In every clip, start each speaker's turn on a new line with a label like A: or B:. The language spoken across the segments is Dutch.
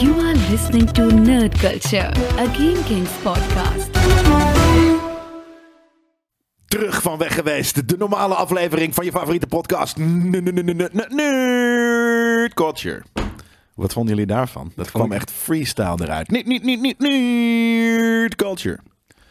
A: You are listening to Nerd Culture, a Game Kings podcast.
B: Terug van weg geweest. De normale aflevering van je favoriete podcast. N- n- n- n- n- Nerd Culture. Wat vonden jullie daarvan? Dat kwam echt freestyle eruit. Niet, niet, niet, niet, nerd culture.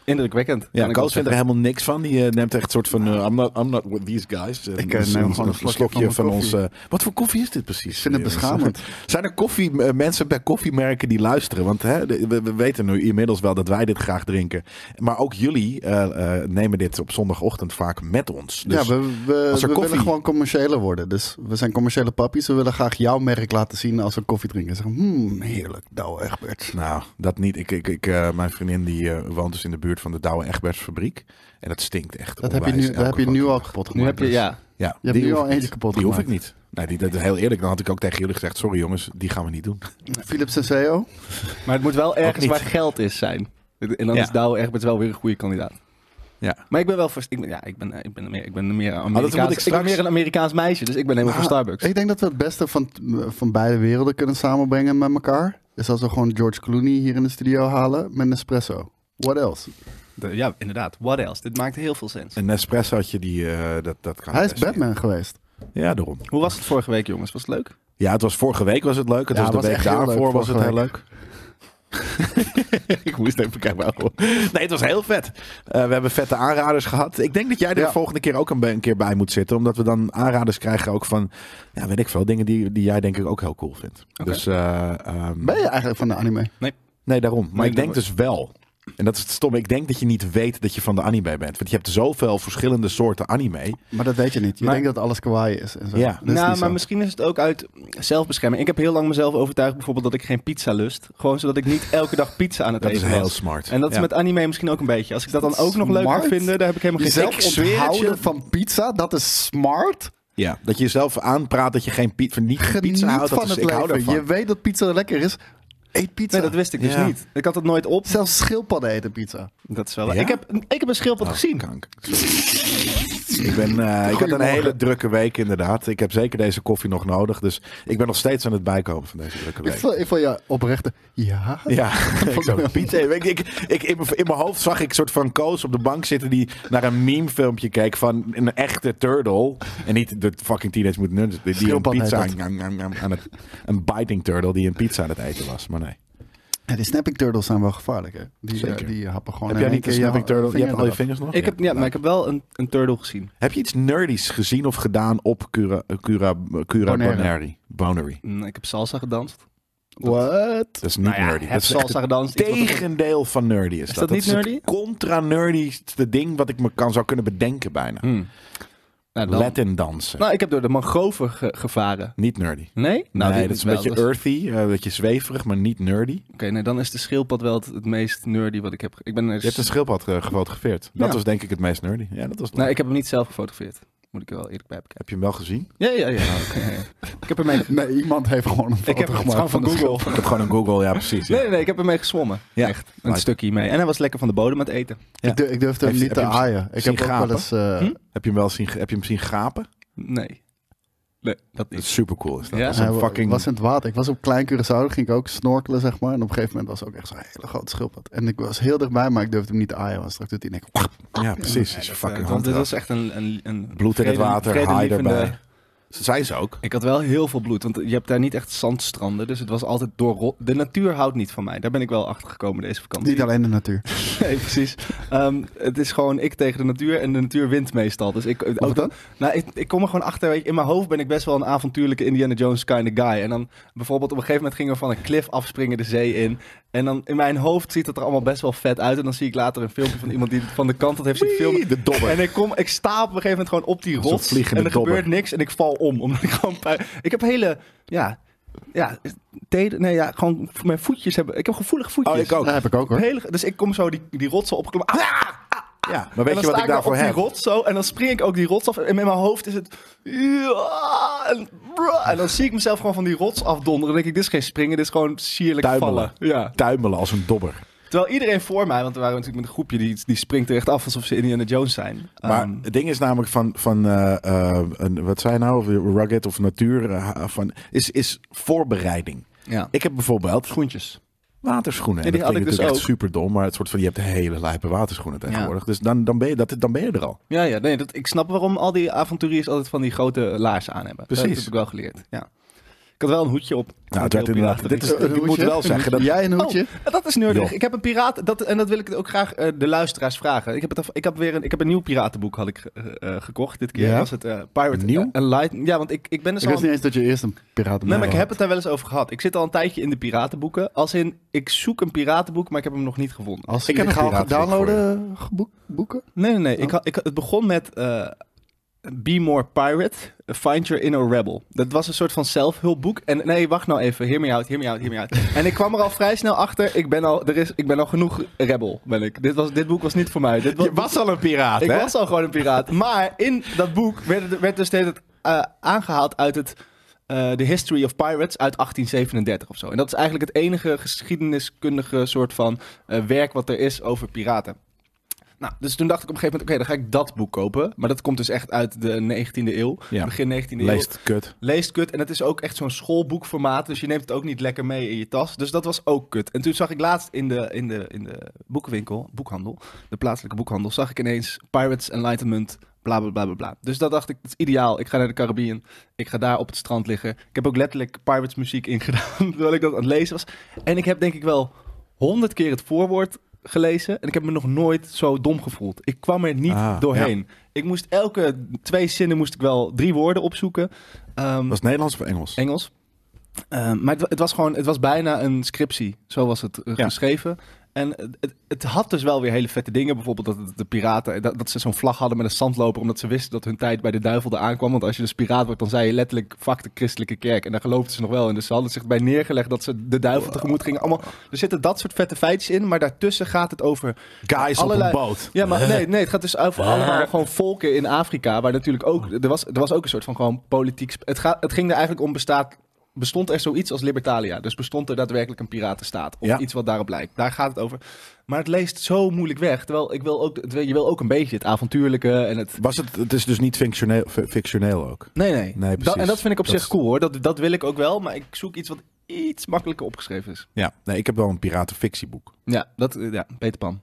C: Indrukwekkend.
B: Ja,
C: Kan ik wel
B: Koos vindt er
C: zeggen.
B: helemaal niks van. Die eh, neemt echt een soort van, eh, I'm, not, I'm not with these guys. En
D: Ik, eh,
B: dat is
D: neem
B: een-
D: gewoon een slokje van mijn
B: ons.
D: koffie.
B: eh, wat voor koffie is dit precies?
D: Ik vind het
B: jongens?
D: beschamend.
B: Zijn er koffie, eh, mensen bij koffiemerken die luisteren? Want hè, de- we, we weten nu inmiddels wel dat wij dit graag drinken. Maar ook jullie eh, eh, nemen dit op zondagochtend vaak met ons. Dus
D: ja, we, we,
B: als er
D: we
B: koffie-
D: willen gewoon commerciëler worden. Dus we zijn commerciële pappies. We willen graag jouw merk laten zien als we koffie drinken. Zeggen, hmm, heerlijk, Douwe Egberts.
B: Nou, dat niet. Ik, ik, ik, eh, mijn vriendin die eh, woont dus in de buurt van de Douwe Egberts fabriek. En dat stinkt echt
D: Dat heb je
B: onwijs
D: nu, dat
B: elke
D: heb je nu
B: fucking
D: al
B: dag.
D: kapot
C: Nu
D: gemaakt.
C: heb je,
D: dus.
C: ja.
B: Ja,
D: hebt
B: die
D: nu
B: hoef ik
D: al eentje
B: niet.
D: kapot
B: Die hoef ik
D: gemaakt.
B: niet. Nee, die, dat, heel eerlijk, dan had ik ook tegen jullie gezegd... sorry jongens, die gaan we niet doen.
D: dus- Philips Senseo.
C: Maar het moet wel ergens
B: niet.
C: waar geld is zijn. En dan
B: Ja.
C: is Douwe Egberts wel weer een goede kandidaat.
B: Ja.
C: Maar ik ben wel voor... Ik ben, ja, ik ben, eh, ik ben meer, ik ben meer, een
B: Oh, moet
C: Amerikaans,
B: ik
C: ik
B: straks-
C: ben meer een Amerikaans meisje, dus ik ben helemaal voor
D: Ah,
C: Starbucks.
D: Ik denk dat we het beste van, van beide werelden kunnen samenbrengen met elkaar. Is als we gewoon George Clooney hier in de studio halen met een espresso. What else?
C: De- ja, inderdaad. What else? Dit maakt heel veel sens.
B: Een Nespresso had je die... eh, dat, dat kan
D: Hij is
B: best niet.
D: Batman geweest.
B: Ja, daarom.
C: Hoe was het vorige week, jongens? Was het leuk?
B: Ja, het was vorige week was het leuk. Het
D: Ja,
B: was de
D: was
B: week
D: echt heel
B: daarvoor
D: leuk
B: was het heel
D: vorige
B: leuk. ik moest even kijken. waarom. Nee, het was heel vet. Eh, we hebben vette aanraders gehad. Ik denk dat jij er
D: Ja.
B: de volgende keer ook een, be- een keer bij moet zitten. Omdat we dan aanraders krijgen ook van, ja, weet ik veel, dingen die, die jij denk ik ook heel cool vindt. Dus, eh, ehm,
D: Ben je eigenlijk van de anime?
B: Nee, daarom. Maar
C: Nee,
B: ik denk
C: daarom.
B: dus wel. En dat is het stomme. Ik denk dat je niet weet dat je van de anime bent. Want je hebt zoveel verschillende soorten anime.
D: Maar dat weet je niet. Je
C: Maar-
D: denkt dat alles kawaii is. En zo.
B: Ja.
D: Dat is
C: nou, maar
D: niet zo.
C: misschien is het ook uit zelfbescherming. Ik heb heel lang mezelf overtuigd bijvoorbeeld dat ik geen pizza lust. Gewoon zodat ik niet elke dag pizza aan het
B: Dat is
C: eten
B: heel
C: was.
B: smart.
C: En dat
B: Ja.
C: is met anime misschien ook een beetje. Als ik dat dan ook nog
D: Smart?
C: leuk ga vinden, daar heb ik helemaal geen
D: Jezelf
C: zin
B: Ik zweer het je.
D: onthouden van pizza, dat is smart.
B: Ja, dat je jezelf aanpraat dat je geen pi- van niet van
D: Geniet
B: pizza houdt.
D: van
B: Dat is,
D: het
B: ik hou
D: leven.
B: daarvan.
D: Je weet dat pizza lekker is. Eet pizza.
C: Nee, dat wist ik dus
B: Ja.
C: niet. Ik had het nooit op.
D: Zelfs schildpadden eten pizza.
C: Dat is wel
B: Ja? Oh.
C: ik, heb, ik heb een schildpad gezien.
B: Kank. Ik, ben, eh ik had een
D: Goedemorgen.
B: hele drukke week inderdaad. Ik heb zeker deze koffie nog nodig. Dus ik ben nog steeds aan het bijkomen van deze drukke
D: Ik
B: week.
D: vond, ik vond jou oprechte. Ja.
B: Ja, ik,
D: Vond ik
B: zo,
D: wel.
B: Piet, eh, ik, ik, ik- in, mijn- in mijn hoofd zag ik soort van Koos op de bank zitten die naar een memefilmpje keek van een echte turtle. En niet de fucking Teenage Mutant Ninja Turtles, die een
D: Schildpad
B: pizza
D: heet
B: aan, aan- aan- aan het... Een biting turtle die een pizza aan het eten was, maar
C: Oh,
B: nee.
D: Ja, die snapping turtles zijn wel gevaarlijk, hè? Die,
B: Zeker.
D: eh, die happen gewoon.
B: heb
D: in
B: jij
D: één
B: niet een
D: keer je
B: snapping turtle? Je
D: vinger
B: hebt al je
D: eraf.
B: vingers nog?
C: Ik heb, ja, maar ik heb wel een, een turtle gezien.
B: Heb je iets nerdies gezien of gedaan op Cura, Cura, Cura
D: Bonaire.
B: Bonaire? Bonaire.
C: Mm, Ik heb salsa gedanst.
D: What?
B: Dat is niet
C: Nou ja,
B: nerdy.
C: heb
B: Dat is echt
C: salsa
B: het
C: gedanst. iets wat ik-
B: tegendeel van nerdy. Is,
C: dat niet
B: is het
C: nerdy?
B: contra-nerdiste ding wat ik me kan, zou kunnen bedenken bijna.
C: Hmm. Nou, dan-
B: Latin dansen.
C: nou, ik heb door de mangroven ge- gevaren.
B: Niet nerdy.
C: Nee? Nou,
B: nee,
C: dit
B: dat is een
C: wel.
B: beetje
C: Dat is-
B: earthy, eh, een beetje zweverig, maar niet nerdy.
C: Oké, nee, dan is de schildpad wel het, het meest nerdy wat ik heb. ge- Ik ben
B: Je hebt een schildpad eh, gefotografeerd. Dat
C: Dus- Ja.
B: was denk ik het meest nerdy. Ja, dat was leuk.
C: Nou, ik heb hem niet zelf gefotografeerd. Moet ik er wel eerlijk bij bekijken.
B: Heb je hem wel gezien?
C: Ja, ja, ja. nou, oké, ja, ja. Ik heb ermee mee.
D: Nee, iemand heeft gewoon een foto
C: Ik heb het
D: gemaakt
C: gewoon van
D: de
C: Google.
B: Ik heb gewoon een Google, ja precies. Ja.
C: Nee, nee, nee, ik heb ermee gezwommen.
B: Ja.
C: Echt. Een
B: Nice.
C: stukje mee. En hij was lekker van de bodem aan het eten.
B: Ja.
D: Ik, durf, ik durfde hem
B: Heeft-
D: niet
B: heb
D: te
B: je hem
D: aaien. Ik
B: zien
D: heb ook
B: gapen?
D: wel eens... eh,
C: Hm?
B: Heb, je hem wel zien, ge- heb je hem zien gapen?
C: Nee. Nee, dat
B: Dat
C: niet.
B: is super cool. Is dat.
C: Ja.
B: dat is
D: hij
B: een
D: wa-
B: fucking...
D: was in het water. Ik was op Klein Curaçao, ging ik ook snorkelen, zeg maar. En op een gegeven moment was ook echt zo'n hele grote schildpad. En ik was heel dichtbij, maar ik durfde hem niet te aaien. Want straks doet hij niks.
B: Ja, precies. Dat is een
C: Ja,
B: fucking
C: want
B: handras.
C: dit was echt een... een, een
B: Bloed in het
C: vrede-
B: water, haai
C: vredelievende-
B: erbij. Ze zijn ze ook.
C: Ik had wel heel veel bloed, want je hebt daar niet echt zandstranden. Dus het was altijd door... ro- De natuur houdt niet van mij. Daar ben ik wel achter gekomen deze vakantie.
D: Niet alleen de natuur.
C: Nee, precies. Ehm, het is gewoon ik tegen de natuur en de natuur wint meestal. Dus ik, ook
D: dan?
C: Nou, ik, ik kom er gewoon achter. weet je, In mijn hoofd ben ik best wel een avontuurlijke Indiana Jones kind of guy. En dan bijvoorbeeld op een gegeven moment gingen we van een cliff afspringen de zee in. En dan in mijn hoofd ziet het er allemaal best wel vet uit. En dan zie ik later een filmpje van iemand die het van de kant dat heeft zitten filmen.
B: De dobber.
C: En ik, kom, ik sta op een gegeven moment gewoon op die
B: Zo'n
C: rots. En
B: vliegende
C: er
B: dobber.
C: gebeurt niks en ik val om. Omdat ik gewoon pijn- Ik heb hele. Ja. Ja. Teden, nee, ja. Gewoon voor mijn voetjes hebben. Ik heb gevoelige voetjes.
B: Oh, ik ook.
D: Dat heb ik ook hoor.
C: Hele- dus ik kom zo die, die rotsen opgeklommen. Ah!
B: Ja, maar
C: En
B: weet je
C: dan
B: wat
C: sta
B: ik
C: daar
B: daarvoor
C: op
B: heb?
C: die rots zo en dan spring ik ook die rots af. En in mijn hoofd is het... Ja, en, en dan zie ik mezelf gewoon van die rots afdonderen. Dan denk ik, dit is geen springen, dit is gewoon sierlijk
B: Tuimelen.
C: vallen. Ja.
B: Tuimelen als een dobber.
C: Terwijl iedereen voor mij, want we waren natuurlijk met een groepje... die, die springt er echt af alsof ze Indiana Jones zijn.
B: Maar
C: Ehm,
B: het ding is namelijk van, van eh, eh, een, wat zei je nou, of rugged of natuur, eh, van, is, is voorbereiding.
C: Ja.
B: Ik heb bijvoorbeeld
C: Schoentjes.
B: waterschoenen.
C: Ja,
B: En
C: die
B: dat klinkt
C: had ik dus
B: natuurlijk echt
C: ook.
B: super dom, maar het soort van, je hebt hele lijpe waterschoenen tegenwoordig. Dus dan, dan, ben je, dat, dan ben je er al.
C: Ja, ja nee, dat, ik snap waarom al die avonturiers altijd van die grote laarzen aan hebben. Dat
B: Precies.
C: heb ik wel geleerd. Ja. Ik had wel een hoedje op.
B: Nou, het werd inderdaad... Dit is,
D: Eh, Een
B: ik moet
D: hoedje?
B: wel zeggen dat...
D: Jij een hoedje?
C: Oh, dat is nerdig.
B: Joh.
C: Ik heb een piraat, dat, en dat wil ik ook graag eh, de luisteraars vragen. Ik heb, het, af- ik heb weer een, ik heb een nieuw piratenboek had ik, eh, eh, gekocht dit keer.
D: Ja?
C: Was het eh, Pirate
B: Nieuw?
C: eh, Light. Ja, want ik, ik ben dus
D: Ik
C: al...
D: wist niet eens dat je eerst een piraten
C: Nee, maar ik heb het daar wel eens over gehad. Ik zit al een tijdje in de piratenboeken. Als in, ik zoek een piratenboek, maar ik heb hem nog niet gevonden.
D: Als
B: Ik
D: ik
B: heb
D: heb
B: een
D: ga
B: piratenboek
D: downloaden eh, geboek, boeken.
C: Nee, nee, nee.
B: Oh.
C: Ik, had- ik, had- het begon met eh, Be More Pirate, Find Your Inner Rebel. Dat was een soort van zelfhulpboek. En nee, wacht nou even. Hear me out, hear me out, hear me out. en ik kwam er al vrij snel achter. Ik ben al, er is, ik ben al genoeg rebel, ben ik. Dit, was, dit boek was niet voor mij. Dit
B: Je was al een piraat,
C: ik
B: hè?
C: was al gewoon een piraat. Maar in dat boek werd, het- werd dus de hele tijd, eh, aangehaald uit het eh, The History of Pirates uit 1837 of zo. En dat is eigenlijk het enige geschiedeniskundige soort van eh, werk wat er is over piraten. Nou, dus toen dacht ik op een gegeven moment, oké, dan ga ik dat boek kopen. Maar dat komt dus echt uit de 19e eeuw,
B: Ja.
C: begin 19e eeuw.
B: Leest kut.
C: Leest kut. En het is ook echt zo'n schoolboekformaat. Dus je neemt het ook niet lekker mee in je tas. Dus dat was ook kut. En toen zag ik laatst in de, in de, in de boekenwinkel, boekhandel, de plaatselijke boekhandel, zag ik ineens Pirates Enlightenment. Bla bla bla bla bla. Dus dat dacht ik, dat is ideaal. Ik ga naar de Caribbean. Ik ga daar op het strand liggen. Ik heb ook letterlijk Pirates muziek ingedaan. terwijl ik dat aan het lezen was. En ik heb denk ik wel honderd keer het voorwoord gelezen. En ik heb me nog nooit zo dom gevoeld. Ik kwam er niet
B: Ah,
C: doorheen. Ik moest elke twee zinnen moest ik wel drie woorden opzoeken. Ehm,
B: Was het Nederlands of Engels?
C: Engels. Ehm, maar het, wa- het was gewoon, het was bijna een scriptie. Zo was het eh,
B: Ja.
C: geschreven. En het, het, het had dus wel weer hele vette dingen. Bijvoorbeeld dat het de piraten, eh, dat, dat ze zo'n vlag hadden met een zandloper. Omdat ze wisten dat hun tijd bij de duivel eraan kwam. Want als je dus piraat wordt, dan zei je letterlijk, fuck de christelijke kerk. En daar geloofden ze nog wel in. Dus ze hadden zich bij neergelegd dat ze de duivel tegemoet gingen. Allemaal, er zitten dat soort vette feitjes in. Maar daartussen gaat het over
B: Guys
C: Allerlei-
B: op een boot.
C: ja, maar nee, nee, het gaat dus over allemaal gewoon volken in Afrika, waar natuurlijk ook, er was, er was ook een soort van gewoon politiek, sp- het, gaat, het ging er eigenlijk om bestaat, bestond er zoiets als Libertalia, dus bestond er daadwerkelijk een piratenstaat, of
B: Ja.
C: iets wat daarop lijkt, daar gaat het over. Maar het leest zo moeilijk weg, terwijl ik wil ook, het- je wil ook een beetje het avontuurlijke en het...
B: Was het, het is dus niet functioneel, fi- fictioneel ook.
C: Nee, nee.
B: Nee,
C: Dat- en
B: precies.
C: dat vind ik op
B: Dat
C: zich
B: is-
C: cool hoor, dat, dat wil ik ook wel, maar ik zoek iets wat iets makkelijker opgeschreven is.
B: Ja, nee, ik heb wel een piratenfictieboek.
C: Ja, dat, ja, Peter Pan.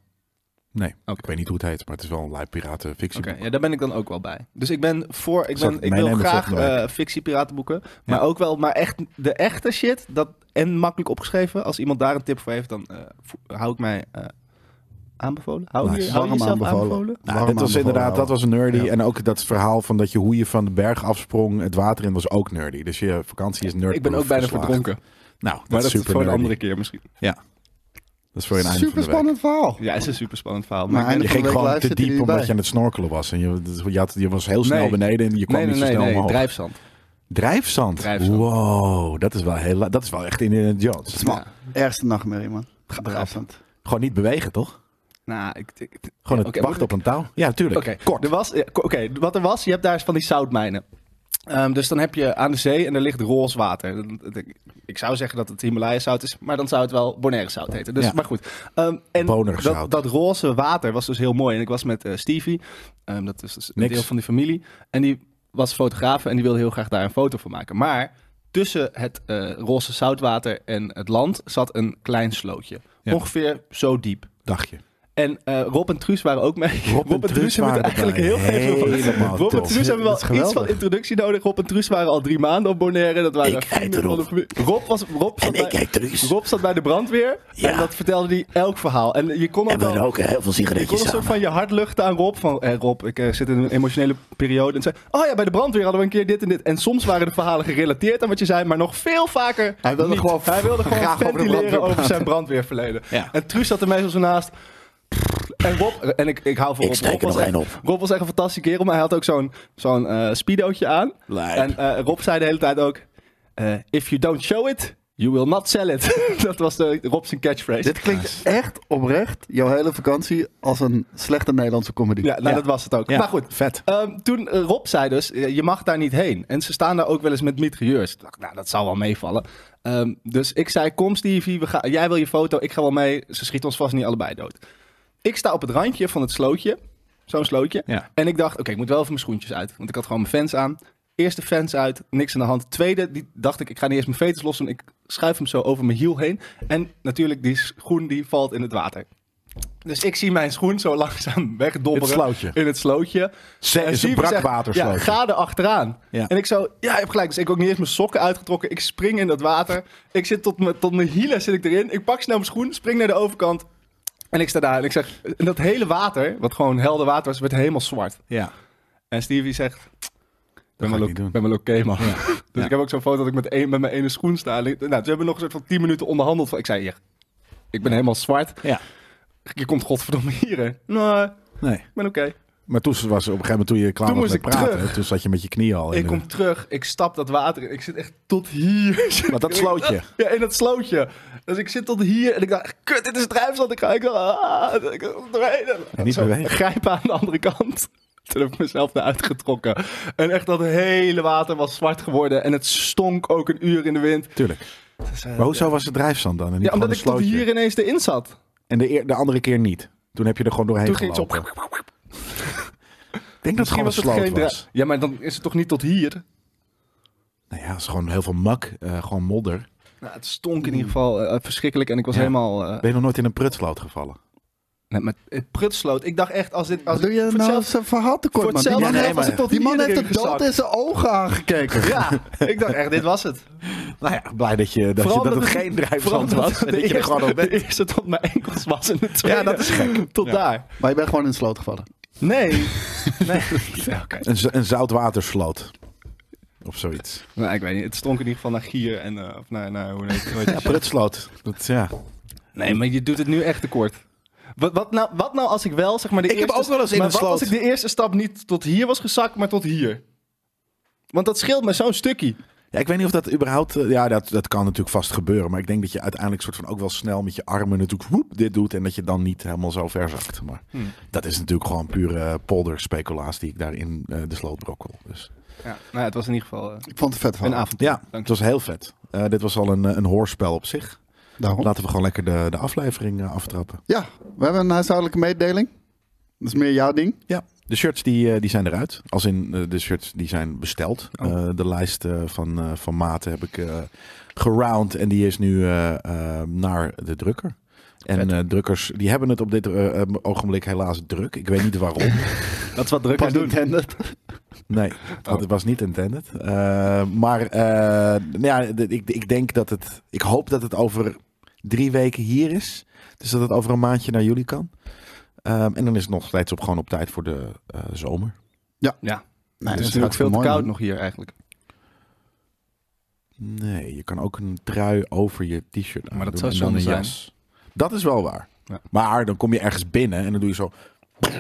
B: Nee,
C: Oké.
B: ik weet niet hoe het heet, maar het is wel een lijp piratenfictieboek.
C: Oké, ja, daar ben ik dan ook wel bij. Dus ik ben voor, ik,
B: Zal
C: ben,
B: ik
C: ik wil
B: meenemen
C: graag
B: volgende week?
C: eh fictiepiratenboeken, maar ook wel, maar echt de echte shit, dat, en makkelijk opgeschreven. Als iemand daar een tip voor heeft, dan eh, vo- hou ik mij eh, aanbevolen. Hou,
B: Nice.
C: je, hou je
D: Warm
C: jezelf aanbevolen?
D: aanbevolen.
B: Nou,
D: Warm
B: dit was
D: aanbevolen
B: inderdaad, dat
D: houden.
B: was een nerdy.
D: Ja.
B: En ook dat verhaal van dat je hoe je van de berg afsprong, het water in, was ook nerdy. Dus je vakantie is nerd.
C: Ik ben ook bijna verdronken,
B: Nou, dat
C: maar
B: is
C: dat is
B: super
C: voor een
B: nerdy.
C: andere keer misschien.
B: Ja, dat is voor je een einde van
D: Super
B: de week.
D: spannend verhaal.
C: Ja, het is een super spannend verhaal.
D: Maar
C: Maar, ik ben-
B: Je
D: Einde van
B: ging
D: de week
B: gewoon
D: live
B: te
D: zitten
B: diep
D: jullie
B: omdat
D: bij.
B: je aan het snorkelen was. En je, je, had, je was heel snel
C: Nee.
B: beneden en je kwam
C: nee,
B: niet zo
C: nee, nee,
B: snel
C: nee,
B: omhoog.
C: drijfzand.
B: Drijfzand.
C: Drijfzand.
B: Wow, dat is wel, heel, la- dat is wel echt Indiana Jones.
D: Man, ergste Nou, nachtmerrie, man. Drijfzand.
B: Gewoon niet bewegen, toch?
C: Nou, ik, ik-
B: Gewoon het
C: Oké,
B: wachten
C: moet
B: op een touw. Ja, natuurlijk.
C: Oké,
B: Kort.
C: Er was, ja, ko- oké, wat er was, je hebt daar van die zoutmijnen. Ehm, dus dan heb je aan de zee en er ligt roze water. Ik- Ik zou zeggen dat het Himalaya zout is, maar dan zou het wel Bonaire zout heten. Dus,
B: Ja.
C: Maar goed. Ehm, en dat,
B: Bonerzout.
C: dat roze water was dus heel mooi. En ik was met eh, Stevie, ehm, dat is dus een
B: Niks.
C: deel van die familie. En die was fotograaf en die wilde heel graag daar een foto van maken. Maar tussen het eh, roze zoutwater en het land zat een klein slootje.
B: Ja.
C: Ongeveer zo diep.
B: Dagje.
C: En eh, Rob en Truus waren ook mee. Rob, en Truus hebben
B: waren
C: het eigenlijk heel
B: erbij.
C: veel van.
B: Helemaal
C: Rob en
B: top.
C: Truus hebben
D: Dat is
C: wel iets
D: geweldig.
C: van introductie nodig. Rob en Truus waren al drie maanden op Bonaire. Dat waren
B: Ik
C: vrienden
B: heet
C: van de
B: Rob.
C: familie. Rob, was, Rob, zat
E: En ik
C: bij,
E: heet Truus.
C: Rob zat bij de brandweer.
E: Ja.
C: En dat vertelde hij elk verhaal. En je kon ook
E: En we
C: wel...
E: roken heel veel
C: Je kon
E: sigaretjes
C: een soort
E: samen.
C: van je hart luchten aan Rob. Van, eh, Rob, ik eh, zit in een emotionele periode. En zei, oh ja, bij de brandweer hadden we een keer dit en dit. En soms waren de verhalen gerelateerd aan wat je zei, maar nog veel vaker
D: Hij wilde
C: niet.
D: gewoon
C: Hij wilde gewoon
D: graag over de
C: ventileren over,
D: brandweer
C: zijn brandweerverleden.
B: Ja.
C: En Truus zat er meestal zo naast. En Rob, en ik, ik hou van
E: Ik
C: Rob.
E: steek
C: Rob
E: er
C: was
E: nog
C: echt-
E: één op.
C: Rob was echt een fantastische kerel, maar hij had ook zo'n zo'n eh speedootje aan.
B: Lijp.
C: En eh, Rob zei de hele tijd ook, eh, if you don't show it, you will not sell it. Dat was de, Rob zijn catchphrase.
D: Dit klinkt echt oprecht, jouw hele vakantie, als een slechte Nederlandse comedy.
C: Ja, nou
B: Ja.
C: dat was het ook.
B: Ja,
C: Maar goed,
B: vet.
C: Ehm, toen eh, Rob zei dus, eh, je mag daar niet heen. En ze staan daar ook wel eens met mitrailleurs. Ik dacht, nou, dat zal wel meevallen. Ehm, dus ik zei, kom Stevie, we gaan, jij wil je foto, ik ga wel mee. Ze schieten ons vast niet allebei dood. Ik sta op het randje van het slootje. Zo'n slootje.
B: Ja.
C: En ik dacht, oké, ik moet wel even mijn schoentjes uit. Want ik had gewoon mijn fans aan. Eerste fans uit, niks aan de hand. Tweede, die dacht ik, ik ga niet eerst mijn veters lossen. Ik schuif hem zo over mijn hiel heen. En natuurlijk, die schoen die valt in het water. Dus ik zie mijn schoen zo langzaam wegdobberen.
B: Het slootje.
C: In het slootje.
B: Ze-
C: En
B: is een
C: Siebe zegt,
B: brakwaterslootje.
C: Ja, ga er achteraan.
B: Ja.
C: En ik zo, ja, je hebt gelijk. Dus ik heb ook niet eens mijn sokken uitgetrokken. Ik spring in dat water. Ik zit tot, mijn tot mijn hielen zit ik erin. Ik pak snel mijn schoen, spring naar de overkant. En ik sta daar en ik zeg, en dat hele water, wat gewoon helder water was, werd helemaal zwart.
B: Ja.
C: En Stevie zegt, ben
B: ik
C: wel,
B: niet
C: oké-
B: doen.
C: ben wel oké man. Dus
B: Ja.
C: ik heb ook zo'n foto dat ik met, één met mijn ene schoen sta. Nou, toen hebben we nog een soort van 10 minuten onderhandeld. van- Ik zei, ja, ik ben helemaal zwart.
B: Ja.
C: Je komt godverdomme hier hè. Nee,
B: Nee.
C: ik ben oké.
B: Maar toen was op een gegeven moment toen je klaar
C: Toen
B: was met
C: moest ik
B: praten,
C: terug.
B: toen zat je met je knieën al in.
C: Ik
B: de-
C: kom terug, ik stap dat water in. Ik zit echt tot hier.
B: Maar dat slootje.
C: Ja, in dat slootje. Dus ik zit tot hier en ik dacht, kut, dit is het drijfzand. Ik ga, ik ga, ah, ik ga er doorheen.
B: En niet
C: Zo,
B: bewegen.
C: Grijpen aan de andere kant. Toen heb ik mezelf eruit getrokken. En echt dat hele water was zwart geworden. En het stonk ook een uur in de wind.
B: Tuurlijk.
C: Dus, eh,
B: Maar hoezo was het drijfzand dan? En niet
C: Ja, omdat ik
B: gewoon
C: tot
B: een slootje?
C: hier ineens erin zat.
B: En de, eer- de andere keer niet. Toen heb je er gewoon doorheen
C: Toen ging het zo...
B: gelopen. Ik denk dat het
C: Misschien
B: gewoon een
C: was het
B: sloot
C: geen...
B: was.
C: dra- Ja, maar dan is het toch niet tot hier?
B: Nou ja, het is gewoon heel veel mak. eh, gewoon modder.
C: Nou, het stonk in ieder geval eh, verschrikkelijk. En ik was
B: Ja.
C: helemaal... eh,
B: Ben je nog nooit in een prutsloot gevallen?
C: Net met het prutsloot. Ik had echt als dit... Als
D: Doe
C: ik
D: je
C: voor
D: nou
C: hetzelfde-
D: zijn verhaal tekort,
C: voor
D: man. Die
C: hetzelfde
D: man,
B: geld
D: heeft,
B: was het
C: tot
D: die man
C: hier
D: heeft de
C: erin
D: dood
C: gezakt.
D: in zijn ogen aangekeken.
C: Ja, ik dacht echt, dit was het.
B: Nou ja, blij dat, je, dat, je,
C: Vooral
B: dat het
C: omdat
B: geen
C: het- vooral
B: drijfzand
C: omdat
B: was. En
C: de
B: dat je er
C: eerste-
B: gewoon op bent.
C: De eerste tot mijn enkels was en de tweede...
B: dat is gek.
C: Tot
B: Ja.
C: daar.
D: Maar je bent gewoon in de sloot gevallen.
C: Nee. nee. Ja, oké.
B: Een, z- een zoutwatersloot. Of zoiets.
C: Nou, ik weet niet. Het stonk in ieder geval naar gier en... eh, of naar, naar hoe heet het? hoe heet
B: Ja,
C: het?
B: prutsloot. Dat, ja.
C: Nee, maar je doet het nu echt tekort. Wat, wat, nou, wat nou als ik wel, zeg maar... De
B: Ik heb
C: eerste,
B: ook wel eens in
C: maar
B: een
C: wat
B: sloot.
C: als ik de eerste stap niet tot hier was gezakt, maar tot hier? Want dat scheelt me zo'n stukje.
B: Ja, ik weet niet of dat überhaupt... eh, Ja, dat, dat kan natuurlijk vast gebeuren. Maar ik denk dat je uiteindelijk soort van ook wel snel met je armen natuurlijk woep, dit doet. En dat je dan niet helemaal zo verzakt. Maar dat is natuurlijk gewoon pure eh, polderspeculaas die ik daarin eh, de sloot brokkel. Dus.
C: Ja, nou ja, het was in ieder geval eh,
D: Ik vond het vet van.
C: een avond.
B: Ja,
C: je.
B: het was heel vet. Eh, dit was al een, eh, een hoorspel op zich.
C: Oh.
D: Daarom.
B: Laten we gewoon lekker de, de aflevering eh, aftrappen.
D: Ja, we hebben een huishoudelijke mededeling. Dat is meer jouw ding.
B: Ja, de shirts die, eh, die zijn eruit. Als in eh, de shirts die zijn besteld.
C: Oh.
B: Eh, de lijst eh, van, eh, van maten heb ik eh geround en die is nu eh, eh, naar de drukker. En
C: Vet.
B: eh, drukkers die hebben het op dit eh, eh, ogenblik helaas druk. Ik weet niet waarom.
C: Dat is wat druk aan
D: Pun
C: doen.
D: intended.
B: Nee, dat
C: Oh.
B: was niet intended. Eh, maar eh, nou ja, d- ik, ik denk dat het. Ik hoop dat het over drie weken hier is. Dus dat het over een maandje naar jullie kan. Ehm, en dan is het nog steeds op, gewoon op tijd voor de eh, zomer.
C: Ja,
D: Nee,
C: het is
D: dat
C: natuurlijk
D: hartstikke
C: veel te
D: mooi,
C: koud
D: man.
C: nog hier eigenlijk.
B: Nee, je kan ook een trui over je t-shirt aan
C: Maar dat
B: doen
C: zou
B: en dan
C: zonde
B: een
C: zijn.
B: jas. Dat is wel waar.
C: Ja.
B: Maar dan kom je ergens binnen en dan doe je zo. Dan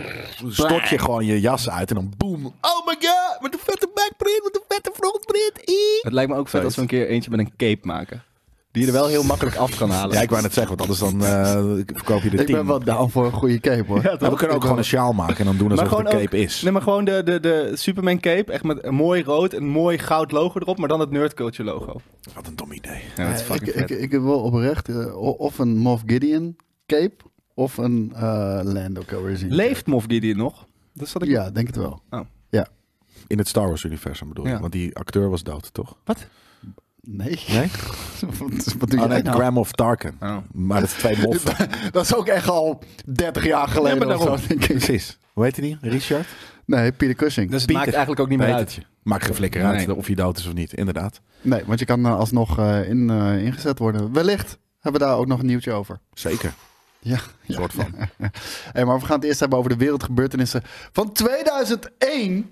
B: Stort je gewoon je jas uit en dan boem. Oh my god, wat een vette backprint, wat een vette frontprint. Ih.
C: Het lijkt me ook vet als we een keer eentje met een cape maken. Die je er wel heel makkelijk af kan halen.
B: Ja, ik wou net zeggen, want anders dan eh, ik verkoop je de
D: Ik
B: tien.
D: ben wel down voor een goede cape hoor.
B: Maar we kunnen ook gewoon een sjaal maken en dan doen alsof het een
C: gewoon
B: cape
C: ook-
B: is.
C: Nee, maar gewoon de, de, de Superman cape. Echt met een mooi rood en mooi goud logo erop. Maar dan het Nerd Culture logo.
B: Wat een dom idee.
C: Ja, dat is
D: ik,
C: fucking
D: ik,
C: vet.
D: ik wil oprecht eh, o- of een Moff Gideon cape of een eh Lando Calrissian. cape.
C: Leeft Moff Gideon nog? Dus Dat zat ik...
D: Ja, denk het wel.
B: In het Star Wars universum bedoel ik,
C: Ja.
B: want die acteur was dood, toch?
C: Wat?
D: Nee.
B: Nee?
D: Wat, wat doe
B: Oh,
D: jij
B: nee,
D: nou?
B: Graham of Tarkin.
C: Oh.
B: Maar dat is twee moffen.
D: Dat is ook echt al 30 jaar geleden
C: Ja, maar
D: of zo,
C: daarom.
D: denk ik.
B: Precies. Hoe heet die? Richard?
D: Nee, Peter Cushing.
C: Dus het
B: Pieter.
C: maakt eigenlijk ook niet meer uit.
B: Petertje. Maakt geen flikker uit
C: Nee.
B: of je dood is of niet, inderdaad.
D: Nee, want je kan eh, alsnog eh, in, eh, ingezet worden. Wellicht hebben we daar ook nog een nieuwtje over.
B: Zeker.
D: Ja.
B: Een soort van.
D: Hey, maar we gaan het eerst hebben over de wereldgebeurtenissen van 2001.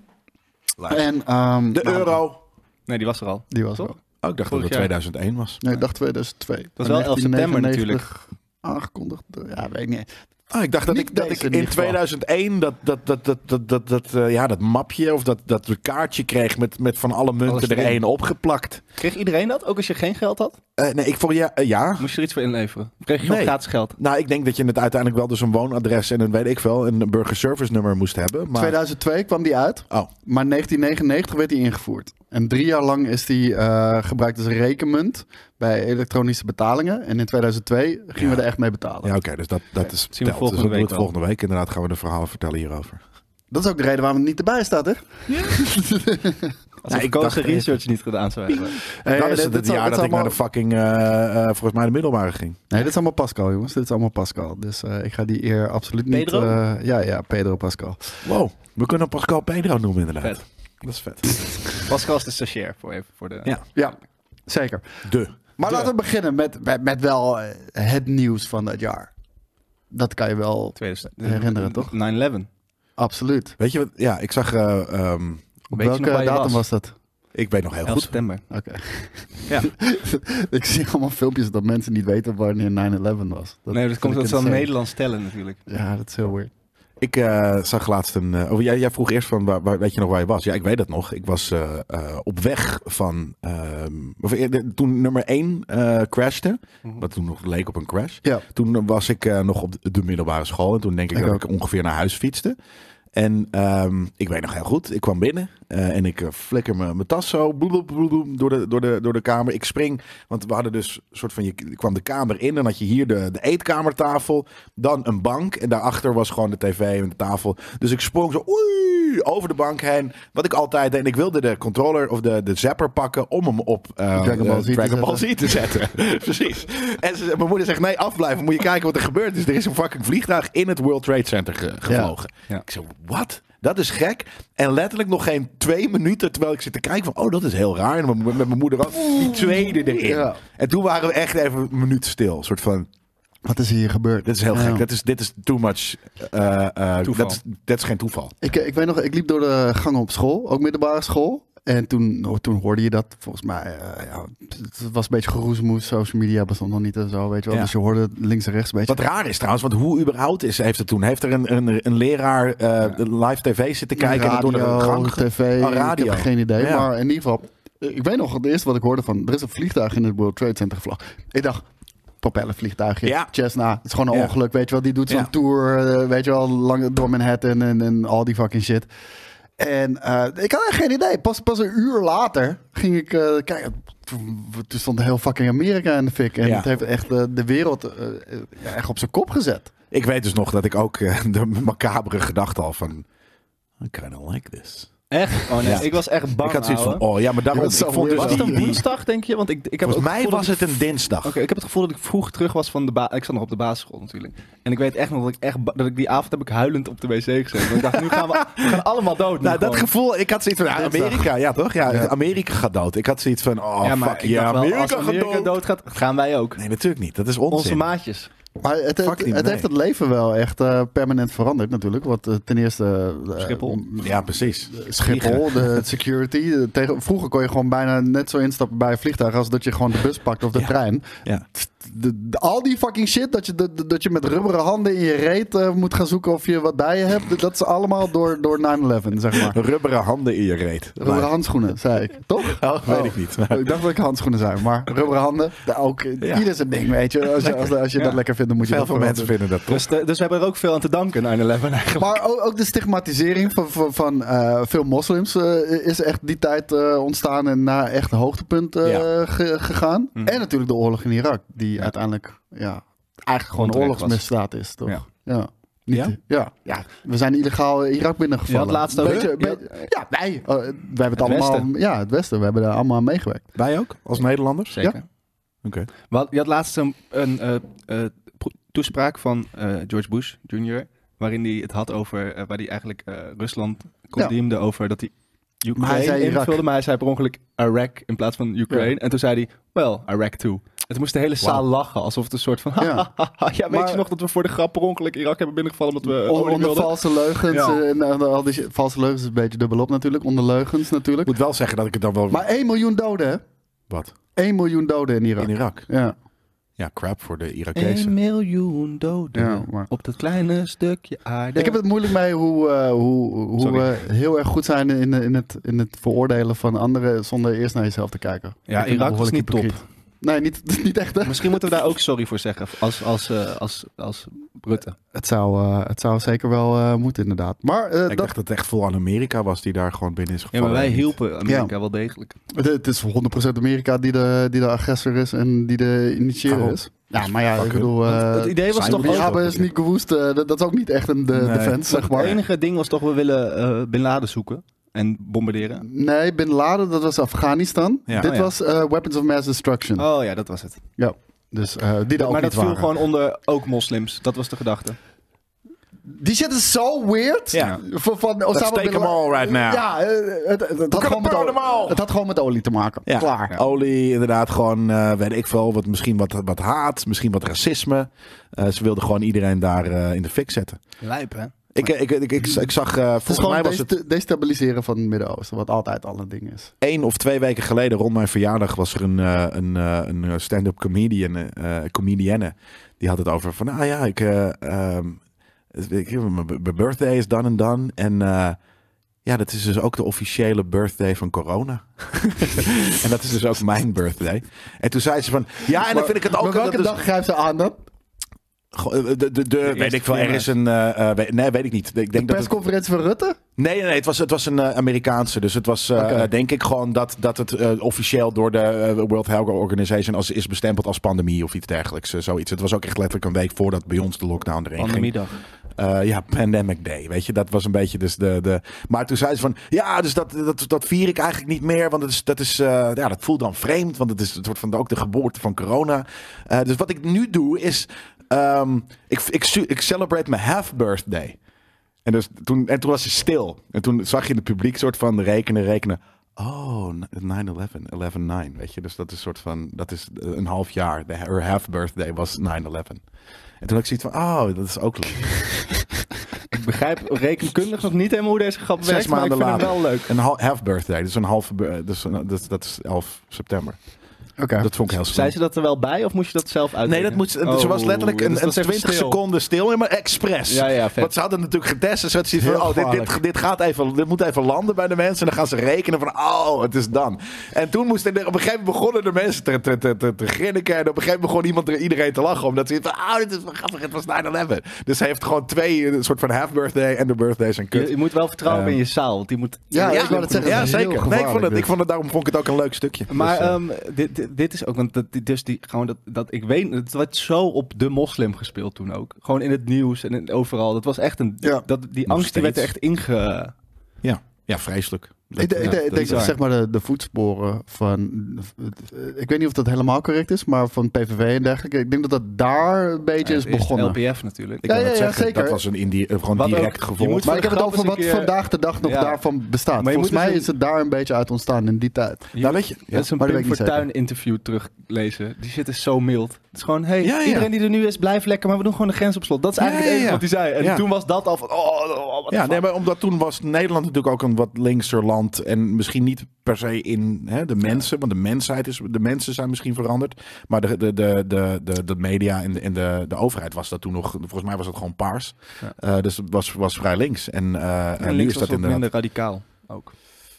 D: En, ehm,
B: De
D: nou,
B: euro.
C: Nee, die was er al.
D: Die was
C: Toch?
D: wel.
B: Oh, ik dacht dat
C: Vorig
B: het
C: jaar.
B: 2001 was.
D: Nee, ik dacht 2002.
C: Dat was wel 11 september
D: 1999
C: natuurlijk.
D: Aangekondigd. door- Ja, weet ik niet.
B: Ah, ik dacht dat
D: Niet
B: ik, dat
D: deze
B: ik
D: in ieder
B: in
D: geval.
B: 2001 dat, dat, dat, dat, dat, dat, dat, eh, ja, dat mapje of dat, dat kaartje kreeg met, met van alle
C: Alles
B: munten er
C: erin.
B: één opgeplakt.
C: Kreeg iedereen dat? Ook als je geen geld had?
B: Eh, nee, ik vond ja, eh, ja.
C: Moest je er iets voor inleveren? Kreeg je gewoon
B: Nee.
C: gratis geld?
B: Nou, ik denk dat je het uiteindelijk wel dus een woonadres en een weet ik veel, een burgerservice nummer moest hebben. Maar
D: 2002 kwam die uit,
B: Oh.
D: maar 1999 werd die ingevoerd. En drie jaar lang is die eh, gebruikt als rekenmunt bij elektronische betalingen. En in 2002 gingen we er echt mee betalen.
B: Ja, oké, dus dat, dat is.
C: zien we
B: telt.
C: volgende
B: dus dat doen we
C: week
B: het
C: wel.
B: volgende week. Inderdaad, gaan we de verhalen vertellen hierover.
D: Dat is ook de reden waarom het niet erbij staat, hè?
C: Als Nou, ik
D: ik
C: Koos
D: dacht
C: zijn research niet gedaan zou hebben.
D: Hey,
B: dan is
D: dit-
B: het
D: dit
B: het
D: is
B: jaar dat ik naar
D: allemaal-
B: de fucking, eh, eh, volgens mij de middelbare ging.
D: Nee, dit is allemaal Pascal, jongens. Dit is allemaal Pascal. Dus eh, ik ga die eer absoluut niet...
C: Pedro?
D: eh, ja, ja, Pedro Pascal.
B: Wow, we kunnen Pascal Pedro noemen inderdaad.
C: Vet.
B: Dat is vet.
C: Pascal is de stagiair voor even voor de.
B: Ja.
D: Ja, zeker.
B: De.
D: Maar laten we beginnen met, met, met wel eh, het nieuws van dat jaar. Dat kan je wel...
C: 2000
D: Herinneren, toch?
C: 9-11. Weet
D: Absoluut.
B: Weet je wat? Ja, ik zag... eh, ehm,
D: Op
C: je nog
D: welke
C: waar je
D: datum was? dat?
B: ik weet nog heel
C: 11
B: goed.
C: september.
D: Oké.
C: Ja.
D: ik zie allemaal filmpjes dat mensen niet weten wanneer 9-11 was.
C: nee,
D: Dat vind
C: dat komt
D: ik
C: dat ze dan
D: insane.
C: Nederlands tellen natuurlijk.
D: Ja, dat is heel weird.
B: Ik eh, zag laatst een. eh, oh, jij, jij vroeg eerst van, waar, waar- weet je nog waar je was? Ja, ik weet dat nog. Ik was eh, eh, op weg van. ehm, of, eerder- toen nummer 1 eh crashte, wat toen nog leek op een crash.
D: Ja.
B: Toen was ik eh, nog op de- de middelbare school en toen denk ik,
D: Ik
B: dat
D: ook.
B: ik ongeveer naar huis fietste. En ehm, ik weet nog heel goed, ik kwam binnen eh, en ik eh, flikker mijn mijn tas zo bloep, bloep, bloep, bloep, door, de, door, de, door de kamer. Ik spring, want we hadden dus een soort van, je je kwam de kamer in, dan had je hier de, de eetkamertafel, dan een bank en daarachter was gewoon de tv en de tafel. Dus ik sprong zo oei, over de bank heen, wat ik altijd deed. En ik wilde de controller of de, de zapper pakken om hem op eh,
D: Dragon Ball
B: eh,
D: Z te
B: Dragon
D: zetten.
B: Ball Z te zetten. Precies. En ze- mijn moeder zegt: nee, afblijven. Moet je kijken wat er gebeurd is. Er is een fucking vliegtuig in het World Trade Center ge- gevlogen.
C: Ja.
B: Ik zeg: wat? Dat is gek. En letterlijk nog geen twee minuten terwijl ik zit te kijken van, oh, dat is heel raar. En met, met mijn moeder ook die tweede erin.
D: Ja.
B: En toen waren we echt even een minuut stil. Een soort van,
D: Wat is hier gebeurd?
B: dit is heel
D: Ja.
B: gek. Dat is, dit is too much. eh, eh,
C: Toeval.
B: dat, is, dat is geen toeval.
D: Ik, eh, ik weet nog, ik liep door de gangen op school, ook middelbare school. En toen, oh, toen hoorde je dat, volgens mij, eh, ja, het was een beetje geroezemoes, social media bestond nog niet en zo, weet je wel.
B: Ja.
D: Dus je hoorde het links en rechts een beetje.
B: Wat raar is trouwens, want hoe überhaupt is, heeft het toen? Heeft er een, een, een leraar eh, live tv zitten kijken en
D: radio,
B: het door de gang ge-
D: tv,
B: Oh, radio.
D: ik heb geen idee.
B: Ja.
D: Maar in ieder geval, eh, ik weet nog, het eerste wat ik hoorde van, er is een vliegtuig in het World Trade Center gevlogen. Ik dacht, propellervliegtuigje,
B: Ja.
D: Cessna, het is gewoon een
B: Ja.
D: ongeluk, weet je wel. Die doet zo'n
B: Ja.
D: tour, eh, weet je wel, lang door Manhattan en, en al die fucking shit. En eh, ik had echt geen idee. Pas, pas een uur later ging ik eh, kijken. Toen toen stond heel fucking Amerika in de fik. En
B: Ja.
D: het heeft echt eh, de wereld eh, eh, ja, echt op zijn kop gezet.
B: Ik weet dus nog dat ik ook eh, de macabere gedachte al van... I kind of like this.
C: Echt? Oh nee,
B: Ja.
C: ik was echt bang.
B: ik had zoiets van,
C: ouwe.
B: oh ja, maar daarom...
D: Ja, dat
B: ik
D: is zo
B: vond dus
D: weird.
C: was het
B: die,
C: een
B: die-
C: woensdag, denk je? Want ik, ik heb
B: volgens
C: ook
B: mij
C: het gevoel
B: was
C: dat
B: het een dinsdag.
C: Oké, ik heb het gevoel dat ik vroeg terug was van de ba Ik zat nog op de basisschool natuurlijk. En ik weet echt nog dat ik, echt ba- dat ik die avond heb ik huilend op de wc gezeten. Want ik dacht, nu gaan we, we gaan allemaal dood. nu
B: Nou, dat
C: gewoon.
B: gevoel, ik had zoiets van, ja,
D: Dinsdag.
B: Amerika, ja toch? Ja, Amerika gaat dood. Ik had zoiets van, oh
C: ja, maar
B: fuck,
C: ik
B: ja,
C: dacht wel,
B: Amerika
C: als
B: gaat
C: Amerika
B: dood.
C: dood gaat, gaan wij ook.
B: Nee, natuurlijk niet. Dat is onzin.
C: Onze maatjes.
D: Maar het, het,
B: Fucking
D: het
B: nee.
D: heeft het leven wel echt eh, permanent veranderd natuurlijk. Want eh, ten eerste... eh,
C: Schiphol.
B: Ja, precies.
D: Schiphol, de security. de- tegen, vroeger kon je gewoon bijna net zo instappen bij een vliegtuig als dat je gewoon de bus pakt of de
B: Ja.
D: trein.
B: Ja.
D: De- de- al die fucking shit dat je, de- de- dat je met rubberen handen in je reet eh, moet gaan zoeken of je wat bij je hebt. Dat is allemaal door, door 9-11, zeg maar.
B: Rubberen handen in je reet.
D: Rubberen
B: Maar-
D: handschoenen, zei ik. Toch?
B: Oh, weet
D: Oh.
B: ik niet. Maar-
D: Ik dacht dat ik handschoenen zei, maar rubberen handen. nou, ook,
B: Ja.
D: Ieder zijn ding, weet je. Als je, als, als je
C: Ja.
D: dat lekker vindt, dan moet je
B: Veel
D: dat
B: veel mensen
D: veranderen.
B: vinden dat toch?
C: Dus, de- dus we hebben er ook veel aan te danken, 9-11 eigenlijk.
D: Maar ook, ook de stigmatisering van, van, van eh, veel moslims eh, is echt die tijd eh, ontstaan en naar echt een hoogtepunt eh,
B: Ja.
D: ge- gegaan.
C: Mhm.
D: En natuurlijk de oorlog in Irak, die uiteindelijk ja, eigenlijk gewoon een
C: Onterecht was.
D: oorlogsmisdaad is, toch?
C: Ja.
D: Ja. Ja. Niet- eh,
B: Ja?
D: ja. Ja, we zijn illegaal eh, Irak binnengevallen.
C: Je had laatst ook-
D: Beetje-
C: Je
D: beetje- ja, wij. eh, wij hebben het,
C: Het
D: allemaal.
C: Westen.
D: Ja, het Westen. We hebben daar allemaal aan meegewerkt.
B: Wij ook, als Nederlanders?
C: Zeker.
B: Oké.
C: We had- je had laatst een, een eh, eh, pro- toespraak van eh, George Bush Jr. Waarin hij het had over, eh, waar hij eigenlijk eh, Rusland condemnde over dat hij Ukraine
D: Maar hij zei Irak.
C: invulde. Maar hij zei per ongeluk Iraq in plaats van Ukraine.
D: Ja.
C: En toen zei hij, well, Iraq too. En toen moest de hele zaal lachen, alsof het een soort van... Ja,
D: Ja.
C: weet
D: Maar-
C: je nog dat we voor de grap per ongeluk Irak hebben binnengevallen omdat we
D: Onder,
C: olie
D: onder
C: wilden?
D: valse leugens.
C: Ja.
D: eh, en, eh, al die shit. valse leugens is een beetje dubbelop natuurlijk. Onder leugens
B: Ik
D: natuurlijk.
B: moet wel zeggen dat ik het dan wel...
D: Maar 1 miljoen doden, hè?
B: Wat?
D: 1 miljoen doden in Irak.
B: In Irak.
D: Ja,
B: Ja, crap voor de Irakezen.
C: 1 miljoen doden
D: ja maar.
C: op dat kleine stukje aarde.
D: Ik heb het moeilijk mee hoe, eh, hoe, hoe
C: Sorry.
D: we heel erg goed zijn in, in, het, in het veroordelen van anderen zonder eerst naar jezelf te kijken.
C: Ja,
D: Ik vind
C: Irak
D: het
C: was
D: behoorlijk
C: niet top.
D: hypocriet. Nee, niet, niet echt. Hè?
C: Misschien moeten we daar ook sorry voor zeggen als, als, eh, als, als Rutte.
D: Het, zou, eh, het zou zeker wel eh, moeten, inderdaad. Maar eh,
B: ik
D: dat,
B: dacht dat het echt vol aan Amerika was die daar gewoon binnen is
C: Ja,
B: gevallen.
C: maar wij
B: Niet.
C: hielpen Amerika wel degelijk.
D: het- het is 100% Amerika die de, die de agressor is en die de initiëren
B: Daarom.
D: is. Ja, maar ja,
B: Fuck
D: ik
B: hun.
D: bedoel... eh,
C: het idee was
B: zijn
C: toch
B: we
D: die
C: ook...
B: niet.
C: Het
D: Abe is niet gewoest. eh, dat, dat is ook niet echt een de,
B: Nee.
D: defense, zeg maar.
C: enige ding was toch, we willen eh Bin Laden zoeken. en bombarderen?
D: Nee, Bin Laden, dat was Afghanistan.
B: Ja.
D: Dit
C: Oh, ja.
D: was eh, Weapons of Mass Destruction.
C: Oh ja, dat was het.
D: Ja, dus eh, die daar ook
C: maar
D: niet
C: dat viel
D: waren.
C: gewoon onder ook moslims. Dat was de gedachte.
D: Die shit is zo weird.
B: Ja.
D: Van, van Osama
B: take
D: Bin
B: them
D: Laden.
B: all right now.
D: Ja, eh, het, het, het had
B: kunnen
D: gewoon met
B: burn
D: olie,
B: them all.
D: het had gewoon met olie te maken.
B: Ja.
D: Klaar.
B: Ja. Olie, inderdaad, gewoon, eh, weet ik veel, wat, misschien wat, wat haat, misschien wat racisme. Eh, ze wilden gewoon iedereen daar eh, in de fik zetten.
C: Lijp, hè?
B: Ik, eh, ik, ik, ik, ik zag, eh,
D: Het is
B: volgens
D: gewoon
B: mij was het
D: dest- destabiliseren van het Midden-Oosten, wat altijd al een ding is.
B: één of twee weken geleden, rond mijn verjaardag, was er een, eh, een, eh, een eh, stand-up comedian, eh, eh, comedienne. Die had het over van, ah ja, ik, eh, ehm, het- ik mijn b- mijn birthday is dan en dan. En eh, ja, dat is dus ook de officiële birthday van corona. en dat is dus ook mijn birthday. En toen zei ze van, ja, en dan vind ik het ook...
D: Maar
B: dat
D: welke
B: dus-
D: dag grijpt ze aan dan?
B: Go- eh, De, de, de, weet
C: eerste
B: ik veel, er
C: primair.
B: is een... eh, eh, we- nee, weet ik niet. Ik denk
D: De
B: dat het-
D: persconferentie van Rutte?
B: nee, nee, nee, het was, het was een eh, Amerikaanse. Dus het was, eh,
D: Oké.
B: eh, denk ik, gewoon dat, dat het eh, officieel door de eh, World Health Organization als, is bestempeld als pandemie of iets dergelijks. eh, zoiets. Het was ook echt letterlijk een week voordat bij ons de lockdown erin ging.
C: Pandemiedag.
B: Eh, ja, Pandemic Day, weet je. Dat was een beetje dus de... de... Maar toen zei ze van, ja, dus dat, dat, dat vier ik eigenlijk niet meer. Want dat, is, dat, is, eh, ja, dat voelt dan vreemd. Want het is het wordt van de, ook de geboorte van corona. Eh, dus wat ik nu doe is... ehm, ik, ik, su- ik celebrate mijn half-birthday. En, dus toen, en toen was ze stil. En toen zag je het publiek soort van rekenen, rekenen. Oh, 9-11, 11-9, weet je. Dus dat is soort van, dat is een half jaar. De- Her half-birthday was 9-11. En toen had ik zoiets van, oh, dat is ook leuk.
C: Ik begrijp rekenkundig nog niet helemaal hoe deze grap
B: Zes
C: werkt, maar ik
B: maanden
C: vind hem
B: later.
C: wel leuk.
B: Een hal- half birthday, dus een halve, bir- dus een- dus, dat is 11 september.
D: Oké.
B: Dat vond ik heel
C: Zei
B: slim.
C: ze dat er wel bij of moest je dat zelf uitleggen?
B: Nee, dat moest, ze
C: Oh,
B: was letterlijk
C: dus
B: een,
C: dat
B: een
C: is even
B: 20
C: stil.
B: seconden stil, ja, maar expres.
C: Ja, ja, vet.
B: Want ze hadden natuurlijk getest en ze hadden zoiets van,
D: Heel
B: oh, dit, dit,
D: gevaarlijk.
B: dit, gaat even, dit moet even landen bij de mensen. En dan gaan ze rekenen van, oh, het is dan. En toen moesten, er- op een gegeven moment begonnen de mensen te, te, te, te, te grinniken. En op een gegeven moment begon iemand, er- iedereen te lachen. Omdat ze van, oh, dit is wel grappig, het was 9-11. Dus hij heeft gewoon twee, een soort van half-birthday en de birthday zijn
C: Je,
B: kut.
C: je moet wel vertrouwen
B: Ehm.
C: in je zaal. want Die moet...
D: Ja, ik wou dat zeggen.
B: Ja,
D: dat is heel
B: zeker. Nee, ik vond
D: gevaarlijk,
B: het,
D: dit.
B: ik vond het, daarom vond ik het ook een leuk stukje.
C: Maar
B: Dus, eh,
C: ehm, dit, dit, dit is ook, want dat, dit- dus die, gewoon dat, dat, ik weet, het werd zo op de moslim gespeeld toen ook. Gewoon in het nieuws en in- overal. Dat was echt een,
D: Ja.
C: dat, die
B: Nog
C: angst die werd er
B: steeds.
C: echt inge...
B: ja. ja, vreselijk.
D: Ik,
B: Dat-
D: ik- ik
B: ja, dat
D: denk
B: is
D: dat
B: waar.
D: zeg maar de, de voetsporen van. Ik weet niet of dat helemaal correct is, maar van PVV en dergelijke. Ik denk dat dat daar een beetje is
C: Eerst
D: begonnen.
C: LPF natuurlijk.
B: Ik kan
D: Ja, ja,
B: het
D: ja,
B: zeggen,
D: zeker.
B: dat was een indie, eh, gewoon
C: Wat
B: direct
C: ook, je
B: gevolg.
C: moet-
D: Maar ik heb het
C: Grap is
D: over
C: een
D: wat
C: keer-
D: vandaag de dag nog
C: Ja.
D: daarvan bestaat.
C: Maar je
D: Volgens
C: moet dus
D: mij
C: een-
D: is het daar een beetje uit ontstaan in die tijd.
C: Je
B: Nou,
C: moet-
B: weet je, ja.
C: Dat is een
D: Maar dat
C: Pim
D: weet ik niet
C: Fortuyn interview teruglezen. Die shit is zo mild. Het is gewoon, hey,
B: Ja, ja.
C: iedereen die er nu is, blijf lekker, maar we doen gewoon de grens op slot. Dat is
B: Ja,
C: eigenlijk het
B: ja,
C: enige
B: ja.
C: wat hij zei. En
B: Ja.
C: toen was dat al van, oh, oh, oh, what the
B: ja,
C: fuck.
B: nee, maar omdat toen was Nederland natuurlijk ook een wat linkser land. En misschien niet per se in hè, de mensen, want de mensheid is, de mensen zijn misschien veranderd. Maar de, de, de, de, de, de media en, de, en de, de overheid was dat toen nog, volgens mij was het gewoon paars.
C: Ja.
B: Eh, dus het was, was vrij links. En, eh, eh,
C: en
B: nu
C: links
B: is
C: was
B: dat
C: wat
B: inderdaad
C: minder radicaal ook.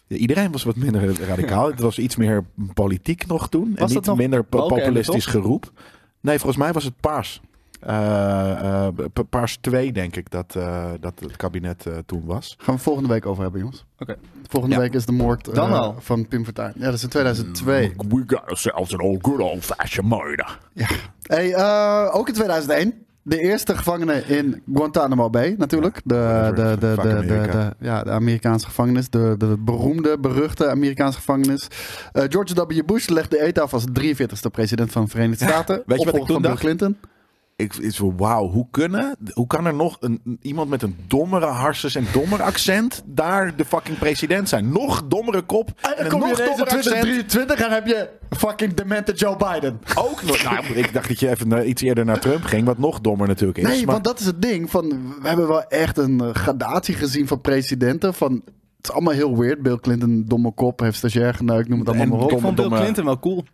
B: Ja, iedereen was wat minder radicaal. Het was iets meer politiek nog toen. en
C: dat
B: niet
C: nog
B: minder po-
C: Balkenende,
B: populistisch geroep. Nee, volgens mij was het paars. Eh, eh, pa- paars 2, denk ik, dat, eh, dat het kabinet eh, toen was.
D: Gaan we volgende week over hebben, jongens.
C: Oké.
D: Volgende
B: Ja.
D: week is de moord eh,
C: Dan al.
D: van Pim Fortuyn. Ja, dat is in 2002.
B: We got ourselves an old good old fashioned murder.
D: Hey, eh, ook in 2001. De eerste gevangene in Guantanamo Bay, natuurlijk. De,
B: whatever.
D: de, de,
B: Fuck
D: de, de,
B: Amerika.
D: de- ja, de Amerikaanse gevangenis. De, de beroemde, beruchte Amerikaanse gevangenis. Eh, George W. Bush legde de eet af als 43ste president van de Verenigde Staten.
B: wat ik
D: Opvolger
B: toen
D: van Bill
B: dacht?
D: Clinton.
B: Ik is van, wauw, hoe, kunnen, hoe kan er nog een, iemand met een dommere harses en dommer accent daar de fucking president zijn? Nog dommere kop en,
D: En Ah, dan
B: een
D: kom je
B: nog
D: ineens in
B: dommer accent.
D: 2023 en heb je fucking demented Joe Biden.
B: Ook nog. Nou, ik dacht dat je even eh, iets eerder naar Trump ging, wat nog dommer natuurlijk is.
D: Nee,
B: maar-
D: want dat is het ding. Van, we hebben wel echt een eh, gradatie gezien van presidenten. Van, het is allemaal heel weird. Bill Clinton, domme kop, heeft stagiair geneukt, noem het allemaal
B: En
D: maar op.
B: kom-
C: Ik vond Bill
B: domme-
C: Clinton wel cool.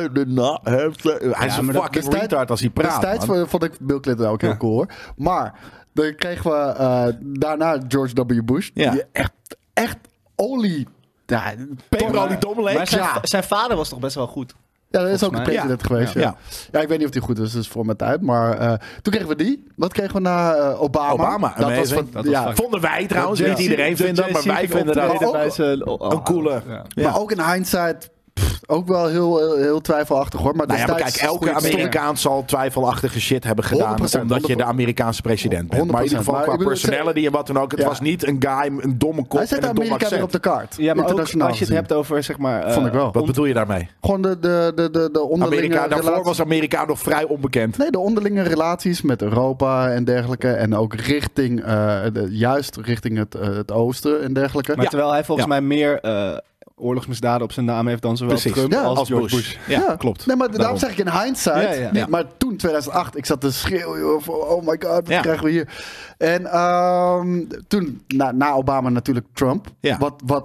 B: I did not have to- Hij is
C: Ja,
B: een
C: maar dat-
B: fucking
D: destijds-
B: retard als hij praat.
D: Destijds
B: man.
D: vond ik Bill Clinton ook heel
B: Ja.
D: cool hoor. Maar dan kregen we eh, daarna George W. Bush.
B: Ja.
D: Die echt, echt olie. Ja,
B: Peper al die
C: Maar
B: dommelek.
C: zijn,
D: ja.
C: zijn vader was toch best wel goed.
D: ja, dat is ook de
C: mij.
D: president
B: Ja.
D: geweest. Ja.
B: Ja.
D: Ja. ik weet niet of die goed is, dus voor mijn tijd. Maar eh, toen kregen we die. Wat kregen we na eh, Obama?
B: Obama,
D: dat was
B: amazing.
D: van,
C: Dat was
D: ja,
C: fucking-
B: Vonden wij trouwens. Niet iedereen vindt dat, maar wij vinden dat
D: optreden.
B: een
C: dat
D: bij
B: coole.
C: Ja.
B: Ja.
D: Maar ook in hindsight pff, ook wel heel, heel, heel twijfelachtig hoor. Maar
B: Nou ja, maar
D: destijds
B: kijk, elke
D: goede story.
B: Amerikaan zal twijfelachtige shit hebben gedaan.
D: 100%,
B: Omdat je de Amerikaanse president bent. Maar in ieder
D: 100%,
B: geval
D: maar
B: qua
D: ik bedoel,
B: personality en wat dan ook. Het
D: Ja.
B: was niet een guy, een domme kop
D: Hij
B: en
D: zet
B: een dom
D: Amerika weer
B: accent.
D: op de kaart.
C: Ja, maar ook als je
D: Internationaal
C: het
D: gezien.
C: hebt over, zeg maar... eh,
D: Vond ik wel.
B: Wat bedoel je daarmee?
D: Gewoon de, de, de, de, de onderlinge
B: Amerika, daarvoor
D: eh, relatie-
B: was Amerika nog vrij onbekend.
D: Nee, de onderlinge relaties met Europa en dergelijke. En ook richting, eh, de- juist richting het, eh, het oosten en dergelijke.
C: Maar
D: Ja.
C: terwijl hij volgens
B: Ja.
C: mij meer eh, oorlogsmisdaden op zijn naam heeft dan zowel
B: Precies.
C: Trump
D: Ja,
C: als,
B: Als
C: George
B: Bush.
C: Bush.
B: Ja, klopt.
D: Nee, maar daarom
B: Daarom.
D: zeg ik in hindsight.
C: Ja, ja.
D: niet,
B: Ja.
D: Maar toen, 2008, ik zat te schreeuwen. joh, van, oh my god, wat
B: Ja.
D: krijgen we hier? En ehm, toen, na, na Obama natuurlijk Trump.
B: Ja.
D: Wat, wat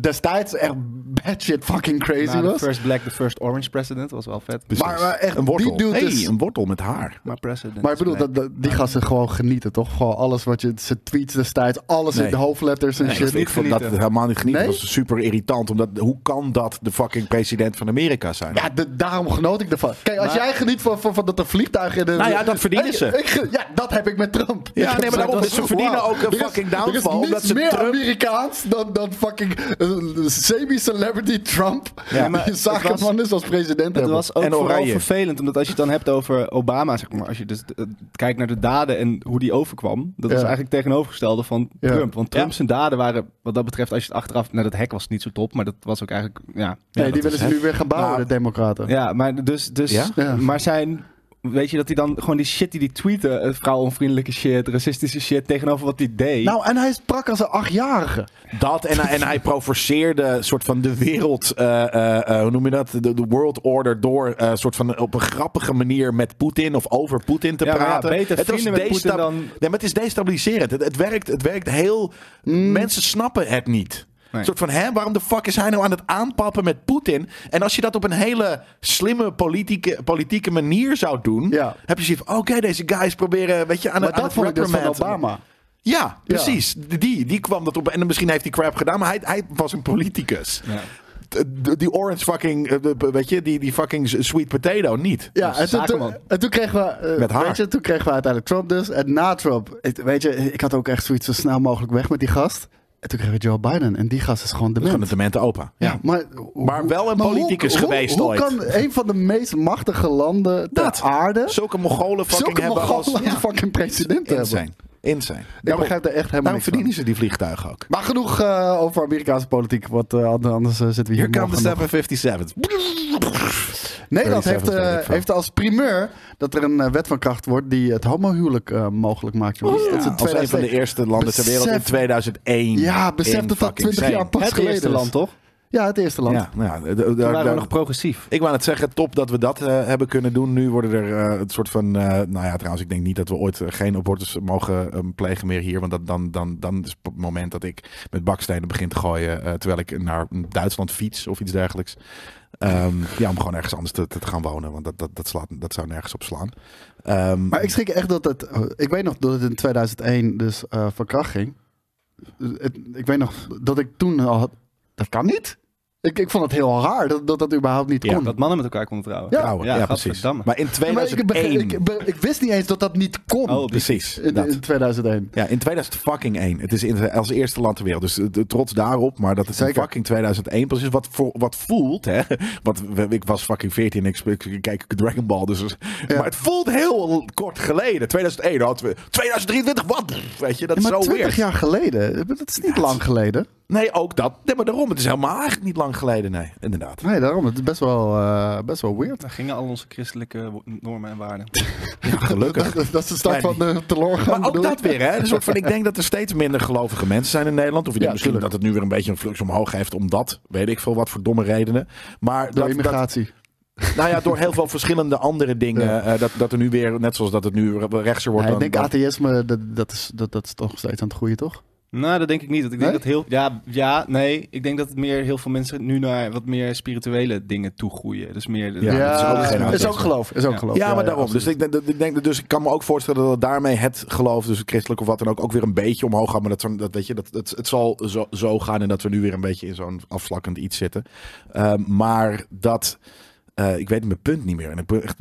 D: destijds echt bad shit fucking crazy
C: Na de
D: was.
C: first black, the first orange president was wel vet. eh,
B: Precies.
D: Maar, maar echt,
B: een wortel.
D: die dude
B: Hey,
D: is-
B: een wortel met haar.
C: Maar president.
D: Maar ik bedoel,
C: nee.
D: dat, dat- die gasten gewoon genieten, toch? Gewoon alles wat je... Ze tweets destijds, alles
B: Nee.
D: in de hoofdletters en
B: Nee,
D: shit.
B: ik vond dat
C: genieten.
B: helemaal niet genieten.
D: Nee?
B: Dat was super irritant. Omdat, hoe kan dat de fucking president van Amerika zijn?
D: Ja, de- daarom genoot ik ervan. Kijk, als jij geniet van, van, van dat er vliegtuigen... in de-
B: Nou ja, dat verdienen
D: Hey,
B: ze.
D: ik ge- ja, dat heb ik met Trump.
B: Ja,
D: Ik heb
B: nee, maar
D: zoiets
B: daarom,
D: van,
B: ze verdienen
D: wauw.
B: ook een
D: Er is-
B: fucking downfall,
D: Er is
B: omdat
D: niets
B: ze
D: meer
B: Trump-
D: Amerikaans dan, dan fucking eh, semi-celebrity Trump.
B: Ja,
D: Ja,
C: maar
D: je zag
C: het was-
D: hem man dus als president
C: Het
D: hebben.
C: was ook
B: En
C: vooral
B: oranje.
C: vervelend, omdat als je het dan hebt over Obama, zeg maar, als je dus eh, kijkt naar de daden en hoe die overkwam, dat
D: Ja.
C: is eigenlijk tegenovergestelde van
D: Ja.
C: Trump. Want Trump
B: Ja.
C: zijn daden waren, wat dat betreft, als je het achteraf, nou dat hek was niet zo top, maar dat was ook eigenlijk, ja.
D: nee,
B: Ja,
D: die
B: dat
D: willen
B: is
D: ze
B: het.
D: nu weer gaan bouwen,
B: Nou,
D: de democraten.
C: Ja, maar dus, dus
B: Ja?
D: Ja.
C: maar zijn, weet je, dat hij dan gewoon die shit die die tweeten, eh, vrouwonvriendelijke shit, racistische shit, tegenover wat hij deed.
D: Nou, en hij sprak als een achtjarige.
B: Dat en, en hij provoceerde soort van de wereld, eh, eh, eh, hoe noem je dat? De, de world order door eh, soort van op een grappige manier met Poetin of over Poetin te
C: Ja, maar ja,
B: praten.
C: beter
B: het was
C: vrienden met Poetin
B: desta-
C: dan-
B: Nee, maar het is destabiliserend. Het, het werkt, het werkt heel. Mensen snappen het niet.
C: Mm. Nee.
B: Een soort van, hè, waarom de fuck is hij nou aan het aanpappen met Poetin? En als je dat op een hele slimme politieke, politieke manier zou doen,
D: Ja.
B: heb je zoiets van, oké, deze guys proberen, weet je, aan
D: Maar
B: het aan het
D: dat vond ik dus van
B: reprimanten.
D: Obama.
B: Ja, precies. Die, die kwam dat op. En misschien heeft hij crap gedaan, maar hij, hij was een politicus.
C: Ja.
B: T- d- Die orange fucking, eh, de- weet je, die, die fucking sweet potato niet.
D: Ja, en toen,
C: zakenman.
D: toen- en toen kregen we... eh,
B: Met haar.
D: Weet je, toen kregen we uiteindelijk Trump dus. En na Trump... het- weet je, ik had ook echt zoiets zo snel mogelijk weg met die gast. En toen kregen we Joe Biden. En die gast is gewoon de
B: Van de demente opa.
D: Ja, maar,
B: Maar wel een politicus
D: hoe,
B: geweest
D: hoe,
B: ooit.
D: Hoe kan een van de meest machtige landen ter
B: Dat.
D: aarde...
B: Zulke Mongolen fucking
D: zulke
B: hebben
D: Mongolen
B: als... Ja,
D: fucking president hebben?
B: insane. Insane.
D: Ik
B: Daarom,
D: begrijp er echt helemaal
B: daarom
D: niks van.
B: verdienen ze die vliegtuigen ook.
D: Maar genoeg eh, over Amerikaanse politiek, want eh, anders eh, zitten we hier
B: Here come the
D: morgen nog.
B: 757. 37
D: Nederland heeft, eh,
B: weet ik veel.
D: heeft als primeur dat er een eh, wet van kracht wordt die het homohuwelijk eh, mogelijk maakt. jongens.
B: Oh,
D: dat is in
B: Als een van de
D: 2001.
B: eerste landen ter wereld in
D: Besef-
B: 2001.
D: Ja, besef
B: In
D: dat dat
B: fucking
D: 20 jaar
B: sane.
D: pas
C: het
D: geleden
C: eerste
D: is.
C: land, toch?
D: Ja, het eerste land.
B: Ja, nou ja, d- d-
C: Toen waren
B: daar-
C: we nog progressief.
B: Ik wou net zeggen, top dat we dat eh, hebben kunnen doen. Nu worden er eh, het soort van. eh, nou ja, trouwens, ik denk niet dat we ooit eh, geen abortus mogen eh, plegen meer hier. Want dat, dan, dan, dan is het moment dat ik met bakstenen begin te gooien. eh, terwijl ik naar Duitsland fiets of iets dergelijks. Ehm, ja, om gewoon ergens anders te, te gaan wonen. Want dat, dat, dat, slaat, dat zou nergens op slaan. Ehm,
D: Maar ik schrik echt dat het. eh, Ik weet nog dat het in 2001 dus eh, van kracht ging. Eh, het- ik weet nog dat ik toen al had. Dat kan niet. Ik, ik vond het heel raar dat dat, dat überhaupt niet
B: Ja,
D: kon.
C: Dat mannen met elkaar konden trouwen.
D: Ja.
B: trouwen, ja, precies.
C: gadverdamme.
B: Maar in
D: Maar ik, beg-
B: 2001.
D: ik, be- ik wist niet eens dat dat niet kon.
C: Oh,
B: precies.
D: in,
B: dat.
D: in 2001.
B: Ja, in 2001. Het is in, als eerste land ter wereld. Dus eh, trots daarop. Maar dat het in
D: Zeker.
B: fucking 2001 pas is. Wat, voor, wat voelt, hè. Want we- ik was fucking 14 en ik, sp- ik kijk Dragon Ball. Dus, Maar het voelt heel kort geleden. 2001 hadden we... 2023, wat? Pff, Weet je, dat
D: Ja,
B: is
D: maar
B: zo
D: 20
B: weer.
D: jaar geleden. Dat is niet lang geleden.
B: Nee, ook dat. Nee, maar daarom. Het is helemaal eigenlijk niet lang geleden. Nee, inderdaad.
D: Nee, daarom. Het is best wel, eh, best wel weird.
C: Daar gingen al onze christelijke wo- normen en waarden.
B: Gelukkig.
D: Dat, dat- dat is de start
B: Nee,
D: van de teleurgang.
B: Maar ook
D: bedoel
B: dat
D: ik.
B: weer, hè? Een soort van, ik denk dat er steeds minder gelovige mensen zijn in Nederland. Of je denkt misschien
D: tuurlijk.
B: dat het nu weer een beetje een flux omhoog heeft, omdat, weet ik veel wat voor domme redenen. Maar
D: Door
B: dat, dat,
D: immigratie.
B: Nou ja, door heel veel verschillende andere dingen.
D: Ja.
B: eh, dat, dat er nu weer, net zoals dat het nu re- rechtser wordt
D: Nee, ik
B: dan...
D: denk
B: dan-
D: atheïsme, dat, dat, is, dat, dat is toch steeds aan het groeien, toch?
C: Nou, dat denk ik niet. Ik denk
D: Nee?
C: dat heel. Ja, ja, nee. Ik denk dat het meer heel veel mensen nu naar wat meer spirituele dingen toegroeien. Dus meer. de-
B: Ja, dat is ook geen
D: is
B: atheïsme.
D: ook geloof. Is ook
C: Ja.
D: geloof.
B: ja, maar daarom.
D: absoluut.
B: dus, ik, denk dat- ik denk, dat- dus ik kan me ook voorstellen dat daarmee het geloof, dus het christelijk of wat dan ook, ook weer een beetje omhoog gaat. Maar dat, zo- dat, weet je, dat, dat, het zal zo, zo gaan en dat we nu weer een beetje in zo'n afvlakkend iets zitten. Eh, maar dat... eh, ik weet mijn punt niet meer. En ik, pro- echt,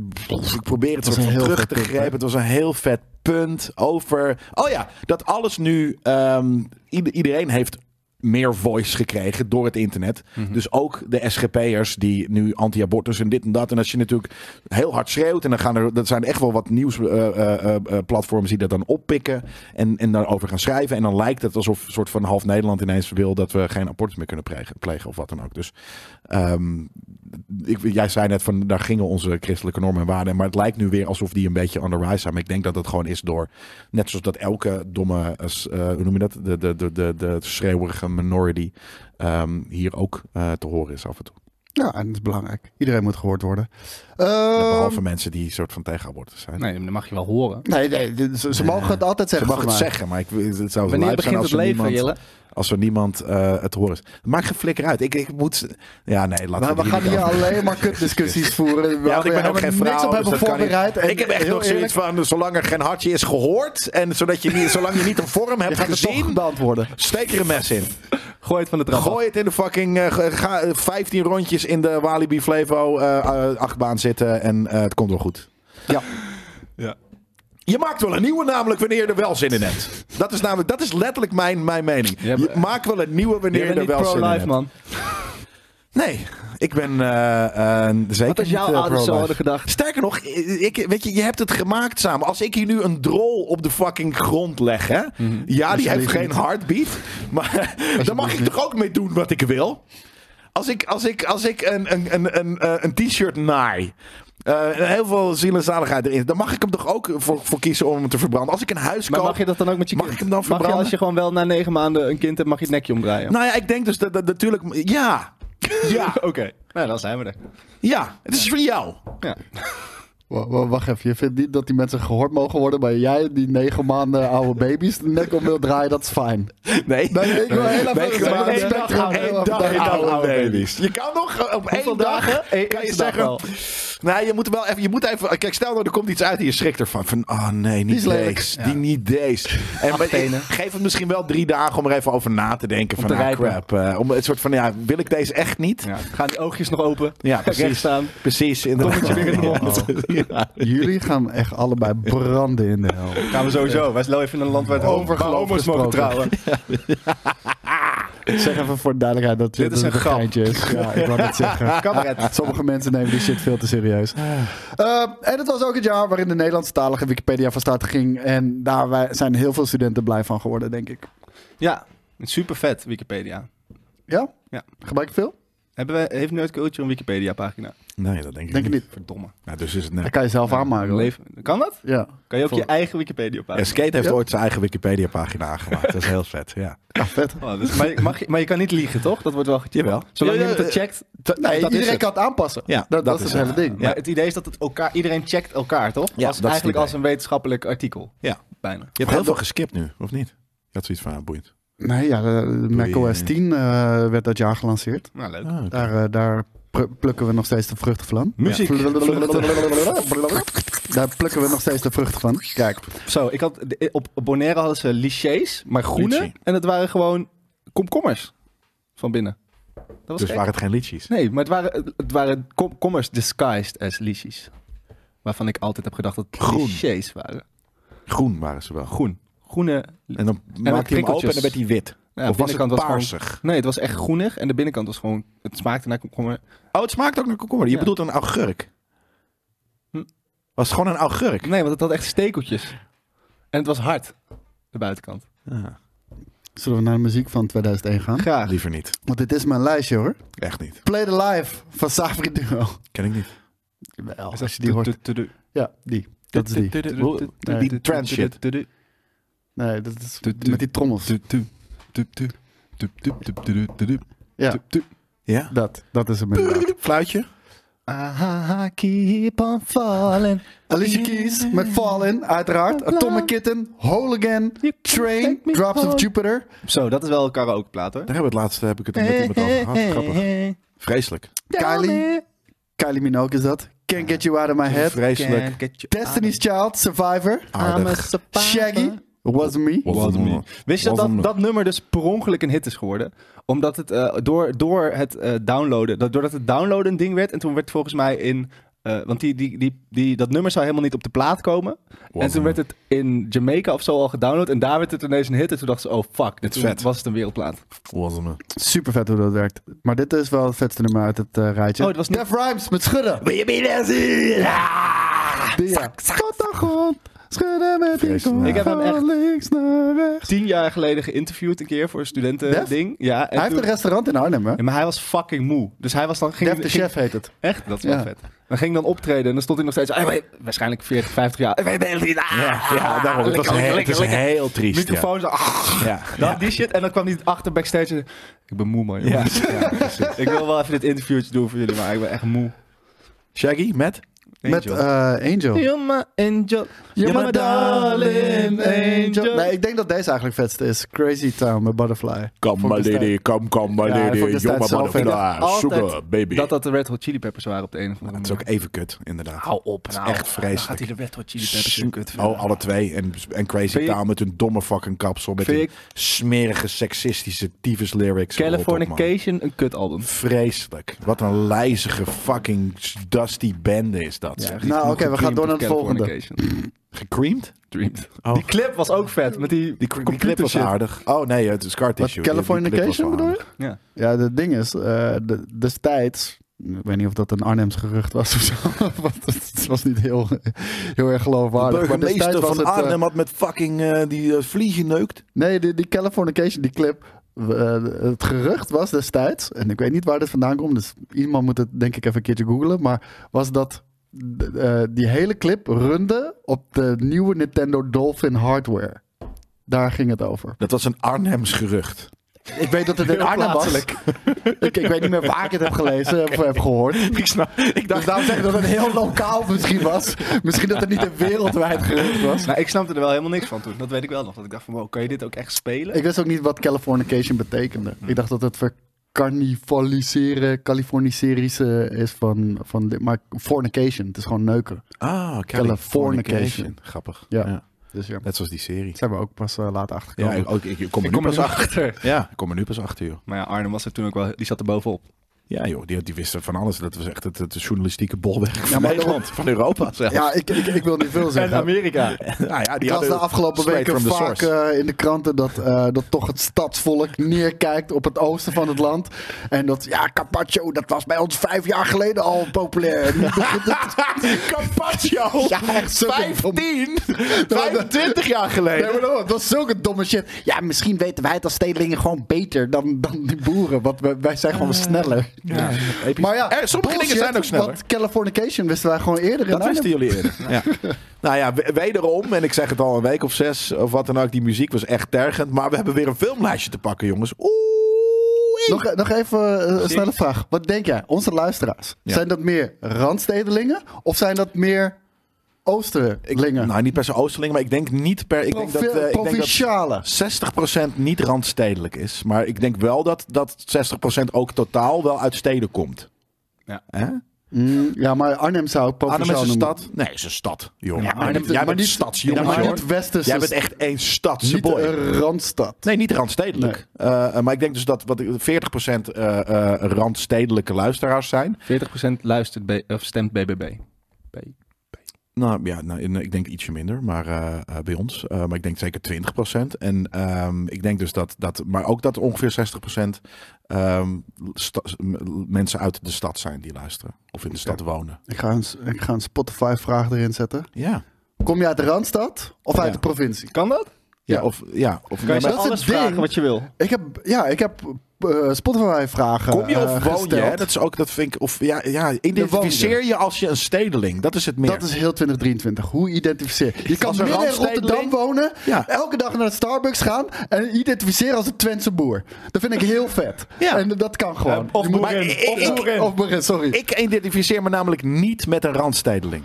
B: ik probeer het
D: was
B: soort
D: een
B: van
D: heel
B: terug
D: vet
B: te
D: punt, hè?
B: grijpen. Het was een heel vet punt over... Oh ja, dat alles nu... ehm, ieder- iedereen heeft meer voice gekregen door het internet.
D: Mhm.
B: Dus ook de SGP'ers die nu anti-abortus en dit en dat. En als je natuurlijk heel hard schreeuwt, en dan gaan er, dat zijn echt wel wat eh, nieuwsplatforms die dat dan oppikken en, en daarover gaan schrijven. En dan lijkt het alsof soort van half Nederland ineens wil dat we geen abortus meer kunnen plegen, plegen of wat dan ook. Dus ehm, ik, jij zei net van daar gingen onze christelijke normen en waarden. Maar het lijkt nu weer alsof die een beetje on the rise zijn. Maar ik denk dat dat gewoon is door. Net zoals dat elke domme, eh, s- eh, hoe noem je dat? De, de, de, de, de schreeuwerige minority ehm, hier ook eh, te horen is af en toe.
D: Ja, en dat is belangrijk. Iedereen moet gehoord worden.
B: Behalve
D: Ehm,
B: mensen die soort van tegen abortus zijn.
C: Nee, dat mag je wel horen.
D: nee, nee, dit- ze, ze mogen het altijd
B: Ze
D: zeggen.
B: mag het
D: volgens mij.
B: zeggen, maar ik, het zou
C: Wanneer
B: lijp zijn
C: begint
B: als
C: het
B: er
C: leven,
B: niemand,
C: Jelle?
B: als er niemand eh, het te horen is. Maak geen flikker uit. Ik, ik moet... Ja, nee, laten
D: Maar we
B: het
D: gaan
B: niet
D: hier
B: over-
D: alleen maar kutdiscussies voeren.
B: Ja, want ik ben
D: We
B: ook geen
D: hebben
B: vrouw.
D: niks
B: dus
D: op hebben
B: dat kan niet.
D: voorbereid. En
B: Ik heb echt
D: heel
B: nog zoiets van, zolang er geen hartje is gehoord... en zodat je niet, zolang je niet een vorm
D: Je
B: hebt
D: gaat het toch
B: gezien...
D: gedaan worden.
B: steek er een mes in.
C: Gooi het van de trap af.
B: Gooi het in de fucking... eh, ge- ga eh, 15 rondjes in de Walibi Flevo eh, eh, achtbaan zitten... en eh, het komt wel goed.
D: Ja.
C: Ja.
B: Je maakt wel een nieuwe namelijk wanneer je er wel zin in hebt. Dat is namelijk, dat is letterlijk mijn, mijn mening.
C: Ja,
B: Je
C: maar-
B: maakt wel een nieuwe
C: Je
B: wanneer je
C: bent
B: er
C: niet
B: wel zin in
C: pro-life,
B: hebt.
C: man.
B: Nee, ik ben eh, eh, zeker
C: Wat als jouw
B: niet, eh,
C: ouders zo
B: pro-life.
C: hadden gedacht?
B: Sterker nog, ik, weet je, je hebt het gemaakt samen. Als ik hier nu een drol op de fucking grond leg, hè?
C: Mhm.
B: Ja, die heeft
D: Alsjeblieft
B: geen
D: niet.
B: heartbeat. Maar dan mag ik toch ook mee doen wat ik wil? Als ik, als ik, als ik een, een, een, een, eh, een t-shirt naai. eh, en heel veel ziel en zaligheid erin. Dan mag ik hem toch ook voor, voor kiezen om hem te verbranden. Als ik een huis
C: Maar
B: koop.
C: mag je dat dan ook met je
B: Mag
C: kind?
B: ik hem dan
C: Mag je
B: verbranden?
C: als je gewoon wel na negen maanden een kind hebt, mag je het nekje omdraaien?
B: Nou ja, ik denk dus dat, dat natuurlijk. Ja. Ja.
C: Oké. Nou, dan zijn we er.
B: ja, het is voor jou.
C: Ja.
D: Wa- wa- Wacht even, je vindt niet dat die mensen gehoord mogen worden, maar jij, die negen maanden oude baby's, de nek om wil draaien, dat is fijn.
B: Nee.
D: Nee, ik wil heel even
B: Negen
D: het
B: maanden.
D: hele spectrum
B: Eén
D: heel even
B: dag
D: duidelijk
B: oude
D: houden.
B: baby's. Je kan nog eh, op
C: Hoeveel
B: één dag
C: dagen? Eén-
B: kan je
C: één dag
B: zeggen.
C: wel.
B: Nou, je moet wel even, je moet even. Kijk, stel nou, er komt iets uit en je schrikt ervan. Van, oh nee, niet
D: is lelijk.
B: deze. Die niet deze. En maar,
C: tenen.
B: geef het misschien wel drie dagen om er even over na te denken.
C: te
B: van, ah,
C: rijpen.
B: crap. eh, om het soort van, ja, wil ik deze echt niet? Ja,
C: Gaan die oogjes nog open?
B: precies.
C: Recht staan.
B: Precies, inderdaad.
C: Kommetje weer in de
B: Ja. Ja.
D: Jullie gaan echt allebei branden in de hel.
C: Gaan we sowieso. Wij zijn even in een land waar het
D: Over geloof
C: mogen
D: gesproken.
C: trouwen.
D: Ik zeg even voor de duidelijkheid dat
C: Dit is
D: dat
C: een
D: het
C: grap.
D: geintje is. Ja, ik wou het zeggen. Sommige mensen nemen die shit veel te serieus.
C: Ah.
D: Eh, en het was ook het jaar waarin de Nederlandstalige Wikipedia van start ging. En daar wij- zijn heel veel studenten blij van geworden, denk ik.
C: Ja, super vet Wikipedia.
D: Ja?
C: Ja.
D: Gebruik je veel?
C: Hebben we, heeft Nerd Culture een Wikipedia pagina?
B: Nee, dat denk ik
D: Denk ik
B: niet.
D: niet.
C: Verdomme.
B: Nou, dus is het nee.
D: Dat kan je zelf aanmaken. hoor.
C: Leven. Kan dat?
D: Ja.
C: Kan je ook
D: Vol-
C: je eigen Wikipedia pagina?
B: Ja, Skate heeft
D: Ja.
B: ooit zijn eigen Wikipedia-pagina aangemaakt. Dat is heel vet, ja.
D: ja, vet.
C: Oh, dus- maar, je- mag je, maar je kan niet liegen, toch? Dat wordt wel gecheckt.
B: Jawel.
C: Zolang
B: Ja, ja,
C: niemand het
B: eh,
C: checkt.
D: Nee,
C: dat is
D: iedereen
C: het.
D: kan het aanpassen.
B: Ja,
D: dat, dat,
B: dat
D: is
B: is
D: het
B: het.
D: hele ding.
C: Maar het idee is dat het elkaar, iedereen checkt elkaar, toch?
B: Ja,
C: als,
B: dat is het
C: eigenlijk
B: idee.
C: als een wetenschappelijk artikel.
B: Ja.
C: Bijna.
B: Je hebt heel veel geskipt nu, of niet? Je had zoiets van, ah, boeiend.
D: Nee, ja, de, de Mac OS 10 eh, werd dat jaar gelanceerd.
C: Nou, leuk.
B: Ah, oké.
D: Daar, eh, daar pr- plukken we nog steeds de vruchten van.
C: Muziek.
D: Daar plukken we nog steeds de vruchten van. Kijk,
C: Zo, ik had, de- op op Bonaire hadden ze lychees, maar groene.
B: Lychee.
C: En het waren gewoon komkommers van binnen. Dat was
B: Dus
C: gek.
B: waren het geen liedjes?
C: Nee, maar het waren, het waren kom- kommers disguised as lychees. Waarvan ik altijd heb gedacht dat het
B: Groen.
C: lychees waren.
B: Groen waren ze wel.
C: Groen. Groene.
B: En dan maakte hij hem
C: prikkeltjes.
B: open en dan werd hij wit.
C: Ja,
B: of was het
C: binnenkant was gewoon-
B: paarsig?
C: Nee, het was echt groenig en de binnenkant was gewoon. Het smaakte naar komkommer.
B: Oh, het smaakt ook naar komkommer. Je
C: Ja.
B: bedoelt een augurk.
C: Hm.
B: Was het gewoon een augurk?
C: Nee, want het had echt stekeltjes. En het was hard. De buitenkant.
B: Ja,
D: zullen we naar de muziek van 2001 gaan?
C: Graag.
B: liever niet.
D: Want dit is mijn lijstje hoor.
B: Echt niet.
D: Play the Live van Savri Duo.
B: Ken ik niet.
D: Wel,
C: Dus
D: als je die hoort.
C: Du-du-du-du.
D: Ja, die. Dat is die.
C: Du-du-du-du-du.
D: Nee.
B: Die trans shit.
C: Du-du-du-du-du.
D: Nee, dat is
C: Du- du-
D: met die trommels.
C: Du-du. Du-du. Du-du. Du-du-du-du-du. Du-du.
D: Ja,
C: Du-du.
B: Ja?
D: dat. Dat is hem inderdaad.
B: Fluitje?
C: I keep on falling.
D: Alicia Keys met Fall In, uiteraard. Atomic Kitten, Holigan,
C: You can
D: Train,
C: take me
D: Drops
C: home.
D: of Jupiter.
C: Zo, dat is wel een karaokeplaat hoor.
B: Daar hebben we het laatste heb ik het met iemand over gehad. Grappig. Vreselijk.
D: Kylie. Kylie Minogue is dat. Can't Get You Out Of My Head.
B: Vreselijk.
D: Destiny's Child, Survivor.
B: Aardig.
D: Shaggy, Wasn't Me.
B: Ah, Wat een man.
C: Wist je dat,
B: Wat
C: dat
B: een-
C: dat nummer dus per ongeluk een hit is geworden? Omdat het eh, door, door het eh, downloaden, dat, doordat het downloaden een ding werd. En toen werd volgens mij in eh, eh, want die, die, die, die, dat nummer zou helemaal niet op de plaat komen. En toen werd het in Jamaica of zo al gedownload. En daar werd het ineens een hit. En toen dachten ze, oh fuck, dit
B: is vet.
C: was het een wereldplaat.
D: Super vet hoe dat werkt. Maar dit is wel het vetste nummer uit het eh, rijtje.
C: Oh, het was niet-
D: Def Rhymes met schudden.
B: Wil je binnen zien? Ah!
D: Die, ja. Tot de grond. Schudden met die
B: Vreselijk.
D: kont
C: Ik heb hem
D: van
C: echt-
D: links naar rechts.
C: Tien jaar geleden geïnterviewd een keer voor een
D: Def?
C: studentending. Ja, en
D: Hij heeft
C: toen-
D: een restaurant in Arnhem, hè?
C: Ja, maar hij was fucking moe. Dus hij was dan... Ging,
D: Def de
C: ging-
D: Chef heet het.
C: Echt? Dat is wel
D: Ja.
C: vet. Dan ging dan optreden en dan stond hij nog steeds... "Hey, wait," waarschijnlijk 40, 50 jaar. "Hey, wait, wait, ah,
B: Ja, ja, daarom. Het was
C: lekker,
B: heel- het
C: lekker,
B: is
C: lekker."
B: heel triest. ja.
C: Microfoon zo... "Ah."
B: Ja.
C: Dat, Die shit. En dan kwam hij achter backstage en... Ik ben moe, man.
B: Ja.
C: jongens." Ik dus wil wel even dit interviewtje doen voor jullie, maar ik ben echt moe.
B: Shaggy, met?
D: Met eh, Angel.
C: You're my angel.
D: You're
C: You're
D: my
C: my darling angel.
D: Nee, ik denk dat deze eigenlijk het vetste is. Crazy Town met Butterfly.
B: Come, my
D: Vond ik
B: lady, come, come, my
D: Ja, hij
B: lady.
D: vond
C: dus
B: You're my
D: destijds zelf in de-
B: butterfly.
C: altijd
B: Ah, Sugar, baby.
C: Dat dat de Red Hot Chili Peppers waren op de een of andere
B: Dat is
C: manier.
B: ook even kut, inderdaad.
C: Hou op. nou.
B: echt vreselijk.
C: Dan gaat hij de Red Hot Chili Peppers zo
B: Super
C: kut vinden.
B: Oh, alle twee. En, en Crazy
C: Vind je-
B: Town met hun domme fucking kapsel. Met
C: Vind
B: die
C: je-
B: smerige, seksistische, tyfus lyrics. Hou op, man.
C: Californication, een kut album.
B: Vreselijk. Wat een lijzige fucking dusty bende is dat. zeg.
D: Nou, oké, we gaan door naar het volgende.
B: Gecreamd?
C: Dreamed.
B: Oh.
C: Die clip was ook vet, met die,
B: Die, die clip was
C: shit.
B: aardig. Oh nee, het is Scar
D: Wat,
B: Tissue. Die- die clip was
D: Californication
B: wel
D: bedoel je?
B: aardig.
C: Ja.
D: Ja, het ding is, eh, de, destijds, ik weet niet of dat een Arnhems gerucht was of zo, want het was niet heel, heel erg
B: De
D: geloofwaardig. maar destijds
B: burgemeester van
D: was het, eh,
B: Arnhem had met fucking eh, die eh, vliegen neukt.
D: nee, die, die Californication, die clip, eh, het gerucht was destijds, en ik weet niet waar dit vandaan komt, dus iemand moet het denk ik even een keertje googlen, maar was dat d- eh, die hele clip runde op de nieuwe Nintendo Dolphin hardware. Daar ging het over.
B: Dat was een Arnhems gerucht.
D: Ik weet dat het in Arnhem was. Ik, ik weet niet meer waar ik het heb gelezen of heb gehoord.
B: Ik snap. Ik
D: Dus daarom zeg ik dat het heel lokaal misschien was. Misschien dat het niet een wereldwijd gerucht was.
C: Nou, ik snapte er wel helemaal niks van toen. Dat weet ik wel nog. Dat ik dacht van, wow, kan je dit ook echt spelen?
D: Ik wist ook niet wat Californication betekende. Ik dacht dat het vercarnivaliseren, Californiserische is van, van dit. Maar fornication, het is gewoon neuken.
B: Ah,
D: Californication.
B: Grappig.
D: Ja. Dus ja,
B: Net zoals die serie.
D: dat zijn we ook pas eh, later
B: Ja,
D: achtergekomen.
B: ik, ook, ik, ik kom er
C: Ik
B: nu
C: kom er
B: pas
C: nu
B: achter.
C: achter.
B: Ja, ik kom er nu pas achter, joh.
C: Maar ja, Arnhem was er toen ook wel, die zat er bovenop.
B: Ja, joh, die, die wisten van alles. Dat was echt het, het journalistieke bolwerk van
D: maar
B: Nederland, van Europa zelfs.
D: ja, ik, ik, ik wil niet veel zeggen.
C: Amerika.
B: Nou ja, die
D: Ik las de
B: hadden
D: afgelopen
B: straight
D: weken
B: from the
D: vaak
B: source.
D: eh, in de kranten dat, eh, dat toch het stadsvolk neerkijkt op het oosten van het land. En dat, ja, Carpaccio, dat was bij ons vijf jaar geleden al populair. Nu begint het-
B: Carpaccio!
D: Ja, echt zulke domme-
B: 15! 25 jaar
D: Nee, maar
B: geleden!
D: dat was zulke domme shit. Ja, misschien weten wij het als stedelingen gewoon beter dan, dan die boeren. Want wij, wij zijn gewoon sneller.
B: Ja, episch.
D: Maar ja,
B: Eh, sommige dingen
D: bullshit,
B: zijn ook sneller.
D: Want Californication wisten wij gewoon eerder. in
B: Dat
D: Arnhem.
B: wisten jullie eerder. ja. Nou ja, we- wederom, en ik zeg het al een week of zes of wat dan ook, die muziek was echt tergend. Maar we hebben weer een filmlijstje te pakken, jongens. Oeh!
D: Nog, nog even eh, een snelle vraag. Wat denk jij, onze luisteraars,
B: Ja.
D: zijn dat meer randstedelingen of zijn dat meer oosterlingen?
B: Nou, niet per se Oosterling, maar ik denk niet per... Ik denk dat,
D: Provi-
B: eh, ik denk dat
D: provinciale.
B: 60% niet randstedelijk is. Maar ik denk wel dat, dat 60% ook totaal wel uit steden komt.
C: Ja.
B: Hè?
D: Mm, ja, maar Arnhem zou ik
B: Arnhem
D: provinciaal
B: is een
D: noemen.
B: stad. Nee, is een stad, joh.
D: Ja, maar
B: Arnhem-
D: niet-
B: jij
D: maar
B: bent
D: niet-
B: stadsjongen,
D: ja, maar
B: hoor.
D: niet westerse
B: Jij bent echt één stadse
D: Niet
B: boy.
D: een randstad.
B: Nee, niet randstedelijk. Eh, maar ik denk dus dat wat, 40% eh, eh, randstedelijke luisteraars zijn.
C: 40% luistert bij, of stemt BBB.
B: Nou ja, nou, in- ik denk ietsje minder, maar eh, eh, bij ons. Eh, maar ik denk zeker 20%. En ehm, ik denk dus dat, dat, maar ook dat ongeveer 60% ehm, sta- m- mensen uit de stad zijn die luisteren. Of in de stad wonen.
D: Ik ga een, ik ga een Spotify-vraag erin zetten.
B: Ja.
D: Kom je uit de randstad of uit
B: Ja.
D: de provincie?
C: Kan dat?
B: Ja,
D: Ja.
B: of... Ja, of
C: Kan je
D: maar
C: ze
D: dat is
C: alles
D: het ding.
C: vragen wat je wil?
D: Ik heb, ja, ik heb eh, Spotify-vragen
B: Kom je of
D: eh,
B: woon je?
D: gesteld.
B: hè? Dat is ook, dat vind ik... Of, ja, ja, identificeer je als je een stedeling. Dat is het meer.
D: Dat is heel 2023. Hoe identificeer je? kan
B: Als een
D: midden in
B: randstedeling-
D: Rotterdam wonen,
B: Ja.
D: elke dag naar de Starbucks gaan en identificeren als een Twentse boer. Dat vind ik heel vet.
B: Ja.
D: En dat kan gewoon.
C: of
D: Je moet-
B: boerin.
D: Of,
B: Ik-
D: boerin. of boerin, sorry.
B: Ik identificeer me namelijk niet met een randstedeling.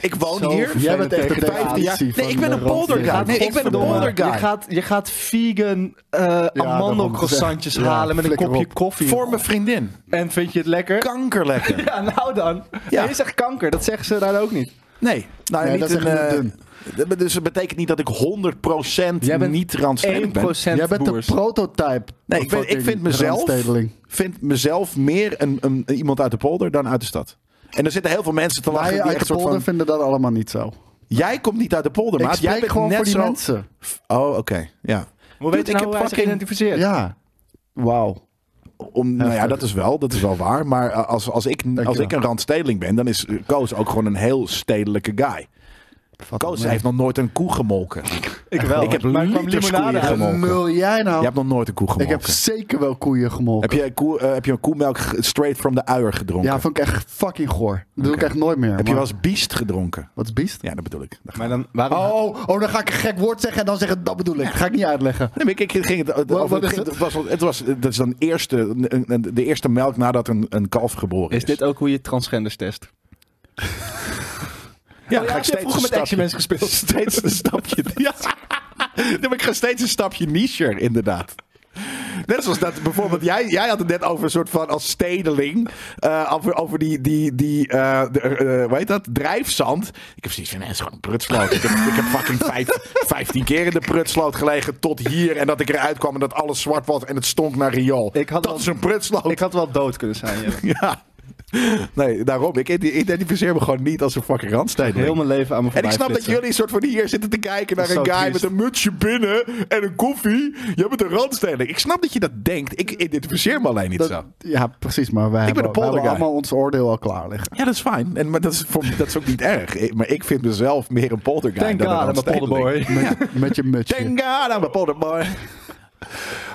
B: Ik woon
C: zo
B: hier.
C: vervelend
D: Ah, Jij bent echt de
C: tegen de
B: vijftien jaar.
D: definitie
B: Nee,
D: van
B: ik ben
D: de
B: een
D: rand-
B: poldergeist.
D: Ja,
B: Nee, ik ben een
D: godverdomme.
B: polder-
C: Je
B: guy.
C: gaat, je gaat vegan eh amandelcroissantjes
D: daarom. Ja,
C: halen met een
D: flikker
C: kopje
D: op.
C: koffie.
B: Voor mijn vriendin.
C: En vind je het lekker?
B: Kankerlekker.
C: Ja, nou dan.
B: Ja.
C: Je zegt kanker, dat zeggen ze daar ook niet.
B: Nee. Nou,
D: Nee,
B: niet
D: dat is
B: een,
D: echt
B: eh,
D: dun.
B: dat be- dus dat betekent niet dat ik 100%
C: Jij bent
B: niet randstedelijk ben.
C: 1%
D: Jij bent
C: boers.
D: de prototype.
B: Nee, ik, ben- ik
D: fucking
B: vind mezelf,
D: randstedeling.
B: vind mezelf meer een, een, iemand uit de polder dan uit de stad. En er zitten heel veel mensen te lachen
D: Wij
B: die
D: uit
B: echt
D: de
B: soort
D: polder
B: van...
D: vinden dat allemaal niet zo.
B: Jij komt niet uit de polder,
D: Ik
B: maat. Jij
D: spreek
B: bent
D: gewoon
B: net
D: voor die
B: zo...
D: mensen.
B: Oh, oké. Ja.
C: Hoe
B: Dude,
C: weet je nou
B: ik heb
C: hoe hij zich
B: fucking...
C: identificeert?
D: Ja. Wauw.
B: Om, nou ja,
D: Heftig.
B: dat is wel, dat is wel waar. Maar eh, als, als, ik, als
D: Dankjewel.
B: ik een randstedeling ben, dan is eh, Koos ook gewoon een heel stedelijke guy.
D: Vat
B: Koos
D: hem
B: heeft nog nooit een koe gemolken.
C: Ik wel.
B: Ik heb
C: maar ik kwam
B: liters
C: limonade
B: koeien
C: uit.
B: gemolken.
D: mee. Mul jij nou?
B: Je hebt nog nooit een koe
D: ik
B: gemolken.
D: heb zeker wel koeien gemolken.
B: Heb je, koe, eh, heb je een koemelk ge- straight from the uier gedronken?
D: Ja, vond ik echt fucking goor. Dat doe ik
B: Oké.
D: echt nooit meer.
B: heb je
D: maar-
B: wel eens biest gedronken?
D: Wat is biest?
B: Ja, dat bedoel ik. Dat
C: Maar dan, waarom...
D: Oh, oh, oh, dan ga ik een gek woord zeggen en dan zeggen dat bedoel ik. Dat ga ik niet uitleggen.
B: Nee, maar ik, ik ging het, het-
D: Wat-
B: of het
D: wat is
B: ging-
D: het?
B: het was, het was, eh, dat is dan eerste, een- een- de eerste melk nadat een, een kalf geboren is.
C: Is dit ook hoe je transgenders test?
B: Ja,
C: Oh
B: ga
C: ja,
B: ik
C: heb
B: steeds
C: jij vroeger
B: een
C: met Action
B: stapje- Steeds een stapje. Ja. Nee, maar ik ga steeds een stapje nicher, inderdaad. Net zoals dat bijvoorbeeld, jij, jij had het net over een soort van als stedeling. eh, over, over die, die, die eh de, eh, hoe heet dat? Drijfzand. Ik heb zoiets van, nee, het is gewoon een prutsloot. Ik heb, ik heb fucking vijf, vijftien keer in de prutsloot gelegen tot hier. En dat ik eruit kwam en dat alles zwart was en het stonk naar riool.
C: Ik had
B: dat
C: wel-
B: is een prutsloot.
C: Ik had wel dood kunnen zijn. ja.
B: Ja. Nee, daarom. Ik identificeer me gewoon niet als een fucking randstedeling.
C: Heel mijn leven aan me
B: En ik
C: voorbij
B: snap
C: flitsen.
B: dat jullie een soort van hier zitten te kijken naar
C: Dat is
B: een
C: zo
B: guy
C: triest.
B: met een mutsje binnen en een koffie. Jij bent een randstedeling. Ik snap dat je dat denkt. Ik identificeer me alleen niet
D: Dat-
B: zo.
D: ja, precies. Maar wij
B: Ik ben
D: hebben,
B: een
D: wij hebben
B: polderguy.
D: allemaal ons oordeel al klaar liggen.
B: Ja, dat is fijn. En, maar dat is, voor, dat is ook niet erg. Ik- Maar ik vind mezelf meer een polterguy
C: Thank
B: dan
C: God,
B: een
C: I'm a
B: randstedeling.
C: polderboy.
D: Met, met je mutsje.
B: Thank God, I'm a polderboy.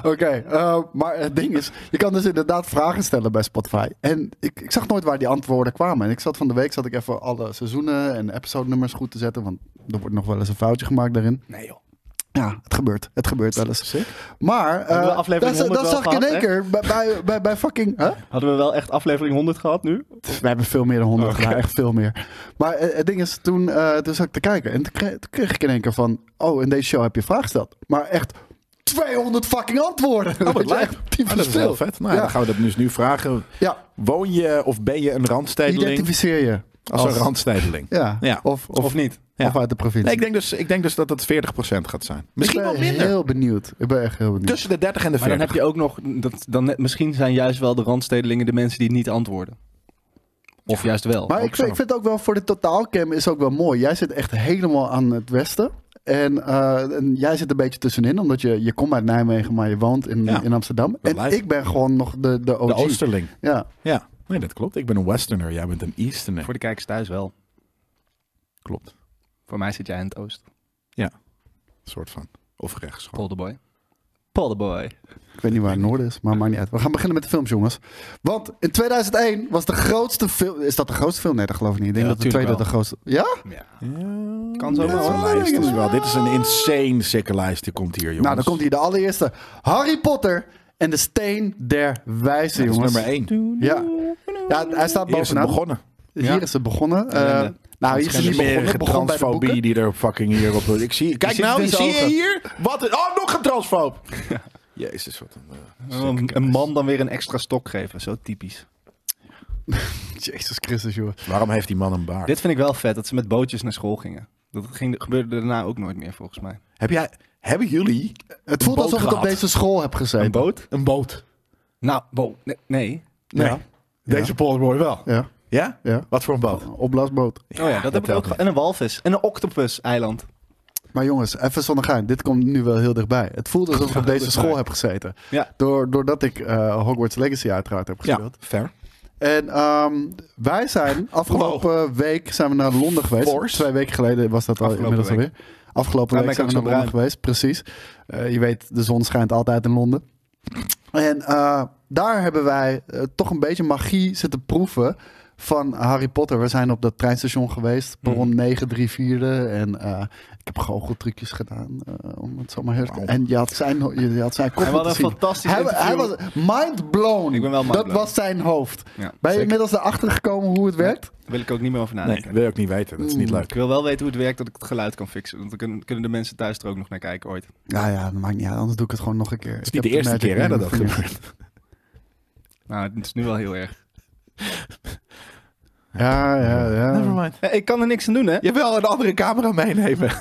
D: Oké, eh, maar het ding is, je kan dus inderdaad vragen stellen bij Spotify. En ik, ik zag nooit waar die antwoorden kwamen. En ik zat van de week zat ik even alle seizoenen en episode nummers goed te zetten. Want er wordt nog wel eens een foutje gemaakt daarin.
C: Nee joh.
D: Ja, het gebeurt. Het gebeurt wel eens. Maar eh,
C: Hebben we aflevering
D: dat,
C: 100
D: dat
C: wel
D: zag ik in
C: gehad,
D: één
C: hè?
D: keer bij, bij, bij, bij fucking... Huh?
C: Hadden we wel echt aflevering 100 gehad nu?
D: We hebben veel meer dan 100
C: Oké.
D: gedaan, echt veel meer. Maar eh, het ding is, toen, eh, toen zat ik te kijken en toen kreeg, toen kreeg ik in één keer van... Oh, in deze show heb je een vraag gesteld. Maar echt 200 fucking antwoorden.
B: Oh,
D: Weet
B: wat
D: je,
B: leuk.
D: echt typisch
B: Ah, dat is heel
D: veel.
B: vet. Nou, ja,
D: ja.
B: Dan gaan we dat dus nu vragen.
D: Ja.
B: Woon je of ben je een randstedeling?
D: Identificeer je.
B: Als een randstedeling.
D: Ja.
B: Ja.
D: Of, of,
C: Of niet?
B: Ja.
D: of uit de provincie.
B: Nee, ik, denk dus, ik denk dus dat dat 40% gaat zijn. Misschien
D: ik
B: wel
D: ben
B: minder. Dus
D: heel benieuwd. Ik ben echt heel benieuwd.
B: Tussen de 30 en de
C: Maar
B: 40.
C: dan heb je ook nog, dat, dan net, misschien zijn juist wel de randstedelingen de mensen die niet antwoorden. Of juist wel.
D: maar
B: ook
D: ik,
B: zo.
D: vind- ik vind ook wel voor de totaalcam is ook wel mooi. Jij zit echt helemaal aan het westen. En, eh, en jij zit een beetje tussenin, omdat je, je komt uit Nijmegen, maar je woont in,
B: Ja.
D: in Amsterdam.
B: Dat
D: En
B: lijkt.
D: ik ben gewoon nog de, de OG.
B: de Oosterling.
D: Ja.
B: Ja, nee, dat klopt. Ik ben een Westerner, jij bent een Easterner.
C: Voor de kijkers thuis wel.
B: Klopt.
C: Voor mij zit jij in het oosten.
B: Soort van. Of rechts. gewoon.
C: Polderboy. Polderboy.
D: Ik weet niet waar het noorden is, maar maakt niet uit. We gaan beginnen met de films, jongens. Want in 2001 was de grootste film... Is dat de grootste film? Nee, dat geloof ik niet. Ik denk
C: Ja,
D: dat de tweede
C: tuurlijk
D: de grootste... Ja?
C: Ja.
B: Ja,
C: Kan zo
B: dit
C: wel,
B: is een
C: hoor.
B: lijst, dit is wel. Dit is een insane sikke lijst. Die komt hier, jongens.
D: Nou, dan komt hier de allereerste. Harry Potter en de Steen der Wijze,
B: Dat is
D: jongens.
B: nummer 1. Hier
D: Ja. ja, hij staat
B: is het
D: bovenaan.
B: begonnen.
D: Hier is het begonnen. Eh,
C: Ellende.
D: nou, hier is het niet begonnen.
B: Smerige
D: Het begon bij de boeken.
B: transfobie die er fucking hier op... Ik zie, kijk
C: zit
B: nou,
C: in zijn
B: zie je
C: ogen.
B: hier? Wat een- oh, nog een transfoob! Jezus, wat een... eh, sikke
C: Een, een man dan weer een extra stok geven, zo typisch.
D: Jezus Christus, joh.
B: Waarom heeft die man een baard?
C: Dit vind ik wel vet, dat ze met bootjes naar school gingen. Dat ging, gebeurde daarna ook nooit meer volgens mij.
B: Heb jij, hebben jullie
D: Het voelt
B: boot
D: alsof ik op
B: gehad?
D: deze school heb gezeten.
C: Een boot?
B: een boot?
C: Nou, bo nee, nee.
B: Nee.
D: Ja.
B: Deze Polderboy wel.
D: Ja,
B: Ja?
D: ja.
B: Wat voor een boot?
D: Opblaasboot.
C: Oh ja, dat, heb ik
B: telt
C: ook. ge- En een walvis. En een octopus-eiland.
D: Maar jongens, even zonder gein. Dit komt nu wel heel dichtbij. Het voelt alsof ik op deze school heb gezeten.
C: Ja.
D: Door, doordat ik eh, Hogwarts Legacy uiteraard heb
B: Ja,
D: gespeeld.
B: fair.
D: En ehm, wij zijn afgelopen week zijn we naar Londen geweest.
B: Force.
D: Twee weken geleden was dat al
C: Afgelopen
D: inmiddels
C: week.
D: alweer. Afgelopen
C: Daarom
D: week
C: ben
D: zijn
C: ik
D: we naar
C: ook zo
D: Londen geweest, precies. Eh, je weet, de zon schijnt altijd in Londen. En eh, daar hebben wij eh, toch een beetje magie zitten proeven van Harry Potter. We zijn op dat treinstation geweest, perron 9, 3, 4. En eh, ik heb goocheltrucjes gedaan, eh, om het zo maar heel te
B: Wauw.
D: En je had zijn, je had zijn koffer
C: En wat
D: te
C: een
D: zien.
C: fantastisch
D: hij,
C: interview.
D: hij was mind blown.
C: Ik ben wel mind
D: dat
C: blown.
D: was zijn hoofd.
C: Ja,
D: Ben je
C: zeker.
D: inmiddels erachter gekomen hoe het werkt?
C: Daar wil ik ook niet meer over
B: Nee,
C: nadenken.
B: dat wil ik ook niet weten. Dat is niet leuk.
C: Ik wil wel weten hoe het werkt dat ik het geluid kan fixen. Want dan kunnen, kunnen de mensen thuis er ook nog naar kijken ooit.
D: Nou ja, dat maakt niet uit. Anders doe ik het gewoon nog een keer.
B: Het is niet de eerste keer hè, dat dat gebeurt.
C: Nou, het is nu wel heel erg.
D: Ja, ja, ja.
B: mind.
C: Eh, Ik kan er niks aan doen, hè?
B: Jawel, een andere camera meenemen.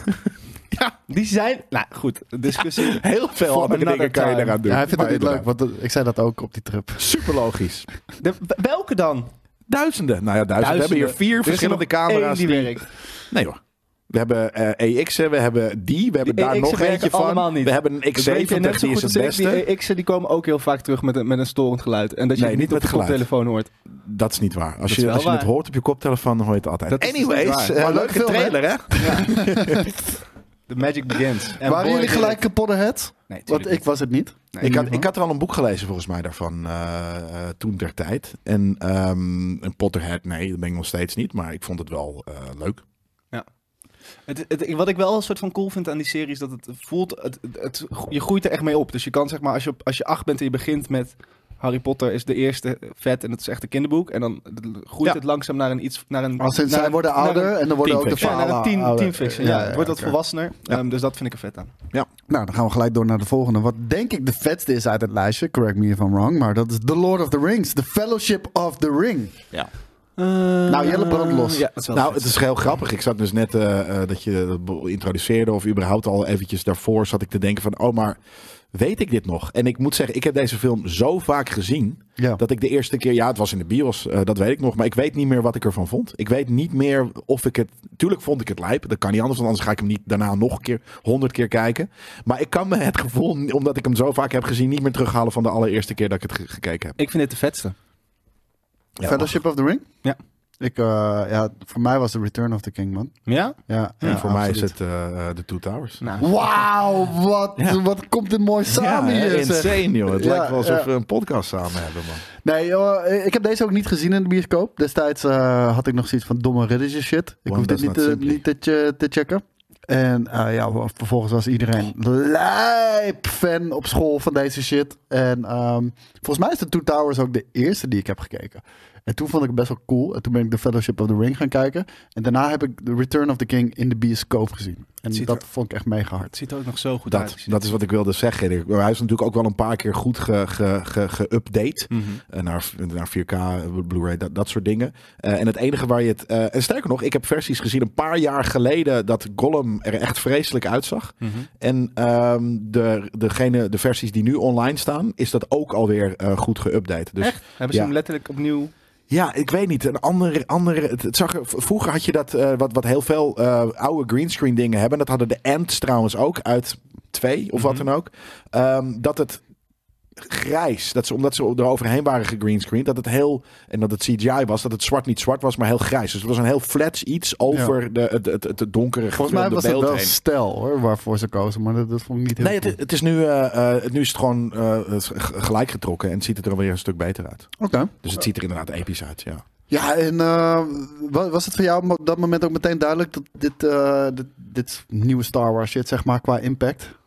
C: Die zijn... Nou, goed. de Discussie.
B: Heel veel
C: For
B: andere dingen
C: another
B: kan je
C: time.
B: eraan doen.
D: Ja, hij vindt
B: Maar
D: het niet leuk,
B: inderdaad.
D: want dat- ik zei dat ook op die trip.
B: Super logisch.
C: De- welke dan?
B: Duizenden. Nou ja, duizenden. We hebben hier vier
C: Er is er
B: verschillende
C: nog één
B: camera's.
C: die
B: die-
C: werkt.
B: Nee hoor. We hebben eh EX'en, we hebben die, we hebben
C: Die
B: daar
C: EX'en
B: nog
C: werken
B: eentje
C: allemaal
B: van.
C: niet.
B: We hebben een
C: Dat weet je net
B: X70,
C: zo
B: die is
C: goed
B: het
C: als ik.
B: beste.
C: Die EX'en die komen ook heel vaak terug met een, met een storend geluid. En dat je
B: Nee,
C: het niet
B: niet
C: op de
B: met geluid.
C: koptelefoon hoort.
B: Dat is niet waar. Als
C: is
B: je,
C: wel
B: als je het
C: waar.
B: hoort op je koptelefoon, dan hoor je het altijd.
C: Dat is dus niet
B: Anyways,
C: waar.
B: eh,
C: Maar
D: leuke
B: leuke
D: film, hè?
B: trailer hè?
C: The magic begins. En
D: Waren
C: boy,
D: jullie
C: did
D: gelijk
C: it.
D: kapot head?
C: Nee,
D: Want ik was het niet.
B: Ik had, ik had er al een boek gelezen volgens mij daarvan eh, eh, toen der tijd. En ehm, een Potterhead, nee, dat ben ik nog steeds niet. Maar ik vond het wel eh, leuk.
C: Het, het- wat ik wel een soort van cool vind aan die serie is dat het voelt. Het, het, je groeit er echt mee op. Dus je kan zeg maar, als je, op- als je acht bent en je begint met. Harry Potter is de eerste vet en het is echt een kinderboek. En dan
B: Ja.
C: groeit het langzaam naar een iets. Naar een,
D: Maar Oh, sinds
C: naar
D: zij
C: een-
D: worden
C: naar
D: ouder
C: een-
D: en dan worden ook de
B: teenfiction.
C: nou, Ja,
D: verhalen
C: naar een teen,
D: ouder.
C: teenfiction. Ja, het wordt wat
D: oké.
C: volwassener.
B: Ja.
C: Ehm, dus dat vind ik er vet aan.
D: Nou, dan gaan we gelijk door naar de volgende. Wat denk ik de vetste is uit het lijstje, correct me if I'm wrong, maar dat is The Lord of the Rings, The Fellowship of the Ring.
C: nou,
D: Jelle, brand los.
C: Ja, dat is wel
B: nou,
C: vet.
B: het is heel grappig. Ik zat dus net eh, eh, dat je dat be- introduceerde of überhaupt al eventjes daarvoor zat ik te denken van... Oh, maar weet ik dit nog? En ik moet zeggen, ik heb deze film zo vaak gezien...
D: Ja.
B: Dat ik de eerste keer, ja, het was in de bios, eh, dat weet ik nog. Maar ik weet niet meer wat ik ervan vond. Ik weet niet meer of ik het. Tuurlijk vond ik het lijp. Dat kan niet anders, want anders ga ik hem niet daarna nog een keer, honderd keer kijken. Maar ik kan me het gevoel, omdat ik hem zo vaak heb gezien, niet meer terughalen van de allereerste keer dat ik het ge- gekeken heb.
C: Ik vind dit de vetste.
B: Ja,
D: Fellowship of the Ring?
C: Ja.
D: Ik, eh, ja, voor mij was The Return of the King, man.
C: Ja?
D: Ja,
B: En
D: ja,
B: voor mij is
D: absoluut.
B: het eh, eh, de Two Towers.
C: Nou,
D: Wauw, wat,
B: Ja.
D: wat komt dit mooi samen
B: ja,
D: hier. zeg.
B: insane, joh. Het
D: Ja,
B: lijkt wel alsof
D: ja.
B: we een podcast samen hebben, man.
D: Nee, joh, eh, ik heb deze ook niet gezien in de bioscoop. Destijds eh, had ik nog zoiets van domme riddertje shit. Ik
B: One
D: hoef dit
B: does
D: niet,
B: not
D: te,
B: simply.
D: niet te, che- te checken. En eh, ja, vervolgens was iedereen lijp fan op school van deze shit. En ehm, volgens mij is de Two Towers ook de eerste die ik heb gekeken. En toen vond ik het best wel cool. En toen ben ik The Fellowship of the Ring gaan kijken. En daarna heb ik The Return of the King in de bioscoop gezien. En
C: Het ziet
D: dat
C: er-
D: vond ik echt mega hard.
C: het ziet er ook nog zo goed uit.
B: Dat,
C: Ik zie
B: dat is wat ik wilde zeggen. Hij is natuurlijk ook wel een paar keer goed ge- ge- ge- geüpdate.
C: Mhm.
B: Eh, naar, naar 4K, eh, Blu-ray, dat, dat soort dingen. Eh, en het enige waar je het. eh, en sterker nog, ik heb versies gezien een paar jaar geleden dat Gollum er echt vreselijk uitzag.
C: Mhm.
B: En ehm, de, degene, de versies die nu online staan, is dat ook alweer eh, goed geüpdate. Dus
C: Echt? Hebben ze
B: ja.
C: hem letterlijk opnieuw...
B: ja, ik weet niet. Een andere, andere, het, het zag er, v- vroeger had je dat, eh, wat, wat heel veel eh, oude greenscreen dingen hebben. Dat hadden de Ants trouwens ook uit twee of wat
D: Mhm.
B: dan ook. Ehm, dat het grijs, dat ze, omdat ze er overheen waren gegreenscreened, dat het heel, en dat het CGI was, dat het zwart niet zwart was, maar heel grijs. Dus het was een heel flats iets over de, het, het, het, het donkere
D: Volgens mij
B: gefilmde
D: was het
B: beeld
D: wel
B: heen.
D: stijl hoor, waarvoor ze kozen. Maar dat, dat vond ik niet heel
B: Nee, het,
D: cool.
B: het is nu, eh, eh, het- nu is het gewoon eh, het is g- gelijk getrokken en het ziet het er weer een stuk beter uit.
D: Oké.
B: Dus het ziet er inderdaad episch uit, ja.
D: Ja, en eh, wa- was het voor jou op dat moment ook meteen duidelijk dat dit, eh, dit, dit nieuwe Star Wars shit, zeg maar, qua impact?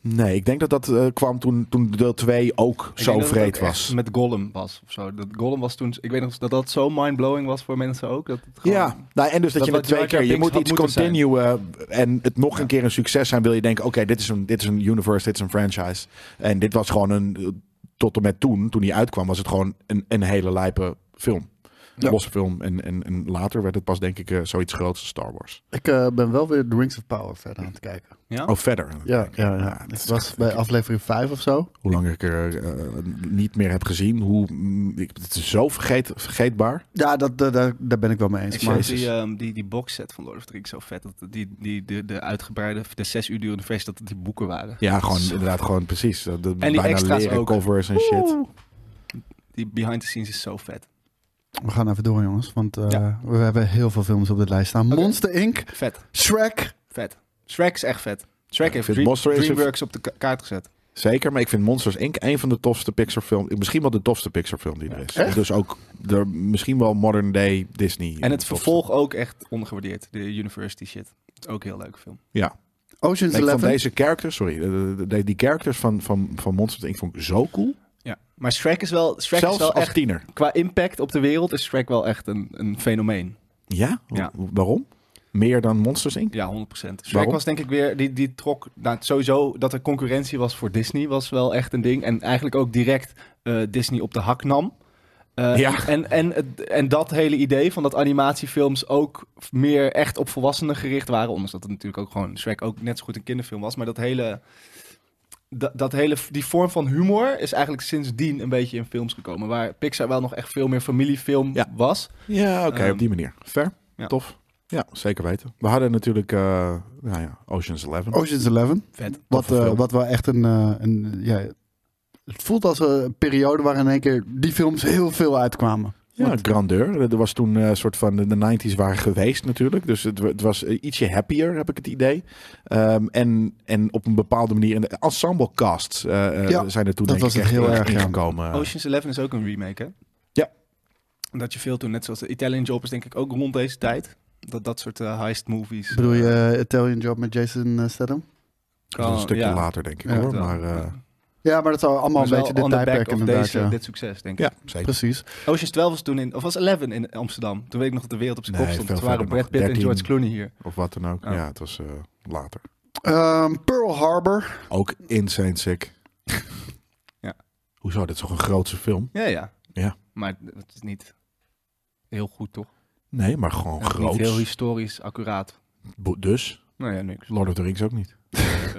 B: Nee, ik denk dat dat eh, kwam toen, toen deel 2 ook
C: Ik
B: zo
C: denk dat het
B: vreed
C: ook echt
B: was.
C: Met Gollum was of zo. Dat Gollum was toen... Ik weet nog dat dat zo mindblowing was voor mensen ook. Dat het gewoon-
B: Ja, nou, en dus dat,
C: Dat
B: je met
C: wat Jar
B: twee
C: Jar
B: keer, je
C: Binks
B: moet
C: had
B: iets
C: moeten zijn.
B: continuen eh, en het nog een keer een succes zijn, wil je denken, oké, dit is een dit is een universe, dit is een franchise. En dit was gewoon een, eh, tot en met toen, toen die uitkwam, was het gewoon een, een hele lijpe film. Een
D: Ja.
B: losse film. En, en, en later werd het pas denk ik eh, zoiets groots als Star Wars.
D: Ik eh, ben wel weer The Rings of Power verder aan het kijken. nou,
C: Ja?
B: Oh, verder.
D: Ja, ja,
B: Ja,
D: ja.
B: het
D: Het
B: is
D: was
B: echt-
D: bij aflevering 5 of zo.
B: Hoe lang ik er eh, niet meer heb gezien, hoe, mm, ik, het is zo vergeet, vergeetbaar.
D: Ja, dat, dat, daar- daar ben ik wel mee
C: Ik
D: eens.
B: maar-
C: vond die, ehm, die, die boxset van Lord of the Rings zo vet. Dat die, die, de, de uitgebreide, de zes uur durende versie, dat het die boeken waren.
B: Ja, gewoon inderdaad, gewoon precies. Dat, dat
C: En die
B: bijna
C: extra's
B: leren
C: ook.
B: covers en shit.
C: Die behind the scenes is zo vet.
D: We gaan even door, jongens, want eh,
C: Ja.
D: we hebben heel veel films op de lijst staan.
C: Oké.
D: Monster Inc.,
C: Vet,
D: Shrek.
C: vet. Shrek is echt vet. Shrek
B: ik
C: heeft
B: vind
C: Dream-
B: Monster is een-
C: Dreamworks op de ka- kaart gezet.
B: Zeker, maar ik vind Monsters Inc. een van de tofste Pixar films. Misschien wel de tofste Pixar film die er is.
D: Echt?
B: Dus ook de, misschien wel modern day Disney.
C: En het
B: tofste.
C: vervolg ook echt ongewaardeerd. De university shit. Het is ook een heel leuke film.
B: Ja.
D: Ocean's
B: Ik vond
D: Eleven.
B: deze characters, sorry, de- de- de- die characters van, van, van Monsters Inc. vond ik zo cool.
C: Ja. Maar Shrek is wel, Shrek
B: Zelfs
C: is wel
B: als
C: echt,
B: tiener.
C: qua impact op de wereld is Shrek wel echt een, een fenomeen.
B: Ja?
C: Ja.
B: Wa- Waarom? Meer dan Monsters Inc.?
C: Ja, 100%. Shrek
B: Waarom?
C: was denk ik weer, die, die trok, nou, sowieso dat er concurrentie was voor Disney was wel echt een ding. En eigenlijk ook direct eh, Disney op de hak nam. Eh,
B: Ja.
C: en, en, het- en dat hele idee van dat animatiefilms ook meer echt op volwassenen gericht waren. Ondanks dat het natuurlijk ook gewoon Shrek ook net zo goed een kinderfilm was. Maar dat hele, da- dat hele, die vorm van humor is eigenlijk sindsdien een beetje in films gekomen. Waar Pixar wel nog echt veel meer familiefilm
B: Ja.
C: was.
B: Ja, oké,
C: Ehm,
B: Eh, op die manier. Ver,
C: ja.
B: tof. Ja, zeker weten. We hadden natuurlijk eh, nou ja, Ocean's Eleven.
D: Ocean's Eleven.
C: Vet.
D: Wat,
B: Toffe
D: eh,
B: film.
D: wat wel echt een... eh, een ja, het voelt als een periode waar in één keer die films heel veel uitkwamen.
B: Ja,
D: Want-
B: grandeur. Er was toen een soort van de, de 90s waren geweest natuurlijk. Dus het, wa- het was eh, ietsje happier, heb ik het idee. Ehm, en, en op een bepaalde manier. En de ensemble casts eh, eh,
D: Ja,
B: zijn er toen
D: dat
B: denk
D: was
B: ik
D: het
B: echt
D: heel
B: in-
D: erg, ja.
B: ingekomen. eh,
C: Ocean's Eleven is ook een remake, hè?
B: Ah. Ja.
C: Omdat je veel toen, net zoals de Italian Job is denk ik ook rond deze tijd. Dat dat soort eh, heist movies.
D: Bedoel je eh, Italian Job met Jason eh, Statham?
B: Dat is
C: oh,
B: een stukje later denk ik
D: Ja,
B: hoor.
C: dat
B: Maar
C: wel.
B: eh,
D: Ja, maar dat zou allemaal een beetje de tijdperk inderdaad.
C: deze,
D: ja.
C: dit succes, denk ik.
B: ja, zeker.
D: Precies.
C: Ocean's 12 was toen in, of was 11 in Amsterdam. Toen weet ik nog dat de wereld op zijn
B: Nee,
C: kop stond.
B: veel
C: Toen waren
B: verder
C: Brad
B: nog.
C: Pitt en
B: 13.
C: George Clooney hier.
B: Of wat dan ook.
C: Oh.
B: Ja, het was eh, later.
D: Ehm, Pearl Harbor.
B: Ook insane sick.
C: Ja.
B: Hoezo? Dit is toch een grootse film?
C: Ja, ja.
B: Ja.
C: Maar het is niet heel goed, toch?
B: Nee, maar gewoon
C: Het is Niet heel
B: groot.
C: historisch accuraat.
B: Dus
C: Nou ja, niks.
B: Lord of the Rings ook niet.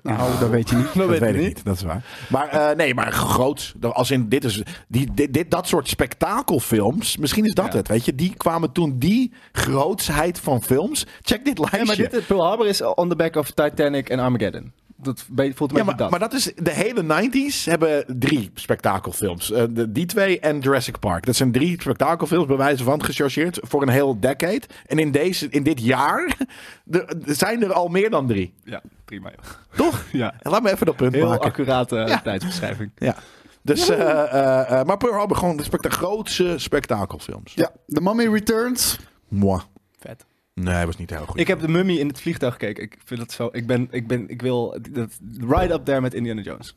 D: Nou, dat weet je niet.
C: Dat
B: Dat weet ik niet, dat is waar. Maar eh, nee, maar groots. Dat- Als in, dit is, die, dit, dit- dat soort spektakelfilms, misschien is dat
C: Ja.
B: het, weet je. Die kwamen toen die grootsheid van films. Check dit lijstje.
C: Ja, maar dit, eh, Pearl Harbor is on the back of Titanic en Armageddon. Dat be- voelt een
B: Ja,
C: beetje
B: maar,
C: dat.
B: maar dat is de hele 90s hebben drie spektakelfilms. Eh, de, die twee en Jurassic Park. Dat zijn drie spektakelfilms, bij wijze van gechargeerd voor een heel decade. En in, deze, in dit jaar de- zijn er al meer dan drie.
C: Ja, prima. joh.
B: Toch?
C: Ja.
B: Laat me even dat punt
C: Heel eh,
B: maken.
C: accurate
B: Ja.
C: tijdsbeschrijving.
B: Ja. Dus, eh eh, eh, maar Pearl Harbor, gewoon de specta- grootste spektakelfilms.
D: Ja, The Mummy Returns.
B: Moi.
C: Vet.
B: Nee, was niet heel goed.
C: Ik heb de mummy in het vliegtuig gekeken. Ik vind dat zo. Ik ben, ik ben, ik wil dat right up there met Indiana Jones.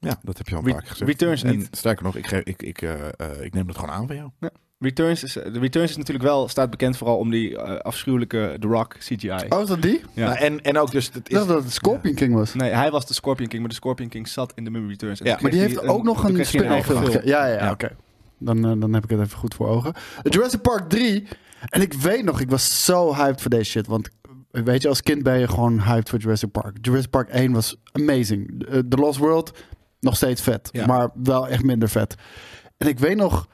B: Ja, dat heb je al
C: Re-
B: vaak gezegd.
C: Returns
B: en
C: niet.
B: Sterker nog, ik, ge- ik, ik, eh, eh, ik neem dat gewoon aan van jou.
C: Returns is, eh, de Returns is natuurlijk wel staat bekend vooral om die eh, afschuwelijke The Rock CGI.
D: Oh, is dat die?
C: Ja.
B: Nou, en, en ook dus... Het
D: Ik
B: is,
D: dacht dat het Scorpion King was.
C: Nee, hij was de Scorpion King, maar de Scorpion King zat in de Mummy Returns. En
B: Ja,
C: toen
D: Maar die eh,
C: kreeg
D: heeft
C: hij
D: ook nog
C: toen
D: een
C: kreeg hij
D: spin-off
C: eigen
D: film.
C: film.
D: Ja, ja, ja.
B: Ja.
D: oké. Dan, eh, dan heb ik het even goed voor ogen. Jurassic Park 3. En ik weet nog, ik was zo hyped voor deze shit. Want eh, weet je, als kind ben je gewoon hyped voor Jurassic Park. Jurassic Park 1 was amazing. Eh, The Lost World, nog steeds vet.
B: Ja.
D: Maar wel echt minder vet. En ik weet nog,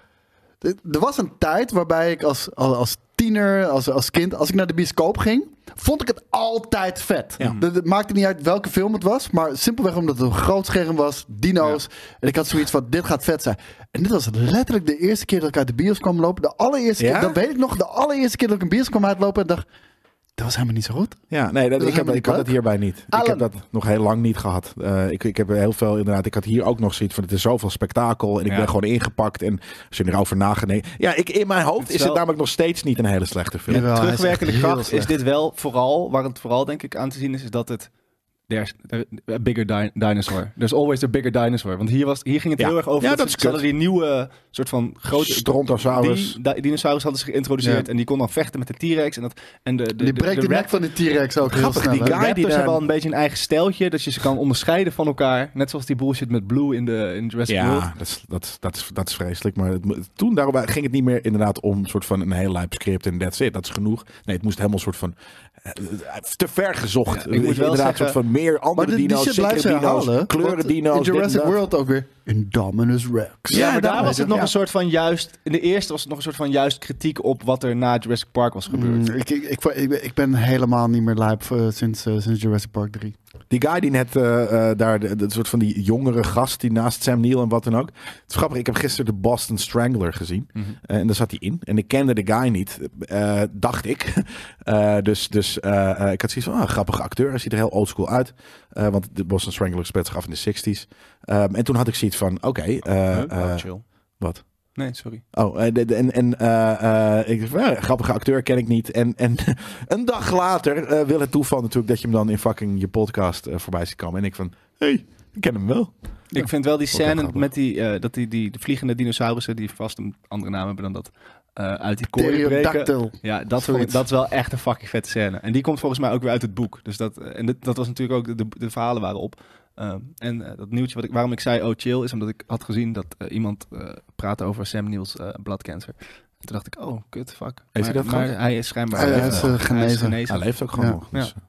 D: er er was een tijd waarbij ik als, als, als tiener, als, als kind, als ik naar de bioscoop ging, vond ik het altijd vet.
B: Ja.
D: Dat- Het maakte niet uit welke film het was, maar simpelweg omdat het een groot scherm was, dino's. En ik had zoiets van, dit gaat vet zijn. En dit was letterlijk de eerste keer dat ik uit de bios kwam lopen. De allereerste
B: Ja?
D: keer, dat weet ik nog, de allereerste keer dat ik een bios kwam uitlopen en dacht, dat was helemaal niet zo goed.
B: Ja, nee, dat,
D: Dat
B: ik, heb,
D: hebben we
B: ik had
D: niet
B: dat hierbij niet. Ik
D: Alan.
B: heb dat nog heel lang niet gehad. Eh, ik, ik heb heel veel inderdaad. Ik had hier ook nog zoiets van: het is zoveel spektakel. En ik
C: Ja.
B: ben gewoon ingepakt. En als je erover nageneemt. Ja, ik, in mijn hoofd
C: Het
B: is
C: is
B: het
C: wel-
B: namelijk nog steeds niet een hele slechte film.
D: Jawel, hij is echt
C: terugwerkende
D: heel
C: kracht is
D: slecht.
C: dit wel vooral, waar het vooral denk ik aan te zien is, is dat het. There's a bigger di- dinosaur. There's always a bigger dinosaur. Want hier, was, hier ging het
B: Ja.
C: heel erg over.
B: Ja,
C: dat
B: dat
C: ze,
B: is
C: ze hadden die nieuwe soort van grote.
B: Strontosaurus.
C: Die, di- dinosaurus hadden ze geïntroduceerd.
D: Ja.
C: En die kon dan vechten met de T-Rex. En, dat- en de, de,
D: Die breekt de,
C: de
D: nek van de T-Rex ook heel
B: Grappig,
D: snel.
B: die
D: hè?
B: guy die
C: Raptors
B: daar-
C: hebben al een beetje een eigen stijltje, dat je ze kan onderscheiden van elkaar. Net zoals die bullshit met Blue in, de, in Jurassic World.
B: Ja, dat is, dat, is- dat, is, dat is vreselijk. Maar het mo- toen daarom ging het niet meer inderdaad om een soort van een heel lijp script en that's it. Dat is genoeg. Nee, het moest helemaal een soort van eh, eh, te ver gezocht.
C: ik moet wel
B: inderdaad
C: zeggen-
B: soort van meer
D: Maar
B: andere
D: dit, die
B: dino's,
D: shit
B: dikkere
D: blijft ze
B: dino's,
D: herhalen.
B: kleuren
D: want
B: dino's.
D: In
B: dit en
D: Jurassic
B: dat.
D: World ook weer. Indominus Rex.
C: Ja, maar daar
D: daarom
C: was het
D: weet je.
C: nog
D: Ja.
C: een soort van juist. In de eerste was het nog een soort van juist kritiek op wat er na Jurassic Park was gebeurd.
D: Mm, ik, ik, ik, ik ben- ik ben helemaal niet meer lijp eh, sinds, eh, sinds Jurassic Park 3.
B: Die guy die net eh, eh, daar, de- de soort van die jongere gast die naast Sam Neill en wat dan ook. Het is grappig, ik heb gisteren de Boston Strangler gezien. Eh, en daar zat hij in. En ik kende de guy niet, eh, dacht ik. Eh, dus dus eh, eh, ik had zoiets van, ah, grappige acteur. Hij ziet er heel oldschool uit. Eh, want de Boston Strangler speelt zich af in de 60s. Ehm, en toen had ik zoiets van, oké, eh,
C: Huh? Oh,
B: eh,
C: chill.
B: wat?
C: Nee, sorry.
B: Oh, eh, de- de- en, en eh, eh, ik dacht, nou, grappige acteur ken ik niet. En, en een dag later eh, wil het toeval natuurlijk dat je hem dan in fucking je podcast eh, voorbij ziet komen. En ik van, hé, hey, ik ken hem wel.
C: Ik vind wel die
B: ook
C: scène
B: grappig.
C: met die, eh, dat die, die de vliegende dinosaurussen, die vast een andere naam hebben dan dat, eh, uit die kooi breken.
D: Pterodactyl.
C: Ja, dat,
D: Zoiets.
C: vond ik- dat is wel echt een fucking vette scène. En die komt volgens mij ook weer uit het boek. Dus dat, eh, en dit- dat was natuurlijk ook, de, de, de verhalen waren op. Ehm, en eh, dat nieuwtje, wat ik, waarom ik zei oh chill, is omdat ik had gezien dat eh, iemand eh, praatte over Sam Niels eh bladcancer. En toen dacht ik, oh, kut, fuck.
B: hij
C: Maar-
B: dat
C: maar
B: gehad?
C: hij is schijnbaar
B: Hij
C: eh,
B: is, eh,
C: hij is
D: genezen.
B: Hij leeft ook gewoon
D: Ja.
B: nog. Dus,
C: Ja.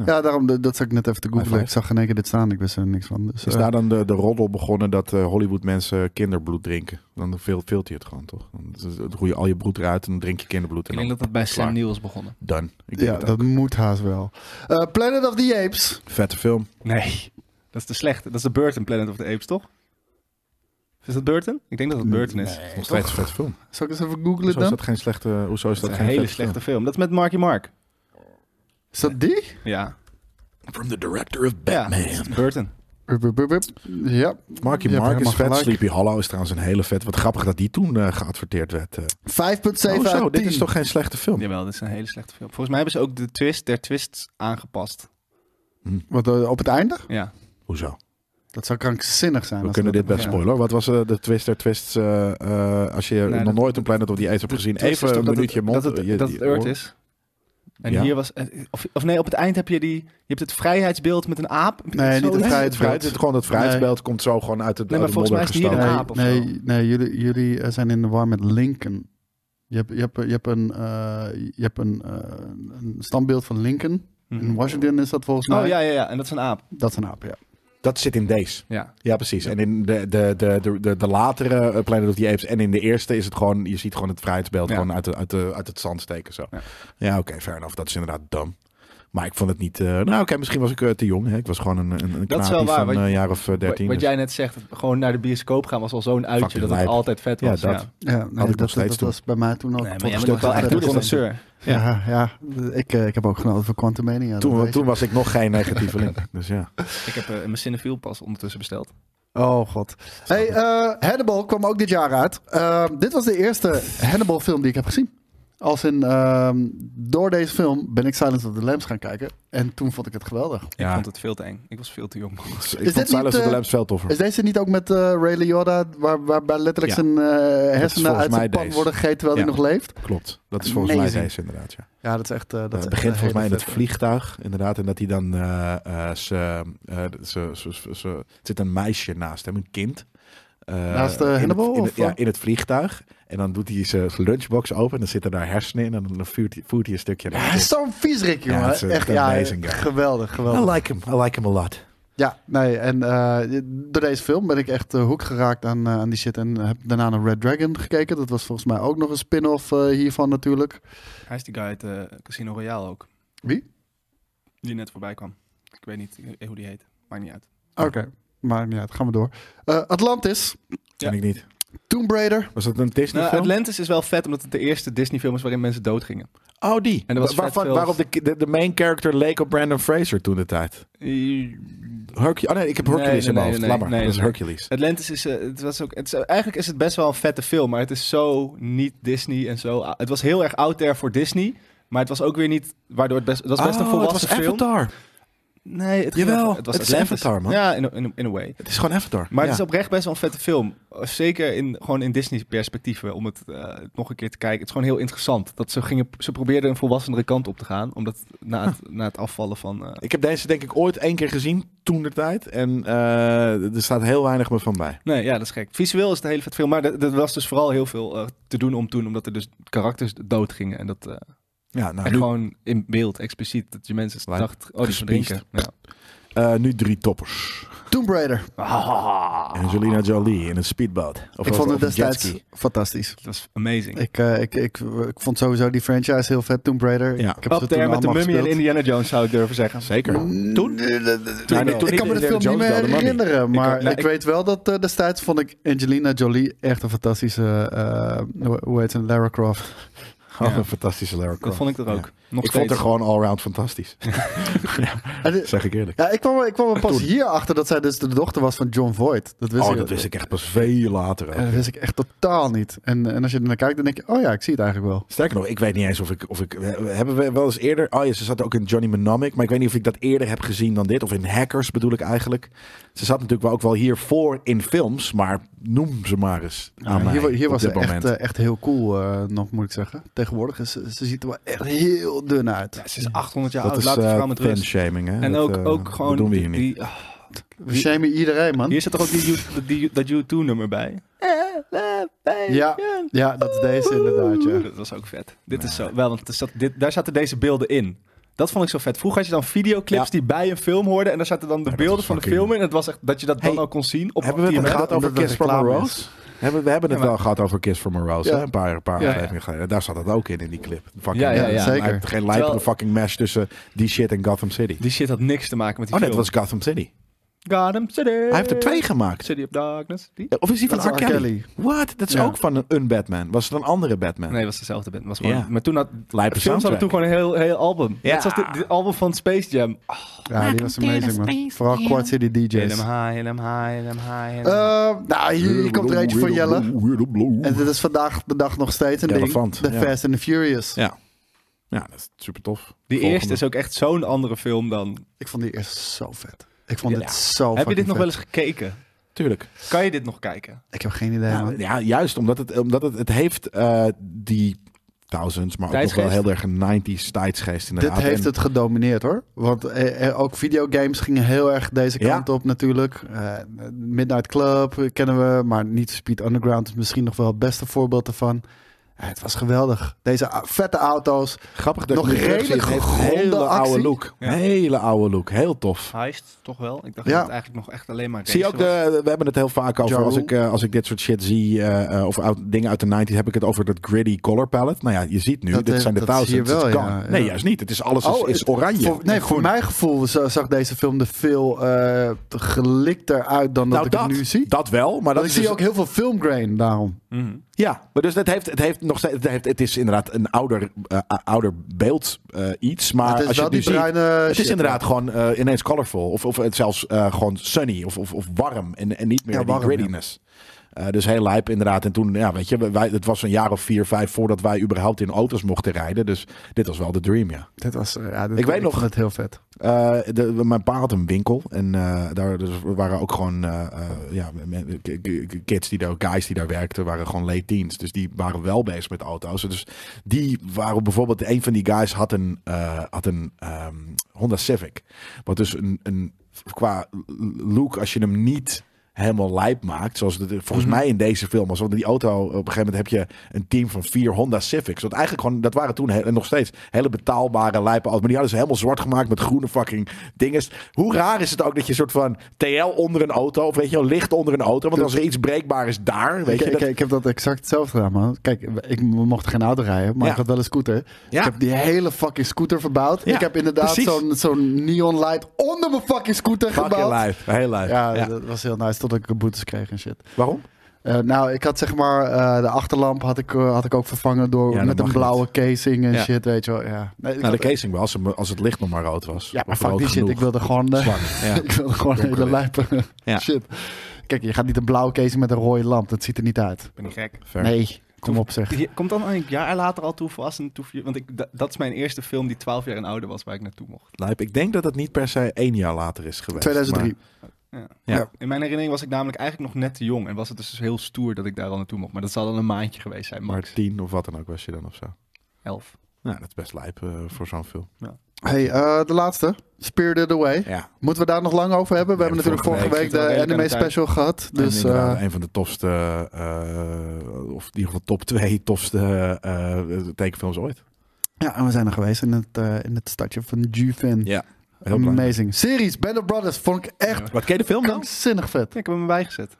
B: eh,
D: Ja, daarom, dat, dat zag ik net even te googlen.
B: High
D: Ik zag in één keer dit staan. Ik wist er niks van. Dus,
B: Is
D: eh,
B: daar dan de, de roddel begonnen dat eh, Hollywood mensen kinderbloed drinken? Dan veel, veelt hij het gewoon, toch? Dan z- dan gooi je al je bloed eruit en dan drink je kinderbloed. En
C: Ik denk
B: dan
C: dat dat bij Sam
B: Klaar.
C: Neill is begonnen.
B: done. Ik denk
D: ja,
B: het
D: dat moet haast wel. Eh, Planet of the Apes.
B: ook. Vette film.
C: Nee, dat is de slechte. Dat is de Burton Planet of the Apes, toch? Is dat Burton? Ik denk dat dat Burton is.
B: Dat is nog steeds een vette film.
D: Zal ik eens even
B: Hoezo
D: googlen
B: is
D: dan?
B: dat geen slechte... Hoezo is dat
C: Dat is een
B: geen
C: hele
B: vette film?
C: slechte film. Dat is met Marky Mark.
D: Is dat die?
C: Ja.
B: From the director of
C: Ja, dat is Burton.
D: Bup, bup, bup, bup. Ja.
B: Marky
D: Je hebt
B: Mark is
D: helemaal
B: vet.
D: gelijk.
B: Sleepy Hollow is trouwens een hele vet. Wat grappig dat die toen eh, geadverteerd werd. eh.
D: 5,7
B: oh zo,
D: uit 10.
B: dit is toch geen slechte film?
C: Jawel, dit is een hele slechte film. Volgens mij hebben ze ook de twist der twists aangepast.
D: Wat, eh, op het einde?
C: Ja.
B: Hoezo?
D: Dat zou krankzinnig zijn.
B: We
D: als
B: kunnen
D: dat-
B: dit best
D: ja.
B: spoilen. hoor. Wat was eh, de twist der twists? eh, eh, als je nog
C: dat-
B: nooit een Planet of the Apes hebt gezien,
C: twist is
B: even
C: toch
B: een
C: dat
B: minuutje
C: het,
B: mond.
C: Dat het,
B: je-
C: dat het
B: je-
C: Earth is. En
B: Ja.
C: hier was... eh, Of, of nee, op het eind heb je die... Je hebt het vrijheidsbeeld met een aap. Heb je
D: Nee,
C: dat zo
D: niet het
C: gezien?
B: Het, vrijheid, het, gewoon het vrijheidsbeeld komt zo gewoon uit het
C: Nee, maar
B: uit de
C: volgens mij
B: modder
C: is het hier
B: gestoken.
C: een
D: Nee,
C: aap of
D: nee, nee, jullie, jullie eh, zijn in de war met Lincoln. Je hebt, je hebt, je hebt een, eh, je hebt een, eh, een standbeeld van Lincoln. In
C: Mhm.
D: Washington is dat volgens mij.
C: Oh ja, ja, ja. En dat is een aap.
D: Dat is een aap, ja.
B: Dat zit in deze.
C: Ja.
B: Ja, precies. En in de, de, de, de, de, de latere eh, Planet of the Apes en in de eerste is het gewoon, je ziet gewoon het vrijheidsbeeld
C: Ja.
B: gewoon uit, de, uit, de, uit het zand steken. Zo.
C: Ja.
B: Ja, oké, fair enough. Dat is inderdaad dom. Maar ik vond het niet. eh, nou, oké, misschien was ik eh, te jong. Hè. Ik was gewoon een, een, een
C: Dat is wel
B: knaapje
C: waar,
B: van
C: wat-
B: een jaar of eh, 13.
C: Wat, wat
B: dus
C: jij net zegt, gewoon naar de bioscoop gaan was al zo'n uitje
B: Fucking
C: dat het
B: lijp.
C: altijd vet was.
B: Ja,
C: Ja,
B: dat.
D: Ja, nee,
B: nog
D: dat,
B: steeds
D: dat
B: toen.
D: was bij mij toen ook.
C: Nee, maar
D: tot
C: jij
D: een
C: bent
D: stuk
C: ook wel echt
D: verder.
C: een connoisseur.
D: Ja, ja. Ik, eh, ik heb ook genoten van Quantum Mania.
B: toen, toen was ik nog geen negatieveling. dus ja.
C: Ik heb eh, mijn Cinefiel pas ondertussen besteld.
D: Oh god. Hey, eh, Hannibal kwam ook dit jaar uit. Eh, dit was de eerste Hannibal film die ik heb gezien. Als in, ehm, door deze film ben ik Silence of the Lambs gaan kijken. En toen vond ik het geweldig.
C: Ik
B: ja.
C: vond het veel te eng. Ik was veel te jong.
B: Ik
D: dit
B: vond Silence
D: niet,
B: of the
D: eh,
B: Lambs veel toffer.
D: Is deze niet ook met eh, Ray Liotta, waar, waarbij letterlijk
B: Ja.
D: zijn eh, hersenen
B: volgens
D: uit zijn
B: mij
D: pan
B: deze.
D: worden gegeten terwijl
B: Ja.
D: hij nog leeft?
B: Klopt. Dat is volgens mij
D: Amazing.
B: deze inderdaad. Ja.
D: Ja, dat is echt... eh, dat
B: Het
D: is echt
B: begint
D: een
B: volgens mij in
D: hele
B: het
D: vette-
B: vliegtuig, inderdaad. En dat hij dan. eh, eh, ze, eh, ze, ze, ze- ze- er zit een meisje naast hem, een kind. Eh,
D: Naast, eh,
B: in het-
D: Hannibal,
B: in het,
D: of
B: ja,
D: wat?
B: in het vliegtuig. En dan doet hij zijn zijn lunchbox open. En dan zitten daar hersenen in. En dan voert hij, voert hij een stukje.
D: Ja, hij is zo'n viezerik, jongen.
B: Ja, het is echt
D: echt,
B: een
D: ja, eh,
B: amazing guy.
D: geweldig, geweldig.
B: I like him. I like him a lot.
D: Ja, nee, en eh, door deze film ben ik echt de hoek geraakt aan, eh, aan die shit. En heb daarna naar Red Dragon gekeken. Dat was volgens mij ook nog een spin-off eh, hiervan natuurlijk.
C: Hij is die guy uit eh, Casino Royale ook.
D: Wie?
C: Die net voorbij kwam. Ik weet niet eh, hoe die heet. Maakt niet uit.
D: Oké, maar ja, gaan we door. Eh, Atlantis,
C: Ja.
B: Ken ik niet.
D: Tomb Raider.
B: Was dat een Disney
C: Nou,
B: film?
C: Atlantis is wel vet, omdat het de eerste Disney-film is waarin mensen doodgingen.
B: Oh, die.
C: En dat was
B: Waarvan-
C: vet veel-
B: waarop de, de, de main character leek op Brandon Fraser toen de tijd. Hercules. Oh nee, ik heb
C: Nee,
B: Hercules
C: nee,
B: in mijn
C: nee,
B: hoofd.
C: nee,
B: Laat maar.
C: nee,
B: dat is
C: nee.
B: Hercules.
C: Atlantis is, eh, het was ook, het is, eigenlijk is het best wel een vette film, maar het is zo niet Disney en zo. Het was heel erg out there voor Disney, maar het was ook weer niet, waardoor het best, het was best een
B: Oh, het
C: volwassen
B: was
C: film.
B: Avatar.
C: Nee, het,
B: Jawel,
C: het was
B: het is
C: Atlantis.
B: Avatar, man.
C: Ja, in, in, in a way.
B: Het is gewoon Avatar.
C: Maar
B: ja.
C: het is oprecht best wel een vette film. Zeker in, gewoon in Disney-perspectief, eh, om het eh, nog een keer te kijken. Het is gewoon heel interessant. Dat ze, gingen, ze probeerden een volwassenere kant op te gaan, omdat na het, na het afvallen van... eh,
B: Ik heb deze denk ik ooit één keer gezien, toen de tijd. En eh, er staat heel weinig meer van bij.
C: Nee, ja, dat is gek. Visueel is het een hele vet film, maar dat dat was dus vooral heel veel eh, te doen om toen, omdat er dus karakters dood gingen en dat eh,
B: Ja, nou,
C: en
B: nu,
C: gewoon in beeld expliciet dat je mensen
B: Lijkt
C: dachten, oh die
B: gespiest.
C: verdrinken. Ja.
B: eh, nu drie toppers.
D: Tomb
B: Nou,
D: Raider.
B: En Angelina Jolie in een speedboot. Of,
D: ik vond
B: of
D: het
B: een
D: destijds
B: jetski.
D: fantastisch.
C: Dat was amazing.
D: Ik, eh, ik, ik, ik vond sowieso die franchise heel vet, Tomb Raider.
B: Ja.
D: Ik heb ze
C: Up
D: toen
C: there met de
D: allemaal
C: mummy en
D: gespeeld.
C: Indiana Jones zou ik durven zeggen.
B: Zeker.
D: Mm,
B: Toen?
D: eh, eh, eh,
B: toen niet
D: ik kan me
B: Indiana
D: de film niet
B: Jones
D: meer
B: wel, de mummy.
D: herinneren, maar ik,
C: nou, ik-
D: weet wel dat eh, destijds vond ik Angelina Jolie echt een fantastische, eh, hoe- hoe heet ze, Lara Croft.
B: Oh,
C: Ja.
B: een fantastische Lara
C: Dat
B: Croft.
C: vond ik er
B: Ja.
C: ook. Nog
B: ik vond
C: steeds.
B: haar gewoon allround fantastisch.
D: En eh, dit-
B: Zeg ik eerlijk.
D: Ja, ik kwam, er- ik kwam er pas
B: Toen.
D: hier achter dat zij dus de dochter was van John Voight. Dat wist
B: Oh,
D: ik.
B: dat wist ik echt pas veel later. ook.
D: Ja, dat wist ik echt totaal niet. En, en als je er naar kijkt, dan denk je, oh ja, ik zie het eigenlijk wel.
B: Sterker nog, ik weet niet eens of ik, of ik... Hebben we wel eens eerder... Oh ja, ze zat ook in Johnny Mnemonic. Maar ik weet niet of ik dat eerder heb gezien dan dit. Of in Hackers bedoel ik eigenlijk. Ze zat natuurlijk wel ook wel hiervoor in films. Maar noem ze maar eens
C: Ah,
B: aan
D: Ja,
B: mij
D: hier hier
B: op
D: was ze
B: dit
D: echt,
B: moment.
D: eh, echt heel cool, eh, nog moet ik zeggen. Tegenwoordig, is, ze ze ziet er wel echt heel dun uit.
C: Ja, ze Mm. is 800 jaar
B: dat
C: oud,
B: is
C: laat de
B: eh,
C: vrouw met rust.
B: fanshaming, hè?
C: En
B: Dat,
C: ook,
B: eh,
C: ook gewoon...
B: Dat doen we hier niet.
C: die- ah,
D: We shamen iedereen, man.
C: hier zit toch ook die, U- die, dat U2-nummer bij?
D: Ja, ja, dat is deze inderdaad, ja.
C: Dat was ook vet. Dit is zo. Wel, want er zat, dit, daar zaten deze beelden in. Dat vond ik zo vet. Vroeger had je dan videoclips
B: Ja.
C: die bij een film hoorden. En daar zaten dan de beelden
B: is
C: van de
B: fucking-
C: film in. En het was echt dat je dat dan
B: Hey,
C: al kon zien. Op
B: hebben we het
C: TMF.
B: gehad over
D: omdat het
B: Kiss from a
D: reclame
B: Rose? Hebben, we hebben het
C: Ja, maar-
B: wel gehad over Kiss from a Rose.
D: Ja.
B: hè? Een paar, een paar
C: Ja, ja.
B: afleveringen geleden. Daar zat het ook in, in die clip. Fucking,
C: Ja, ja,
B: eh,
C: ja.
D: Zeker.
B: lijp- geen lijpende
C: Terwijl-
B: fucking mesh tussen die shit en Gotham City.
C: Die shit had niks te maken met die
B: Oh, nee, dat
C: film.
B: was Gotham City.
C: Gotham City.
B: Hij heeft er twee gemaakt.
C: City of Darkness. Die?
B: Of is die
D: Dat
B: van R.
D: is R. Kelly.
B: Kelly? Wat? Dat is
C: Ja.
B: ook van een, een Batman. Was het een andere Batman?
C: Nee, het was dezelfde band. Was gewoon,
B: Ja.
C: Maar toen had
B: Lijpe
C: films hadden toen
B: soundtrack.
C: gewoon een heel, heel album.
B: Ja.
C: Net zoals dit- dit album van Space Jam.
D: Ja, die was amazing, man. Vooral Quad City
C: Hit
D: DJ's.
C: em high, hit em high, hit em high. hit em-
D: Eh, nou, hier, hier komt er eentje voor Jelle. En
B: Jelle.
D: dit is vandaag de dag nog steeds een ding.
B: Relevant,
D: The
B: ja.
D: Fast and the Furious.
B: Ja. ja, dat is super tof.
C: die eerste is ook echt zo'n andere film dan.
D: Ik vond die eerst zo vet. Ik vond
C: Ja.
D: dit zo
C: Heb je
D: fucking
C: dit nog
D: vet.
C: wel eens gekeken?
B: Tuurlijk.
C: Kan je dit nog kijken?
D: Ik heb geen idee,
B: Ja,
D: man.
B: ja, juist omdat het, omdat het, het heeft eh, die thousands, maar ook nog wel
C: Tijdsgeest?
B: heel erg een 90s tijdsgeest
D: Dit
B: inderdaad.
D: heeft
B: En-
D: het gedomineerd, hoor. Want eh, eh, ook videogames gingen heel erg deze
B: Ja.
D: kant op, natuurlijk. Eh, Midnight Club eh, kennen we, maar niet Speed Underground is misschien nog wel het beste voorbeeld ervan. Eh, het was geweldig. Deze a- vette auto's.
B: Grappig dat
D: Nog
B: je nu terug
D: redelijk
B: ziet, het heeft
D: gegronde
B: een hele oude
D: actie.
B: look.
C: Ja.
B: Hele oude look. Heel tof.
C: Heist, toch wel? Ik dacht
D: Ja.
C: dat het eigenlijk nog echt alleen maar.
B: Zie je ook
C: racen was.
B: de, we hebben het heel vaak over,
D: Ja
B: als
D: Rule.
B: ik, eh, als ik dit soort shit zie, eh, eh, of oud- dingen uit de 90s, heb ik het over dat gritty color palette. Nou ja, je ziet nu,
D: Dat,
B: dit
D: eh,
B: zijn de
D: dat zie je
B: thousands, het
D: wel,
B: kan.
D: ja, ja.
B: Nee, juist niet. Het is alles
D: Oh,
B: is, is
D: het-
B: oranje.
D: Voor, nee, voor mijn gevoel za- zag deze film er veel eh gelikter uit dan
B: nou,
D: dat,
B: dat,
D: ik het nu zie.
B: dat wel, maar dat
D: Want
B: is
D: ik zie
B: dus-
D: ook heel veel filmgrain daarom.
C: Mhm.
B: Ja, maar dus het heeft, het heeft nog steeds, het, heeft- het is inderdaad een ouder, eh, a- ouder beeld eh, iets, maar
D: het is
B: als je
D: wel
B: het nu
D: die
B: ziet,
D: bruine
B: het is
D: shit,
B: inderdaad gewoon eh, ineens colorful, of, of het zelfs eh, gewoon sunny, of, of, of warm, en, en niet meer
D: Ja,
B: die
D: warm, ja.
B: grittiness. Eh, dus heel lijp inderdaad. En toen, ja, weet je, wij, het was een jaar of vier, vijf voordat wij überhaupt in auto's mochten rijden. Dus dit was wel de dream, ja.
D: Dit was, eh, ja,
B: Ik weet nog-
D: vond het heel vet.
B: Eh, de, mijn pa had een winkel en eh, daar dus waren ook gewoon eh, eh, ja, men- k- k- kids die daar, guys die daar werkten, waren gewoon late teens. Dus die waren wel bezig met auto's. Dus die waren bijvoorbeeld, een van die guys had een, eh, had een ehm, Honda Civic. Wat dus een, een, qua look, als je hem niet helemaal lijp maakt, zoals het volgens
D: Mhm.
B: mij in deze film was. Want in die auto, op een gegeven moment heb je een team van vier Honda Civics. Want eigenlijk gewoon, dat waren toen he- en nog steeds hele betaalbare lijpen auto's. Maar die hadden ze helemaal zwart gemaakt met groene fucking dinges. Hoe raar is het ook dat je een soort van TL onder een auto, of weet je wel, licht onder een auto. Want als er iets breekbaar is daar, weet
D: ik,
B: je, dat,
D: ik, ik heb dat exact hetzelfde gedaan, man. Kijk, ik mocht geen auto rijden, maar
B: Ja.
D: ik had wel een scooter.
B: Ja.
D: Ik heb die hele fucking scooter verbouwd.
B: Ja,
D: ik heb inderdaad
B: precies.
D: zo'n zo'n neon light onder mijn fucking scooter
B: fucking
D: gebouwd.
B: lijp. Heel lijp.
D: Ja,
B: Ja.
D: dat was heel nice, tot ik boetes kreeg en shit.
B: Waarom?
D: Eh, nou, ik had zeg maar eh, de achterlamp had ik, eh, had ik ook vervangen door
B: Ja, dat
D: met een
B: mag
D: blauwe casing en
B: Ja.
D: shit, weet je wel. Ja, nee,
B: Nou,
D: ik
B: de
D: had-
B: casing wel, als, hem- als het licht nog maar rood was.
D: ja maar
B: Of
D: fuck
B: rood
D: die shit.
B: genoeg.
D: Ik wilde gewoon, eh,
B: Zwart, ja.
D: ik wilde gewoon
B: Donker
D: hele lijpe
B: Ja.
D: shit. Kijk, je gaat niet een blauwe casing met een rode lamp. Dat ziet er niet uit.
C: Ben ik gek.
B: Fair.
D: Nee, kom op zeg.
C: Je komt dan een jaar later al toe voor Assen toe. Want ik, da- dat is mijn eerste film die 12 jaar en ouder was waar ik naartoe mocht.
B: Lijp. Ik denk dat het niet per se één jaar later is geweest.
D: 2003.
C: Ja.
B: Ja.
C: In mijn herinnering was ik namelijk eigenlijk nog net te jong. En was het dus heel stoer dat ik daar al naartoe mocht. Maar dat zal dan een maandje geweest zijn,
B: Maar, maar
C: max.
B: tien of wat dan ook was je dan of zo.
C: Elf.
B: Nou, dat is best lijp eh, voor zo'n film.
D: Hey, eh, de laatste. Spirited Away.
B: Ja.
D: Moeten we daar nog lang over hebben? We
B: Nee,
D: hebben natuurlijk vorige
B: vorige
D: week
C: week zitten we
D: de
C: redelijk
D: anime
C: aan de tijd.
D: special gehad. Dus
B: en
D: eh,
B: inderdaad, een van de tofste, eh, of in ieder geval top twee tofste eh, tekenfilms ooit.
D: ja, en we zijn er geweest in het, eh, in het stadje van Jufin.
B: Ja, heel belangrijk.
D: Amazing. Series, Band of Brothers, vond ik echt
C: Ja.
B: Wat ken je de film dan?
D: krankzinnig vet.
C: Ja, ik heb hem erbij gezet.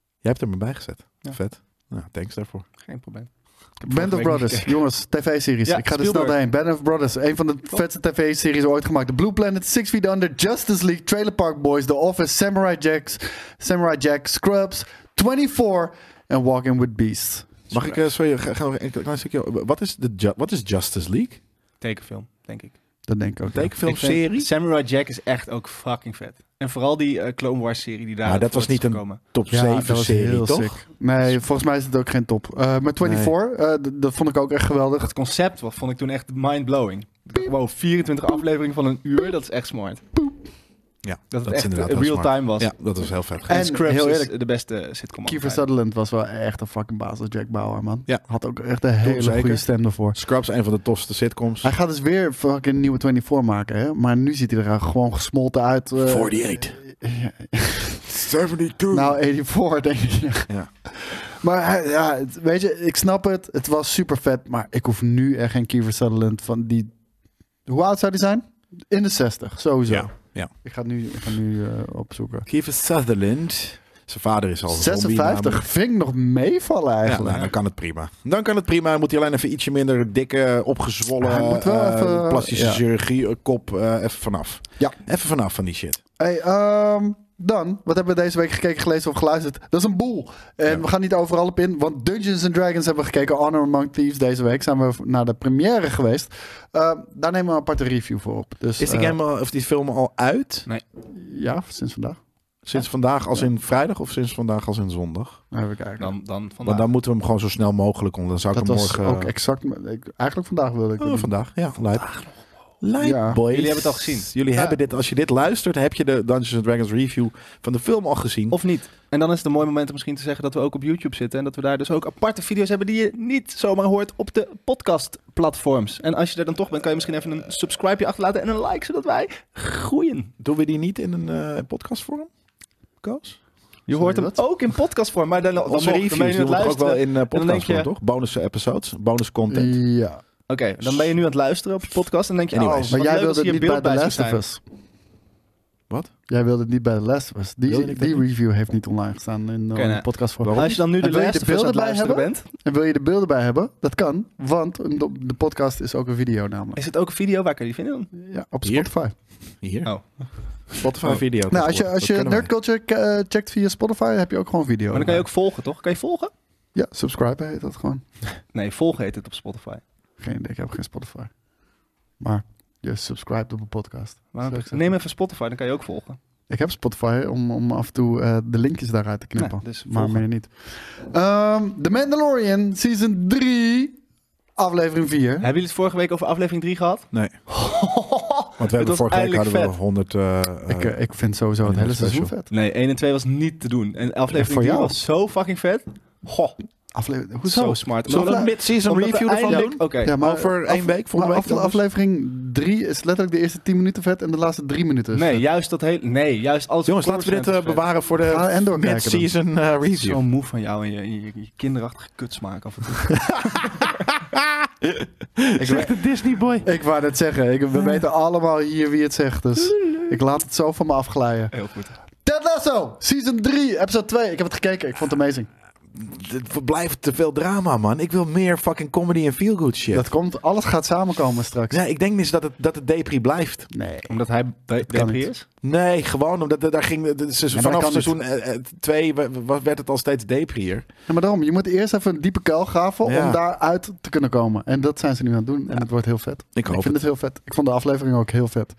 B: Jij hebt hem erbij gezet.
C: Ja.
B: Vet. Nou, thanks daarvoor.
C: Geen probleem. Ik heb
D: Band
C: vorige
D: of
C: week niet
D: Brothers,
C: gekeken.
D: jongens, tv-series.
C: Ja,
D: ik ga er snel
C: Spielberg.
D: doorheen. Band of Brothers, een van de vetste tv-series ooit gemaakt. The Blue Planet, Six Feet Under, Justice League, Trailer Park Boys, The Office, Samurai Jacks, Samurai Jack, Scrubs, 24 en Walking with Beasts.
B: Mag ik, eh, sorry, ga, gaan we een klein stukje... Wat is, de, ju- wat is Justice League?
C: Tekenfilm, denk ik.
D: Dat denk ik ook.
C: Ik
D: ja.
B: Tekenfilmserie?
C: vind Samurai Jack is echt ook fucking vet. En vooral die eh, Clone Wars serie die daar
B: Ja, Ah, dat was niet een-
C: gekomen.
B: Top
D: Ja,
B: 7 serie, toch?
D: sick. Nee, volgens mij is het ook geen top. Eh maar 24, eh, d- dat vond ik ook echt geweldig.
C: Dat concept wat vond ik toen echt mind-blowing. Ik dacht, Wow, 24 afleveringen van een uur, dat is echt smart.
B: Ja,
C: Dat het
B: is
C: echt
B: inderdaad
C: eh,
B: heel smart.
C: real-time was.
B: Ja, dat was heel vet.
C: En,
D: En
C: Scrubs
D: heel
C: is
D: eerlijk,
C: de beste sitcom.
D: Kiefer
C: altijd.
D: Sutherland was wel echt een fucking baas als Jack Bauer, man.
B: Ja.
D: Had ook echt een hele
B: zeker.
D: goede stem ervoor.
B: Scrubs, een van de tofste sitcoms.
D: Hij gaat dus weer fucking een nieuwe 24 maken, hè? Maar nu ziet hij er gewoon gesmolten uit. eh,
B: 48. 72.
D: Nou, 84 denk ik.
B: Ja.
D: Maar hij- ja, het- weet je, ik snap het. Het was super vet, maar ik hoef nu echt geen Kiefer Sutherland van die Hoe oud zou die zijn? In de 60, sowieso.
B: Ja, ja.
D: Ik ga het nu, ik ga het nu eh, opzoeken.
B: Kiefer Sutherland. Zijn vader is al een zombie
D: 56
B: namelijk.
D: vind ik nog meevallen
B: Ja,
D: eigenlijk.
B: nou, dan kan het prima. Dan kan het prima. Hij Moet hij alleen even ietsje minder dikke, opgezwollen,
D: Hij moet wel
B: eh,
D: even-
B: plastische
D: ja.
B: chirurgie, eh, kop, eh, even vanaf.
D: Ja.
B: Even vanaf van die shit.
D: Hey, ehm, dan, wat hebben we deze week gekeken, gelezen of geluisterd? Dat is een boel. En
B: Ja.
D: we gaan niet overal op in, want Dungeons and Dragons hebben we gekeken. Honor Among Thieves deze week zijn we naar de première geweest. Ehm, daar nemen we een aparte review voor op. Dus,
B: Is die,
D: eh,
B: game al, of die film al uit?
D: Ja, sinds vandaag.
B: Sinds vandaag als in vrijdag of sinds vandaag als in zondag?
D: Dan Nou, heb ik eigenlijk.
C: Dan, dan
B: Want
C: vandaag.
B: dan moeten we hem gewoon zo snel mogelijk, want dan zou ik
D: dat
B: hem
D: was
B: morgen...
D: ook exact. m- ik- eigenlijk vandaag wilde
B: Oh,
D: ik. het doen.
B: vandaag, ja. Light. Light
D: Ja.
B: boys.
C: Jullie hebben het al gezien.
B: Jullie
D: Ja.
B: hebben dit, als je dit luistert, heb je de Dungeons Dragons review van de film al gezien.
C: Of niet. En dan is het een mooi moment om misschien te zeggen dat we ook op YouTube zitten. En dat we daar dus ook aparte video's hebben die je niet zomaar hoort op de podcastplatforms. En als je er dan toch bent, kan je misschien even een subscribe achterlaten en een like, zodat wij groeien.
B: doen we die niet in een eh, podcastvorm? Koos?
C: Je hoort hem
D: dat?
C: ook in podcastvorm, maar dan, dan
B: Onze
C: nog- dan ben
B: reviews
C: je
B: doen
C: nu
B: we
C: aan
B: toch
C: het
B: ook wel
C: luisteren.
B: in eh,
C: dan denk
B: podcastvorm,
C: je-
B: toch? Bonus episodes, bonus content.
D: Ja.
C: Oké, dan ben je nu aan het luisteren op je podcast en denk je,
B: Anyways.
C: oh,
D: Maar
C: wat
D: jij
C: leuk dat
D: wilde
C: hier
D: het niet bij
C: beeld
D: The
C: bij
D: Last
C: zijn.
D: of Us.
B: Wat?
D: Jij wilde het niet bij The Last of Us.
B: Wilde
D: Die,
B: ik dat
D: die
B: niet?
D: review heeft niet online gestaan in
C: Oké,
D: de
C: nou,
D: podcast voor.
B: waarom?
C: Als je dan nu de
D: En wil je
C: laatste
D: de
C: beeld aan het
D: beelden bij
C: luisteren
D: hebben?
C: bent,
D: En wil je de beelden bij hebben? Dat kan, want een- de podcast is ook een video namelijk.
C: is het ook een video waar kan je die vinden? dan?
D: Ja, op
B: Hier?
D: Spotify.
B: Hier.
C: Oh.
B: Spotify
C: Oh.
B: video.
D: Nou, als je, als je Nerd
B: nerd
D: Culture eh, checkt via Spotify, heb je ook gewoon video.
C: Maar dan kan je ook volgen, toch? Kan je volgen?
D: Ja, subscribe heet dat gewoon.
C: Nee, volgen heet het op Spotify.
D: Geen idee, ik heb geen Spotify. Maar je subscribe op een podcast.
C: Maar
D: Zo, ik zeg-
C: neem even Spotify, dan kan je ook volgen.
D: Ik heb Spotify om, om af en toe eh, de linkjes daaruit te knippen.
C: Nee, dus
D: maar
C: volgen.
D: meer niet. Ehm The Mandalorian, season 3, aflevering 4.
C: Hebben jullie het vorige week over aflevering 3 gehad?
B: Nee. Want we hebben
C: was
B: vorige week
C: eindelijk
B: hadden we 100...
C: vet.
B: eh, eh,
D: ik, eh, ik vind sowieso het
B: Animal
D: hele seizoen
B: Special.
D: vet.
C: Nee, 1 en 2 was niet te doen. En aflevering
D: voor
C: 3
D: jou?
C: was zo fucking vet. Goh,
D: Aflevering, hoezo?
C: zo smart.
B: Zullen we
C: Omdat-
B: een mid-season
C: omdat
B: review
C: we
B: ervan
C: eindelijk-
B: doen?
C: Oké,
D: Ja, maar
B: Over één week,
D: Maar
B: volgende week
D: afle-
B: dan dus?
D: aflevering 3 is letterlijk de eerste 10 minuten vet en de laatste 3 minuten is
C: nee,
D: vet.
C: juist dat hele... Nee, juist alles...
B: dus, eh, Jongens, laten we dit eh, bewaren voor
D: Ga
B: de
D: en doorkijken dan.
B: mid-season eh,
C: Ik ben
B: review.
C: zo moe van jou en je, je, je kinderachtige kutsmaak af en toe.
D: Ik, we-
B: de Disney boy.
D: ik wou net zeggen, ik, we weten allemaal hier wie het zegt, dus ik laat het zo van me afglijden.
C: Heel goed.
D: Ted Lasso, season 3, episode 2. Ik heb het gekeken, ik vond het amazing.
B: Het blijft te veel drama, man. Ik wil meer fucking comedy en feel-good shit.
D: Dat komt, alles gaat samenkomen straks.
B: Ja, ik denk dus dat het, dat het depri blijft.
D: Nee.
C: Omdat hij de,
D: kan
C: depri
D: niet.
C: is?
B: Nee, gewoon omdat het- daar ging. het- het-
D: maar
B: vanaf
D: dat kan
B: seizoen eh, 2 werd het al steeds deprier.
D: Ja, maar daarom, je moet eerst even een diepe kuil graven
B: Ja.
D: om daaruit te kunnen komen. En dat zijn ze nu aan het doen en het wordt heel vet.
B: Ik hoop
D: vind het.
B: het.
D: heel vet. Ik vond de aflevering ook heel vet.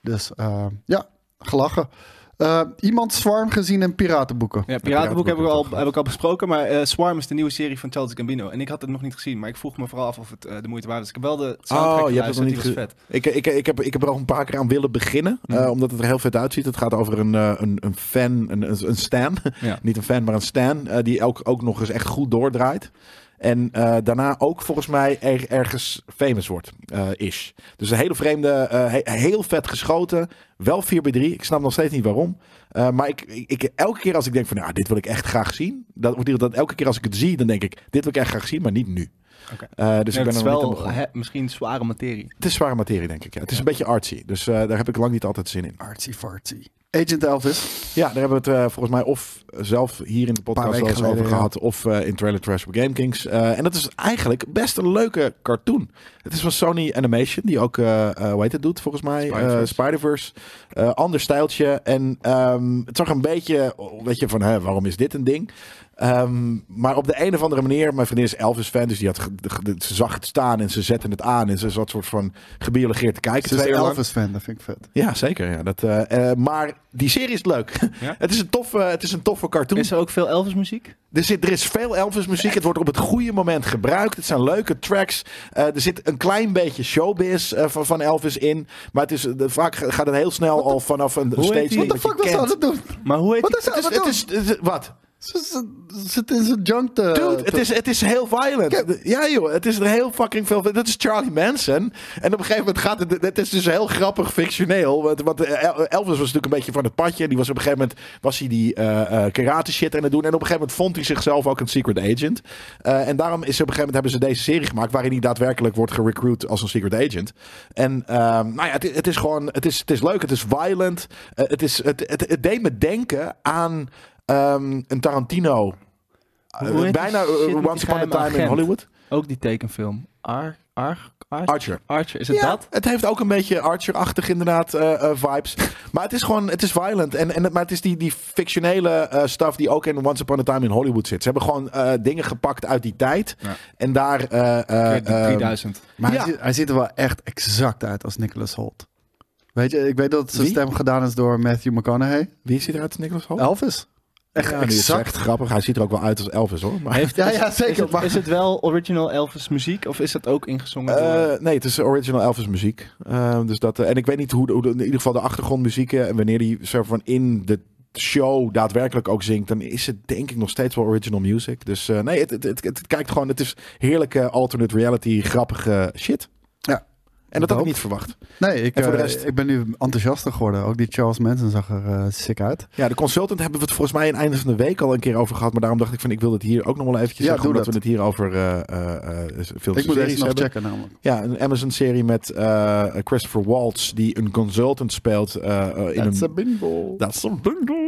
D: Dus eh, ja, gelachen. Eh, iemand Swarm gezien in Piratenboeken.
C: Ja, Piratenboek heb ik, al,
B: Piratenboek
C: heb ik al besproken, maar eh, Swarm is de nieuwe serie van Charles Gambino. En ik had het nog niet gezien, maar ik vroeg me vooral af of het eh, de moeite waard was. Ik heb wel de soundtrack
B: Oh, je hebt het nog
C: geluisterd,
B: niet
C: die was
B: gezien. Ik,
C: vet.
B: eh, ik, ik, heb, ik heb er al een paar keer aan willen beginnen. eh,
C: Mhm.
B: omdat het er heel vet uitziet. Het gaat over een, eh, een, een fan, een, een een stan.
C: Ja.
B: Niet een fan, maar een stan. eh, die ook, ook nog eens echt goed doordraait. En eh, daarna ook volgens mij er- ergens famous wordt. eh, is. Dus een hele vreemde, eh, he- heel vet geschoten. Wel 4 bij 3 Ik snap nog steeds niet waarom. Eh, maar ik, ik, ik- elke keer als ik denk van nou, dit wil ik echt graag zien. Dat, of in ieder geval dat elke keer als ik het zie, dan denk ik, dit wil ik echt graag zien, maar niet nu.
C: Oké.
B: Eh, dus
C: Nee,
B: ik ben er
C: het is
B: nog niet aan
C: wel
B: begonnen.
C: hè, misschien zware materie.
B: Het is zware materie, denk ik. Ja. Het is een beetje artsy, dus eh, daar heb ik lang niet altijd zin in.
D: Artsy fartsy. Agent Elvis.
B: Ja, daar hebben we het eh, volgens mij of zelf hier in de podcast
D: Paar
B: al
D: weken
B: eens over
D: geleden, ja.
B: gehad, of eh, in Trailer Trash op Game Kings. Eh, en dat is eigenlijk best een leuke cartoon. Het is van Sony Animation, die ook, eh eh, hoe heet het, doet volgens mij?
D: Spider-Verse.
B: Eh, Spider-Verse. Eh, ander stijltje. En ehm, het zag een beetje, oh, weet je, van hè, waarom is dit een ding? Ehm, maar op de een of andere manier, mijn vriendin is Elvis-fan, dus die had, ge- de- ze zag het staan en ze zette het aan en ze zat soort van gebiologeerd te kijken.
D: Ze is
B: twee uur lang.
D: Elvis fan, dat vind ik vet.
B: Ja, zeker. Ja. Dat, eh, eh, maar die serie is leuk.
C: Ja?
B: het, is een toffe, het is een toffe cartoon.
C: Is er ook veel Elvis muziek?
B: Er, zit, er is veel Elvis muziek. Het wordt op het goede moment gebruikt. Het zijn leuke tracks. Eh, er zit een klein beetje showbiz eh, van, van Elvis in. Maar het is, de- vaak gaat het heel snel al vanaf een
C: heet
B: stage.
C: die-
B: ding
D: What
B: dat
D: the
B: je
D: fuck was ze
B: kent.
D: aan het doen?
C: Maar hoe heet
D: Wat
C: die-
D: is ze aan
B: Het is,
D: het
B: het
D: doen?
B: is, het is- wat?
D: Ze ze- ze zit in zijn junk te...
B: Dude, het
D: eh, te-
B: is, het is heel violent.
D: Kijk.
B: Ja joh, het is er heel fucking veel. Dat is Charlie Manson. En op een gegeven moment gaat het... Het is dus heel grappig fictioneel. Want, want El- Elvis was natuurlijk een beetje van het padje. Die was op een gegeven moment... Was hij die eh, eh, karate shit aan het doen. En op een gegeven moment vond hij zichzelf ook een secret agent. Eh, en daarom is op een gegeven moment hebben ze deze serie gemaakt... waarin hij daadwerkelijk wordt gerecruit als een secret agent. En ehm, nou ja, het, het is gewoon... Het is, het is leuk, het is violent. Eh, het, is, het, het, het deed me denken aan ehm, een Tarantino... Eh,
C: Hoe heet die
B: bijna eh,
C: shit met die
B: Once Upon a
C: geheime
B: Time in
C: agent?
B: Hollywood.
C: Ook die tekenfilm. Ar, Ar, Ar-
B: Archer.
C: Archer, is het
B: ja,
C: dat?
B: Het heeft ook een beetje Archer-achtig inderdaad eh, eh, vibes. Maar het is gewoon, het is violent. En, en, het- maar het is die, die fictionele eh, stuff die ook in Once Upon a Time in Hollywood zit. Ze hebben gewoon eh, dingen gepakt uit die tijd.
C: Ja.
B: En daar... eh, eh,
C: Die
B: eh,
C: 3000.
D: Maar
B: Ja.
D: hij, ziet, hij ziet er wel echt exact uit als Nicholas Holt. Weet je, ik weet dat zijn
B: Wie?
D: stem gedaan is door Matthew McConaughey.
B: wie ziet eruit als Nicholas
C: Oh,
B: Holt?
D: Oh. Elvis. Echt
B: Ja, die is echt
D: exact.
B: grappig. Hij ziet er ook wel uit als Elvis hoor. Maar,
C: Heeft-
D: Ja, ja,
C: is-
D: zeker,
C: Is het,
D: maar-
C: is het wel original Elvis muziek of is het ook ingezongen? door-
B: Eh, nee, het is original Elvis muziek. Eh, dus dat, eh, en ik weet niet hoe, de- hoe de- in ieder geval de achtergrondmuziek eh, en wanneer die soort van in de show daadwerkelijk ook zingt, dan is het denk ik nog steeds wel original music. Dus eh, nee, het, het, het, het kijkt gewoon, het is heerlijke alternate reality, grappige shit.
D: Ja.
B: En dat had ik
D: Dope.
B: niet verwacht.
D: Nee, ik,
B: En voor de
D: eh,
B: rest?
D: ik ben nu enthousiaster geworden. Ook die Charles Manson zag er eh, sick uit.
B: Ja, de consultant hebben we het volgens mij in het einde van de week al een keer over gehad, maar daarom dacht ik van ik wil het hier ook nog wel eventjes
D: Ja,
B: zeggen,
D: doe
B: omdat
D: dat.
B: we het hier over eh eh, eh, films
D: Ik
B: en
D: moet
B: series
D: deze nog
B: hebben.
D: checken namelijk.
B: Ja, een Amazon-serie met eh, Christopher Waltz, die een consultant speelt eh, eh, in een
D: bingo.
B: Dat is een bundel.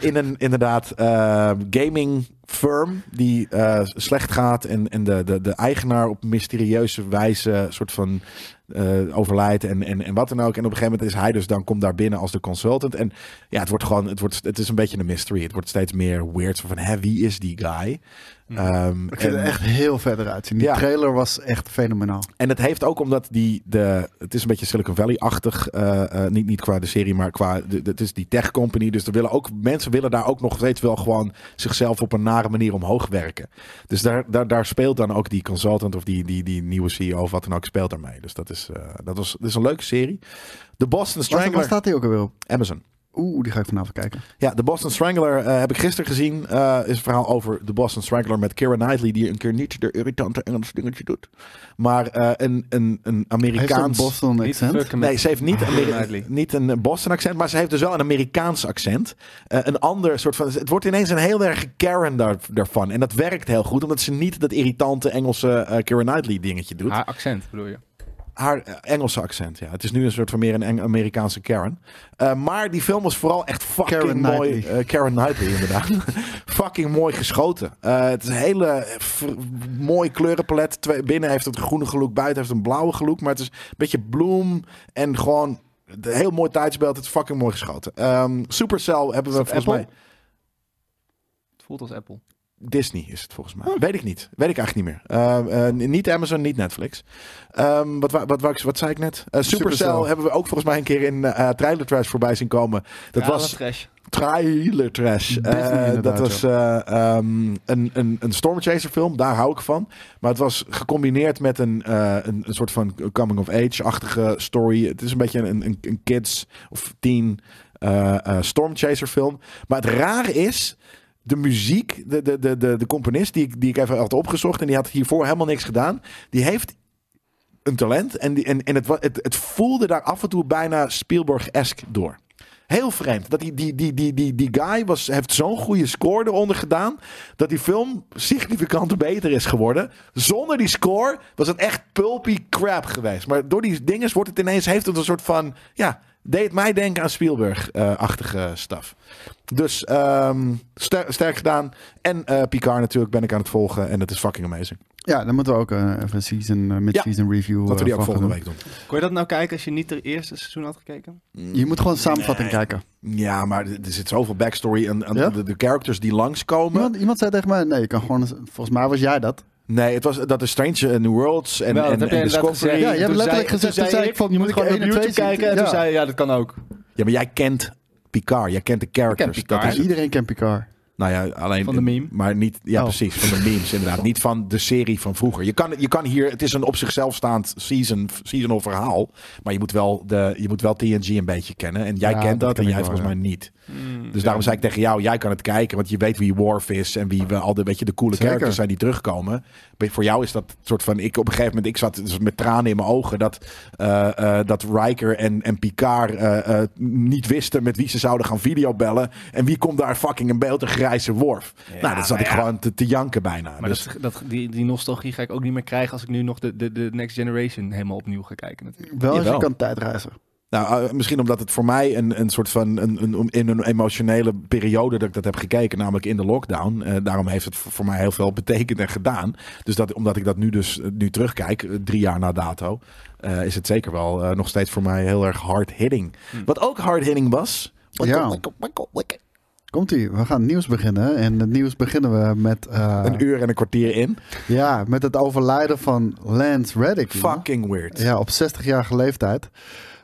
B: in een inderdaad eh, gaming firm die eh, slecht gaat en, en de, de, de eigenaar op mysterieuze wijze soort van eh, overlijdt en, en, en wat dan ook. En op een gegeven moment is hij dus dan komt daar binnen als de consultant. En ja, het wordt gewoon, het, wordt, het is een beetje een mystery. Het wordt steeds meer weird. Zo Van, hè, wie is die guy? Ehm,
D: Hmm. Ik vind
B: en-
D: er echt heel verder uitzien. Die
B: Ja.
D: trailer was echt fenomenaal.
B: en dat heeft ook omdat die, de, het is een beetje Silicon Valley-achtig, eh, eh, niet, niet qua de serie, maar qua, de, de- het is die tech company, dus er willen ook, mensen willen daar ook nog steeds wel gewoon zichzelf op een nare manier omhoog werken. Dus daar, daar, daar speelt dan ook die consultant of die, die, die nieuwe CEO of wat dan ook speelt daarmee. Dus dat is, eh, dat was, dat is een leuke serie. De Boston
D: Waar, waar
B: Strangler,
D: staat die ook alweer op?
B: Amazon.
D: Oeh, die ga ik vanavond kijken.
B: Ja, de Boston Strangler eh, heb ik gisteren gezien. Eh, is een verhaal over de Boston Strangler met Keira Knightley... die een keer niet de irritante Engels dingetje doet. Maar eh, een, een, een
D: Heeft ze een
B: Amerikaans...
D: Boston
C: Niet
D: accent?
C: fucken met-
B: Nee, ze heeft niet, Ameri-
C: Knightley.
B: niet een eh, Boston accent, maar ze heeft dus wel een Amerikaans accent. Eh, een ander soort van. Het wordt ineens een heel erg Karen daar, daarvan. En dat werkt heel goed, omdat ze niet dat irritante Engelse eh Karen Knightley dingetje doet.
C: Haar accent bedoel je?
B: Haar eh, Engelse accent, ja. Het is nu een soort van meer een Eng- Amerikaanse Karen. Eh, maar die film was vooral echt fucking
D: Karen
B: mooi.
D: Knightley.
B: eh, Karen Knightley, inderdaad. fucking mooi geschoten. Eh, het is een hele v- mooi kleurenpalet. Twee, binnen heeft het een groene geloek, buiten heeft het een blauwe geloek. Maar het is een beetje bloem en gewoon een heel mooi tijdsbeeld. Het is fucking mooi geschoten. Ehm, Supercell hebben we
C: dat
B: volgens mij...
C: Apple? Het voelt als Apple.
B: Disney is het volgens mij. Weet ik niet. Weet ik eigenlijk niet meer. Eh, eh, niet Amazon, niet Netflix. Ehm, wat, wa- wat, wat, wat zei ik net? Eh, Supercell,
D: Supercell.
B: hebben we ook volgens mij een keer in eh Trailer Trash voorbij zien komen. Dat
C: Ja,
B: was
C: trash.
B: Trailer Trash. Eh,
D: Disney inderdaad,
B: dat
D: ja.
B: was eh, ehm, een, een, een Stormchaser film. Daar hou ik van. Maar het was gecombineerd met een, eh, een, een soort van coming-of-age-achtige story. Het is een beetje een, een, een kids of teen eh, eh, Stormchaser film. Maar het rare is, de muziek, de, de, de, de, de componist die ik, die ik even had opgezocht... en die had hiervoor helemaal niks gedaan... die heeft een talent en, die, en, en het, wa- het, het voelde daar af en toe bijna Spielberg-esk door. Heel vreemd. Dat die, die, die, die, die, die guy was, heeft zo'n goede score eronder gedaan. Dat die film significant beter is geworden. Zonder die score was het echt pulpy crap geweest. Maar door die dinges wordt het ineens, heeft het een soort van. Ja, deed mij denken aan Spielberg-achtige staf. Dus ehm, ster- sterk gedaan. En eh Picard natuurlijk ben ik aan het volgen. En het is fucking amazing.
D: Ja, dan moeten we ook eh, even een season, eh, mid-season review
B: Dat we
D: eh,
B: die ook
D: van gaan
B: volgende
D: doen.
B: week doen.
C: Kon je dat nou kijken als je niet de eerste seizoen had gekeken?
D: Je moet gewoon een samenvatting kijken.
B: Ja, maar er er zit zoveel backstory aan, aan
D: Ja?
B: de, de characters die langskomen.
D: Iemand, iemand zei tegen mij, nee, je kan gewoon... Volgens mij was jij
B: Ah,
D: dat.
B: Nee, het was dat is Strange New Worlds en,
C: Wel, dat
B: en,
C: heb
B: en
C: jij inderdaad
B: Discovery. Dus-
D: Ja,
B: Ja,
D: je hebt
C: Toen
D: letterlijk
C: zei-
D: gezegd,
C: toen
D: toen
C: zei
D: zei ik van, je moet
C: moet ik
D: gewoon
C: gewoon op
D: één en
C: YouTube
D: twee
C: kijken? En
D: zien.
C: toen
D: Ja.
C: zei je, ja, dat kan ook.
B: maar jij kent Picard, jij kent de characters.
C: Ik ken
B: Dat
C: Picard.
B: is
D: Ja,
B: het.
D: Dus iedereen kent Picard.
B: Nou ja, alleen
C: Van de meme.
B: Maar niet, ja,
D: Oh.
B: precies, van de memes inderdaad. Niet van de serie van vroeger. Je kan, je kan hier, het is een op zichzelf staand season, seasonal verhaal. Maar je moet wel, de, je moet wel TNG een beetje kennen. En jij
D: Ja,
B: kent
D: dat
B: dat,
D: ken
B: en
D: ik
B: jij
D: wel,
B: volgens
D: ja.
B: mij niet.
C: Hmm.
B: dus daarom zei ik tegen jou, jij kan het kijken, want je weet wie Worf is en wie we al de, weet je, de coole
D: Zeker.
B: characters zijn die terugkomen. Maar voor jou is dat soort van, ik op een gegeven moment, ik zat dus met tranen in mijn ogen dat, eh, eh, dat Riker en, en Picard eh, eh, niet wisten met wie ze zouden gaan videobellen en wie komt daar fucking in beeld, een grijze Worf. nou, dat zat
C: maar
B: ik
C: ja.
B: gewoon te, te janken bijna.
C: Maar
B: dus,
C: dat, dat, die, die nostalgie ga ik ook niet meer krijgen als ik nu nog de, de, de Next Generation helemaal opnieuw ga kijken. Natuurlijk.
D: Wel als je
B: Jawel.
D: kan tijdreizen.
B: Nou, eh, misschien omdat het voor mij een, een soort van een, een, in een emotionele periode dat ik dat heb gekeken, namelijk in de lockdown. eh, daarom heeft het voor voor mij heel veel betekend en gedaan. Dus dat, omdat ik dat nu dus eh, nu terugkijk, eh, drie jaar na dato, eh, is het zeker wel eh, nog steeds voor mij heel erg hard hitting. Wat ook hard hitting was.
D: Ja. Komt-ie, we gaan het nieuws beginnen. En het nieuws beginnen we met, eh,
B: Een uur en een kwartier in.
D: ja, met het overlijden van Lance Reddick. jongen.
B: Fucking weird.
D: Ja, op 60-jarige leeftijd.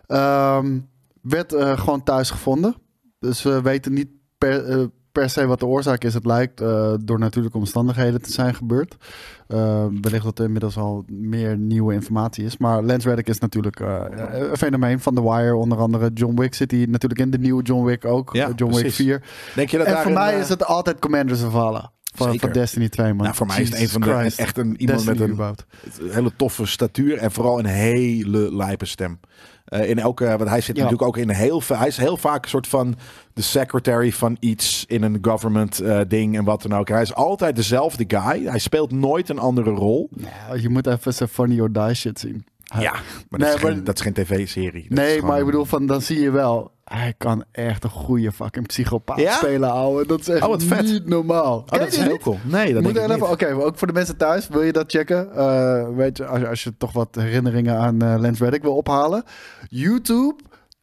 D: Ehm, werd eh, gewoon thuis gevonden. Dus we weten niet per, eh, per se wat de oorzaak is. Het lijkt eh, door natuurlijke omstandigheden te zijn gebeurd. Eh, wellicht dat er inmiddels al meer nieuwe informatie is. Maar Lance Reddick is natuurlijk eh, een fenomeen van The Wire. Onder andere John Wick zit hij natuurlijk in de nieuwe John Wick ook.
B: Ja,
D: eh, John Wick
B: precies.
D: 4.
B: Denk je dat
D: En
B: daar
D: voor
B: een,
D: mij
B: eh,
D: is het altijd Commanders of Valhalla. Van,
B: Zeker.
D: van Destiny 2, man.
B: Nou, voor mij is het een
D: Jesus
B: van de
D: Christ.
B: echt een iemand
D: Destiny
B: met een
D: überhaupt.
B: Een hele toffe statuur en vooral een hele lijpe stem. Eh, in elke, want hij zit
D: Ja.
B: natuurlijk ook in heel veel. Hij is heel vaak een soort van de secretary van iets in een government eh, ding en wat dan ook. Hij is altijd dezelfde guy. Hij speelt nooit een andere rol.
D: Nou, je moet even zijn Funny or Die shit zien. Hij-
B: Ja, maar,
D: Nee,
B: dat, is geen,
D: maar-
B: dat is geen tv-serie. Dat is
D: Nee,
B: gewoon-
D: maar ik bedoel, van, dan zie je wel. Hij kan echt een goede fucking psychopaat
B: Ja?
D: spelen, ouwe. Dat is echt
B: Oh, wat vet.
D: niet normaal.
B: Oh, dat is heel cool. Nee, dat
D: Moet
B: denk
D: je
B: ik
D: heel even,
B: niet.
D: oké, maar ook voor de mensen thuis, wil je dat checken? Eh, weet je, als, je- als je toch wat herinneringen aan eh Lance Reddick wil ophalen. YouTube,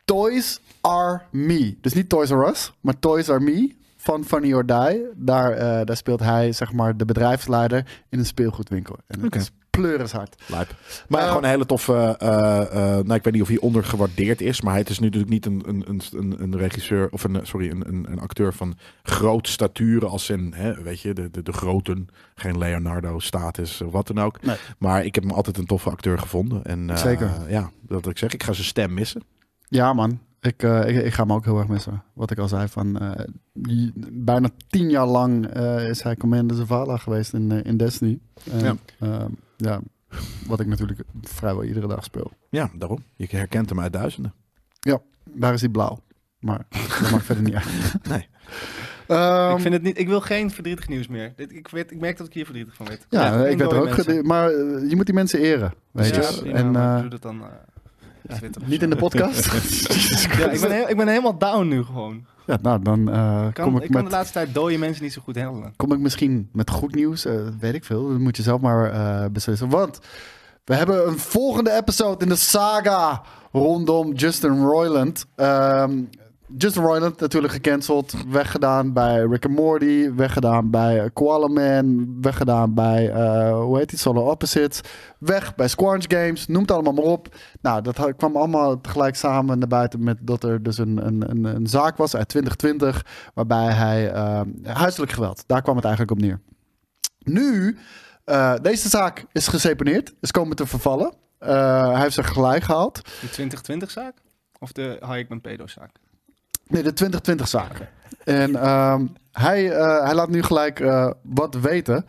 D: Toys Are Me. Dus niet Toys R Us, maar Toys Are Me van Funny or Die. Daar, eh, daar speelt hij, zeg maar, de bedrijfsleider in een speelgoedwinkel. En het
B: Oké.
D: is pleurishard.
B: Lijp. Maar
D: Eh,
B: gewoon een hele toffe. eh, eh, nou, ik weet niet of hij ondergewaardeerd is. Maar hij het is nu natuurlijk niet een, een, een- een, een regisseur. Of een, eh, sorry, een, een, een acteur van groot statuur. Als in, hè, weet je, de, de, de groten. Geen Leonardo status, eh, wat dan ook.
D: Nee.
B: Maar ik heb hem altijd een toffe acteur gevonden. En, eh,
D: Zeker.
B: Ja, dat wat ik zeg. Ik ga zijn stem missen.
D: Ja, man. Ik, eh, ik, ik ga hem ook heel erg missen. Wat ik al zei, van eh, j- bijna tien jaar lang eh, is hij Commander Zavala geweest in, eh, in Destiny. En,
B: Ja.
D: eh, ja, wat ik natuurlijk vrijwel iedere dag speel.
B: Ja, daarom. Je herkent hem uit duizenden.
D: Daar is hij blauw. Maar dat maakt verder niet uit.
B: Nee.
D: Ehm,
C: ik, vind het niet, ik wil geen verdrietig nieuws meer. Dit, ik, weet, ik merk dat ik hier verdrietig van werd.
D: ja,
C: vind
D: ik werd er
C: dode
D: ook...
C: mensen.
D: gede- Maar eh, je moet die mensen eren, weet
C: Ja,
D: je.
C: prima,
D: en
C: maar
D: eh,
C: doe dat dan. eh, op Twitter of
D: niet
C: zo.
D: in de podcast.
C: Ja, ik, ben heel- ik ben helemaal down nu gewoon.
D: ja, nou, dan eh,
C: Ik kan,
D: kom
C: ik
D: ik,
C: kan
D: met...
C: de laatste tijd dode mensen niet zo goed handelen.
D: kom ik misschien met goed nieuws? Eh, weet ik veel. Dat moet je zelf maar eh, beslissen. Want we hebben een volgende episode in de saga rondom Justin Roiland. Ehm, Justin Roiland natuurlijk gecanceld. Weggedaan bij Rick and Morty. Weggedaan bij eh, Koala Man. Weggedaan bij, eh, hoe heet die, Solo Opposites. Weg bij Squanch Games. Noem het allemaal maar op. Nou, dat ha- kwam allemaal tegelijk samen naar buiten met dat er dus een, een, een, een zaak was uit 2020. Waarbij hij, ehm, huiselijk geweld, daar kwam het eigenlijk op neer. Nu, eh, deze zaak is geseponeerd, is komen te vervallen. Eh, hij heeft zich gelijk gehaald.
C: De 2020-zaak? Of de Hayek pedo-zaak?
D: Nee, de 2020 zaak. En ehm, hij, eh, hij laat nu gelijk eh, wat weten.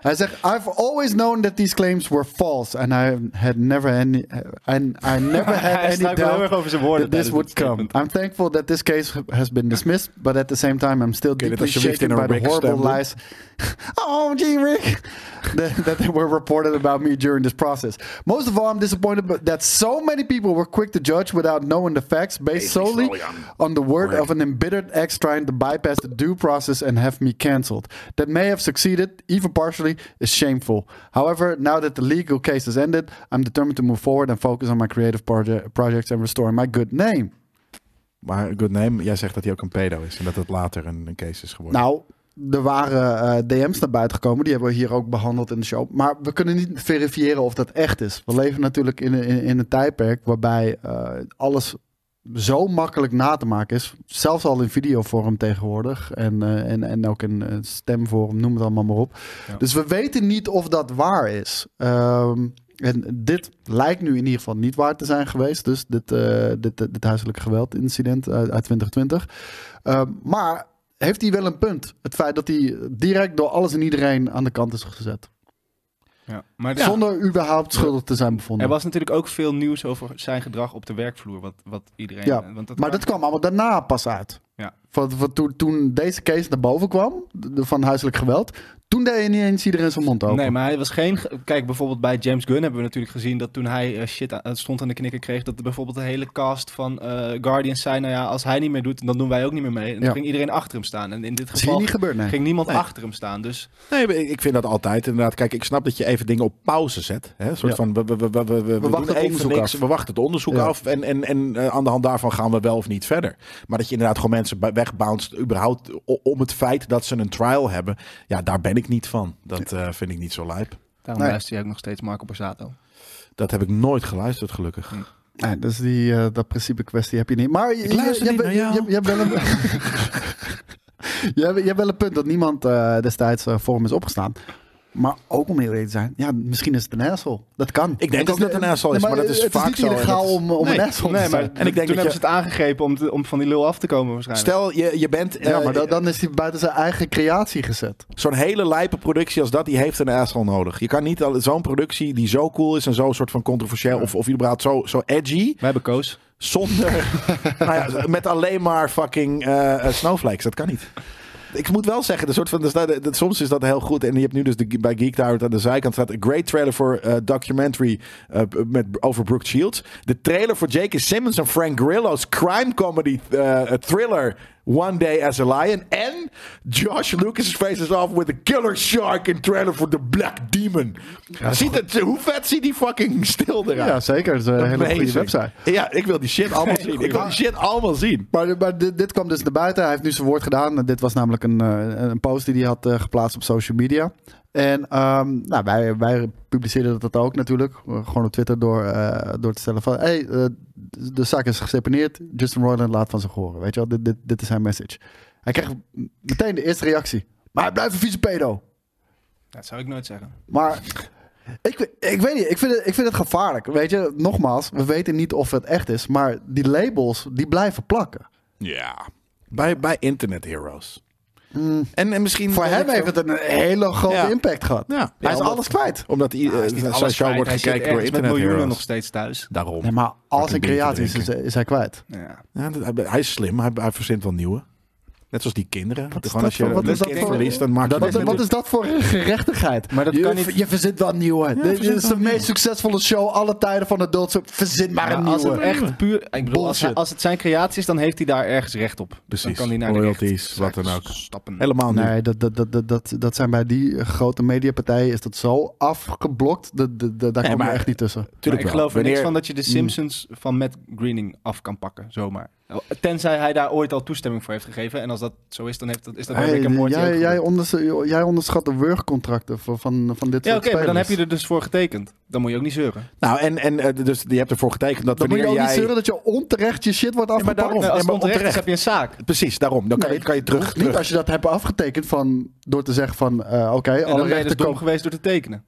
D: Hij zegt, I've always known that these claims were false. And I had never any, and I never had
C: Hij
D: any
C: struikelt heel
D: doubt
C: erg over zijn woorden.
D: that
C: tijdens
D: this would
C: dit
D: come.
C: statement.
D: I'm thankful that this case has been dismissed, but at the same time, I'm still
B: Kun je dit
D: deeply
B: alsjeblieft
D: shaken
B: in
D: by
B: een
D: the
B: Rick
D: horrible
B: stem doen?
D: lies. oh, gee, Rick, that, that they were reported about me during this process. Most of all, I'm disappointed but that so many people were quick to judge without knowing the facts, based solely on the word of an embittered ex trying to bypass the due process and have me cancelled. That may have succeeded, even partially, is shameful. However, now that the legal case has ended, I'm determined to move forward and focus on my creative proje- projects and restoring my good name.
B: Maar good name, jij zegt dat hij ook een pedo is. En dat het later een, een case is geworden.
D: Nou, er waren eh, DM's naar buiten gekomen. Die hebben we hier ook behandeld in de show. Maar we kunnen niet verifiëren of dat echt is. We leven natuurlijk in, een- in, in een tijdperk waarbij eh, alles zo makkelijk na te maken is. Zelfs al in videovorm tegenwoordig. En, eh, en, en ook in eh, stemvorm, noem het allemaal maar op. Dus we weten niet of dat waar is. Ehm, En dit lijkt nu in ieder geval niet waar te zijn geweest. Dus dit, eh dit, dit, dit huiselijk geweldincident uit, uit 2020. Eh, maar heeft hij wel een punt? Het feit dat hij direct door alles en iedereen aan de kant is gezet.
C: Ja. Maar de-
D: Zonder überhaupt schuldig te zijn bevonden.
C: Er was natuurlijk ook veel nieuws over zijn gedrag op de werkvloer. Wat, wat iedereen.
D: Ja,
C: want dat
D: maar
C: kwam-
D: dat kwam allemaal daarna pas uit.
C: Ja.
D: Van, van toen, toen deze case naar boven kwam, de- van huiselijk geweld, toen deed je niet eens iedereen zijn mond open.
C: Nee, maar hij was geen. ge- Kijk, bijvoorbeeld bij James Gunn hebben we natuurlijk gezien dat toen hij eh, shit aan- eh, stond aan de knikker kreeg, dat bijvoorbeeld de hele cast van eh, Guardians zei: Nou ja, als hij niet meer doet, dan doen wij ook niet meer mee. En
D: Ja.
C: toen ging iedereen achter hem staan. En in dit
D: dat is hier
C: geval
D: niet gebeurd, nee.
C: ging niemand
B: Nee.
C: achter hem staan. Dus
B: Nee, maar ik ik vind dat altijd inderdaad. Kijk, ik snap dat je even dingen op pauze zet. Hè? Een soort
D: Ja.
B: van, we, we, we, we, we, we
D: wachten
B: doen
D: het
B: even
D: onderzoek
B: niks.
D: af.
B: We wachten het onderzoek
D: Ja.
B: af. En, en, en eh, aan de hand daarvan gaan we wel of niet verder. Maar dat je inderdaad gewoon mensen bij- wegbounced. überhaupt o- om het feit dat ze een trial hebben. Ja, daar ben ik niet van. Dat eh, vind ik niet zo lijp.
C: daarom
D: Nee.
C: luister je ook nog steeds Marco Borsato.
B: Dat heb ik nooit geluisterd, gelukkig.
D: Nee, dus die, eh, dat principe kwestie heb je niet. Maar je, je,
B: luister
D: je
B: niet
D: hebt-
B: naar jou.
D: je- je hebt wel een... Je hebt, je hebt wel een punt dat niemand eh, destijds eh, voor hem is opgestaan. Maar ook om heel eerlijk te zijn, ja, misschien is het een asshole. Dat kan.
B: Ik denk
D: Het
B: ook dat het een asshole is,
D: Nee, eh,
B: maar dat is
D: het
B: vaak
D: niet
B: zo en dat
D: illegaal
B: is-
D: om, om
B: Nee,
D: een asshole
C: Nee,
D: te
C: maar
D: zijn.
B: En ik denk
C: toen
B: dat
C: hebben
B: je-
C: ze het aangegrepen om, te- om van die lul af te komen waarschijnlijk.
B: Stel, je, je bent
D: Ja,
B: eh,
D: maar dan- dan is hij buiten zijn eigen creatie gezet.
B: zo'n hele lijpe productie als dat, die heeft een asshole nodig. Je kan niet al- zo'n productie die zo cool is en zo soort van controversieel of, of überhaupt zo, zo edgy,
C: Wij hebben Koos.
B: zonder, nou ja, met alleen maar fucking eh, eh, snowflakes. Dat kan niet. Ik moet wel zeggen, de soort van, dus dat, dat- soms is dat heel goed. En je hebt nu dus de, bij Geek Tower aan de zijkant staat een great trailer voor eh, documentary eh, met, over Brooke Shields. De trailer voor J.K. Simmons en Frank Grillo's crime comedy eh, thriller One Day as a Lion. En Josh Lucas faces off with a killer shark in trailer for The Black Demon. ziet het, hoe vet ziet die fucking stil eruit?
D: Ja, zeker. Dat is een Eh, hele goede
B: Amazing.
D: website.
B: Ja, ik wil die shit allemaal zien. Ik wil die shit allemaal zien.
D: Maar, maar dit, dit kwam dus naar buiten. Hij heeft nu zijn woord gedaan. Dit was namelijk een, eh, een post die hij had eh, geplaatst op social media. En ehm, nou, wij, wij publiceerden dat ook natuurlijk. eh, Gewoon op Twitter door, eh, door te stellen van... hey, eh, de zaak is geseponeerd. Justin Roiland laat van zich horen. Weet je wel, dit, dit, dit is zijn message. Hij kreeg meteen de eerste reactie. Maar hij blijft een vieze pedo.
C: Dat zou ik nooit zeggen.
D: Maar ik, ik weet niet, ik vind, het, ik vind het gevaarlijk. Weet je, nogmaals, we weten niet of het echt is. Maar die labels, die blijven plakken.
B: Ja. Bij, bij Internet Heroes. En, en misschien...
D: Mm. Voor hem heeft het een hele grote
B: Ja.
D: impact gehad.
B: Ja. Ja,
D: Hij is
B: omdat-
D: alles kwijt.
B: Omdat i- eh, zijn show
C: Alles kwijt.
B: wordt
C: Hij zit
B: gekeken door
C: ergens met
B: Internet
C: miljoenen
B: Heroes.
C: nog steeds thuis.
B: Daarom.
D: Nee, maar als een
B: een biertje
D: creatie is, is, is hij kwijt.
C: Ja.
B: Ja, dat- hij- hij is slim. Hij, hij verzint wel nieuwe. Net zoals die kinderen. Gewoon
D: is dat
B: als je
D: voor- wat
B: een
D: is dat
B: kind
D: voor-
B: verliest, dan maak je...
D: Wat, wat is dat voor gerechtigheid?
C: Maar dat
D: je,
C: kan niet-
D: je verzint wel een nieuwe. Dit
B: verzint
D: is
B: wel
D: de meest succesvolle show alle tijden van Adult Swim. Verzin maar een
C: Maar als het
D: nieuwe.
C: echt puur. Ik bedoel, als, hij-
D: Bullshit.
C: als het zijn creatie is, dan heeft hij daar ergens recht op. Dus Dan
B: Precies.
C: kan hij naar de
B: Royalties,
C: rechtszaak
B: wat dan ook.
C: Stappen.
B: Helemaal niet.
D: Nee, dat, dat, dat, dat- dat, dat zijn bij die grote mediapartijen is dat zo afgeblokt. Dat, dat, dat- daar
B: Nee,
D: kom je
B: maar-
D: echt niet tussen.
B: Tuurlijk
C: Maar ik
B: wel.
C: geloof er niks
B: Wanneer-
C: van dat je de Simpsons van Matt Greening af kan pakken, zomaar. Tenzij hij daar ooit al toestemming voor heeft gegeven. En als dat zo is, dan heeft dat, is dat bij
D: Hey,
C: Rick en Morty ook
D: jij,
C: gebeurd.
D: jij, onders- jij onderschat de wurgcontracten van, van, van dit
C: Ja,
D: soort
C: oké, maar dan
D: spelers.
C: heb je er dus voor getekend. Dan moet je ook niet zeuren.
B: Nou, en, en eh, dus je hebt ervoor getekend dat
D: Dan moet je
B: wanneer
D: ook
B: jij...
D: niet zeuren dat je onterecht je shit wordt
B: maar
D: afgepakt.
B: daarom-
C: Nou,
B: nee,
C: als het
B: maar
C: onterecht is,
B: onterecht.
C: heb je een zaak.
B: Precies, daarom. Dan kan,
D: Nee,
B: je, kan je terug...
D: Niet
B: terug.
D: als je dat hebt afgetekend van, door te zeggen van, eh, oké,
C: En dan
D: alle
C: ben je dus
D: rechten
C: dom
D: komen.
C: geweest door te tekenen.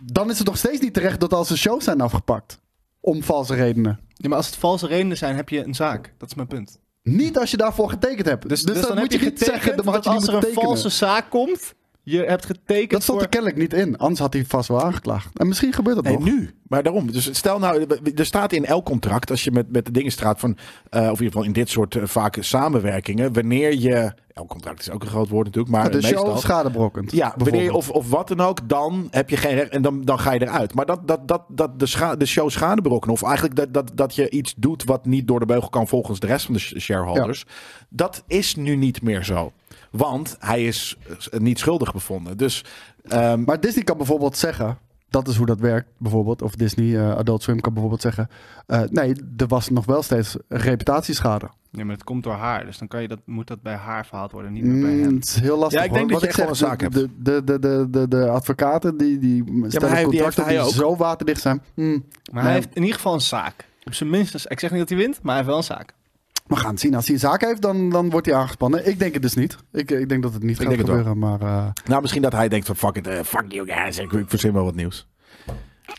D: Dan is het nog steeds niet terecht dat al zijn shows zijn afgepakt. Om valse redenen.
C: Ja, maar als het valse redenen zijn, heb je een zaak. Dat is mijn punt.
D: Niet als je daarvoor getekend hebt. Dus,
C: Dus, dus
D: dan,
C: heb
D: moet je niet
C: getekend
D: zeggen, dan had
C: dat
D: je niet
C: als er
D: moeten
C: een
D: tekenen.
C: valse zaak komt, je hebt getekend
D: Dat stond
C: voor...
D: er kennelijk niet in. Anders had hij vast wel aangeklaagd. En misschien gebeurt dat
B: Nee,
D: nog.
B: nu. Maar daarom. Dus stel nou, er staat in elk contract, als je met, met de dingen straat van, eh, of in ieder geval in dit soort eh, vaak samenwerkingen, wanneer je, elk contract is ook een groot woord natuurlijk, maar
D: Ja, de
B: meestal,
D: show is schadebrokkend.
B: ja, wanneer je,
D: bijvoorbeeld.
B: of, of wat dan ook, dan heb je geen recht en dan, dan ga je eruit. Maar dat, dat, dat, dat de, scha de show schade berokkenen, of eigenlijk dat, dat, dat je iets doet wat niet door de beugel kan volgens de rest van de sh- shareholders, dat is nu niet meer zo. Want hij is eh, niet schuldig bevonden. Dus ehm,
D: Maar Disney kan bijvoorbeeld zeggen. Dat is hoe dat werkt, bijvoorbeeld. Of Disney, eh, Adult Swim kan bijvoorbeeld zeggen. eh, nee, er was nog wel steeds reputatieschade.
C: Nee, maar het komt door haar. Dus dan kan je dat, moet dat bij haar verhaald worden, niet meer bij
D: Mm,
C: hem.
D: het is heel lastig.
B: Ja, ik denk dat
D: hoor. Wat
B: je echt wel
D: zeg,
B: een zaak
D: de, de, de, de, de, de advocaten die, die stellen
B: hij- die
D: contracten
B: heeft hij
D: die,
B: ook.
D: zo waterdicht zijn. Mm,
C: Maar
D: Nee.
C: hij heeft in ieder geval een zaak. Op zijn minst, dus- ik zeg niet dat hij wint, maar hij heeft wel een zaak.
D: we gaan het zien. Als hij een zaak heeft, dan, dan wordt hij aangespannen. Ik denk het dus niet. Ik, ik denk dat het niet gaat
B: denk het wel.
D: gebeuren. maar eh,
B: nou misschien dat hij denkt van fuck it, eh, fuck you guys, ik, ik verzin wel wat nieuws.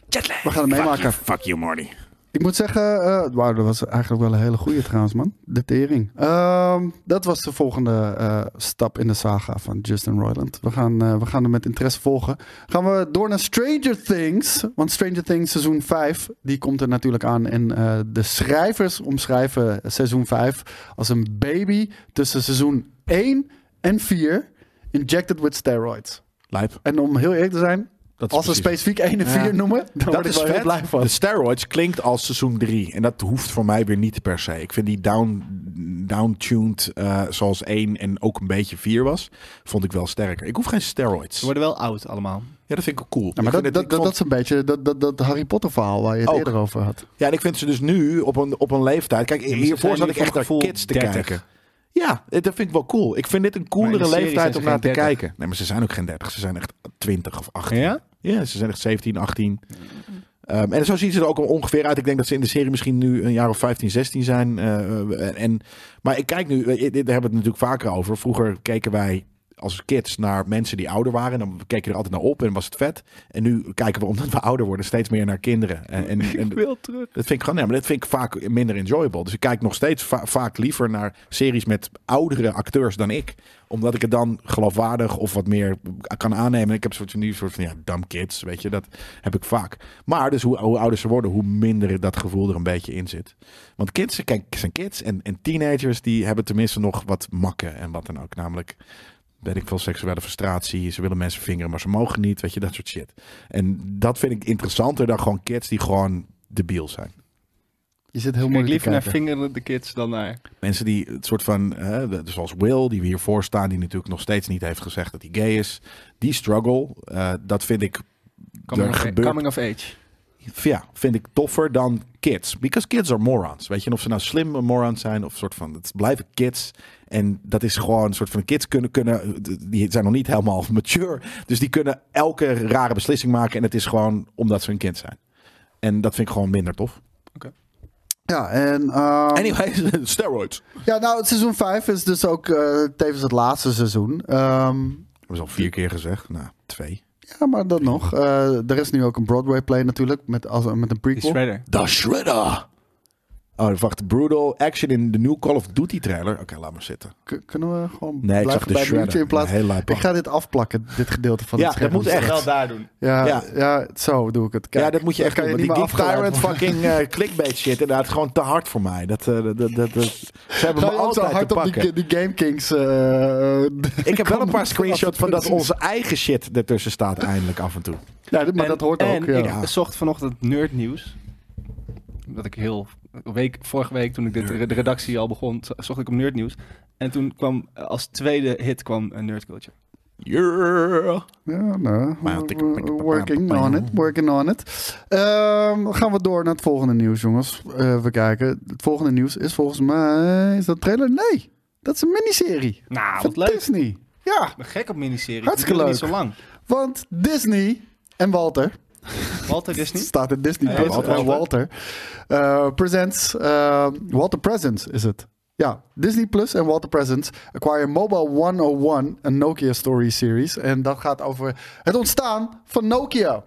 B: Jetlag.
D: We gaan het
B: Fuck
D: meemaken.
B: you, fuck you, Marty.
D: Ik moet zeggen, eh wauw, dat was eigenlijk wel een hele goede trouwens, man. De tering. Ehm, dat was de volgende eh, stap in de saga van Justin Roiland. We gaan, eh, we gaan hem met interesse volgen. Gaan we door naar Stranger Things. Want Stranger Things seizoen 5, die komt er natuurlijk aan. En eh, de schrijvers omschrijven seizoen 5 als een baby tussen seizoen 1 en 4. Injected with steroids.
B: Lijp.
D: En om heel eerlijk te zijn,
B: Dat is
D: als ze
B: precies-
D: specifiek 1 en 4
B: Ja.
D: noemen, dan
B: Dat
D: word ik
B: is
D: wel heel
B: vet.
D: blij van.
B: De steroids klinkt als seizoen 3. En dat hoeft voor mij weer niet per se. Ik vind die down, downtuned eh, zoals 1 en ook een beetje 4 was, vond ik wel sterker. Ik hoef geen steroids.
C: Ze worden wel oud allemaal.
B: Ja, dat vind ik ook cool.
D: Ja, maar
B: Ik
D: dat,
B: vind
D: dat,
B: het-
D: dat,
B: ik vond-
D: dat is een beetje dat, dat, dat Harry Potter verhaal waar je het
B: Ook.
D: eerder over had.
B: Ja, en ik vind ze dus nu op een, op een leeftijd. Kijk,
C: maar ze
B: hiervoor
C: zijn
B: zat
C: nu
B: ik echt
C: voor
B: naar
C: mijn gevoel
B: kids te
C: 30.
B: kijken. Ja, eh, dat vind ik wel cool. Ik vind dit een
C: Maar
B: coolere
C: in de serie zijn
B: leeftijd
C: ze
B: om naar te
C: geen 30.
B: kijken. Nee, maar ze zijn ook geen 30. Ze zijn echt 20 of 18.
C: Ja?
B: Ja, ze zijn echt 17, 18. Ehm, en zo zien ze er ook ongeveer uit. Ik denk dat ze in de serie misschien nu een jaar of 15, 16 zijn. eh, en, maar ik kijk nu, eh, daar hebben we het natuurlijk vaker over. Vroeger keken wij als kids naar mensen die ouder waren. En dan keken we er altijd naar op en was het vet. En nu kijken we, omdat we ouder worden, steeds meer naar kinderen. En, en, en-
C: wil terug.
B: dat vind ik gewoon, nee, maar dat vind ik vaak minder enjoyable. Dus ik kijk nog steeds va- vaak liever naar series met oudere acteurs dan ik. Omdat ik het dan geloofwaardig of wat meer kan aannemen. Ik heb soort van die soort van ja, dumb kids, weet je, dat heb ik vaak. Maar dus hoe, hoe ouder ze worden, hoe minder dat gevoel er een beetje in zit. Want kids kijk, zijn kids en, en teenagers die hebben tenminste nog wat makken en wat dan ook. Namelijk weet ik veel, seksuele frustratie. Ze willen mensen vingeren, maar ze mogen niet. Weet je, dat soort shit. En dat vind ik interessanter dan gewoon kids die gewoon debiel zijn.
D: Je zit heel
C: Ik kijk
D: moeilijk te
C: liever naar
D: kijken.
C: Vinger de Kids dan naar...
B: Mensen die het soort van, hè, de- zoals Will, die we hiervoor staan, die natuurlijk nog steeds niet heeft gezegd dat hij gay is. Die struggle, eh, dat vind ik,
C: Coming,
B: Er
C: of,
B: gebeurt-
C: coming of Age.
B: ja, vind ik toffer dan kids. Because kids are morons. Weet je, en of ze nou slim morons zijn of soort van, het blijven kids. En dat is gewoon een soort van, kids kunnen, kunnen, die zijn nog niet helemaal mature. Dus die kunnen elke rare beslissing maken en het is gewoon omdat ze een kind zijn. En dat vind ik gewoon minder tof.
D: Ja, en, ehm,
B: Anyway, steroids.
D: ja, nou, het seizoen 5 is dus ook eh, tevens het laatste seizoen. Ehm,
B: Dat is al vier keer gezegd. Nou, twee.
D: ja, maar dan nog. eh, er is nu ook een Broadway play natuurlijk, met, als, met een
C: Die
D: prequel.
C: Shredder.
B: The Shredder. Oh, wacht. Brutal action in de nieuwe Call of Duty trailer. Oké, laat maar zitten.
D: K- kunnen we gewoon
B: Nee, ik zag
D: blijven
B: de
D: bij het
B: Shredder.
D: nieuwtje in plaats...
B: Heel lijp.
D: Ik ga dit afplakken, dit gedeelte van
B: Ja,
D: het scherm.
B: dat moet echt.
C: Wel daar doen.
D: Ja,
B: Ja.
D: ja. zo doe ik het. Kijk,
B: ja, dat moet je
D: dan
B: echt
D: kan
B: doen.
D: niet
B: Die Geek
D: meer afgeleid
B: Tyrant
D: worden.
B: fucking eh, clickbait shit. Inderdaad, gewoon te hard voor mij. Dat, eh, dat, dat, dat- dat- ze hebben
D: Ga
B: me
D: je ook zo
B: altijd
D: hard
B: te
D: op
B: pakken.
D: die, die Game Kings... eh,
B: ik heb wel een paar
D: comment
B: screenshots van dat
D: afgevinkt.
B: onze eigen shit ertussen staat eindelijk af en toe.
D: Ja, dit- maar dat hoort
C: en
D: ook. Ja.
B: ja.
C: ik zocht vanochtend nerdnieuws. Dat ik heel... Week, vorige week, toen ik dit, de redactie al begon, zo- zocht ik op nerdnieuws. En toen kwam eh, als tweede hit kwam eh, Nerd Culture.
B: Yeah.
D: Ja, nou,
B: Maar ja, tik-
D: we're
B: tik- tik-
D: working
B: tik-
D: on it, working on it. Ehm, gaan we door naar het volgende nieuws, jongens. Eh, we kijken. Het volgende nieuws is volgens mij... Is dat trailer? Nee, dat is een miniserie.
C: Nou,
D: van
C: wat leuk.
D: Disney. Ja,
C: Ik ben gek op miniseries.
D: Hartstikke
C: Die duren
D: leuk.
C: niet zo
D: want Disney en Walter...
C: lang. Walter Disney.
D: staat in Disney
C: Ja,
D: Plus
B: Walter.
D: en Walter. eh, presents, eh, Walter Presents is het. Ja, Disney Plus en Walter Presents acquire Mobile 101, een Nokia story series. En dat gaat over het ontstaan van Nokia.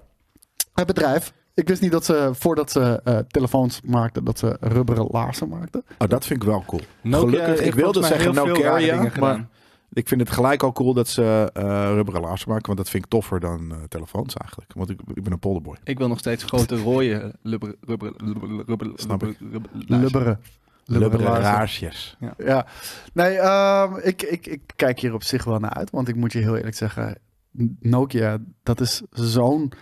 D: Het bedrijf. Ik wist niet dat ze, voordat ze eh, telefoons maakten, dat ze rubberen laarzen maakten.
B: Oh, dat vind ik wel cool.
C: Nokia heeft
B: Gelukkig, ik
C: volgens
B: wilde
C: mij
B: zeggen
C: heel
B: no
C: veel rare dingen
B: carrier, maar
C: gedaan.
B: ik vind het gelijk al cool dat ze eh rubberen laarzen maken, want dat vind ik toffer dan eh, telefoons eigenlijk. Want ik, ik ben een polderboy.
C: Ik wil nog steeds grote rode lubber, rubber, lubber, lubber,
B: Snap ik.
C: lubber- luizen.
D: Lubberen.
B: Lubberen
D: laarzen.
B: laarsjes.
D: Ja, nee, ehm, ik, ik, ik kijk hier op zich wel naar uit. Want ik moet je heel eerlijk zeggen, Nokia, dat is zo'n.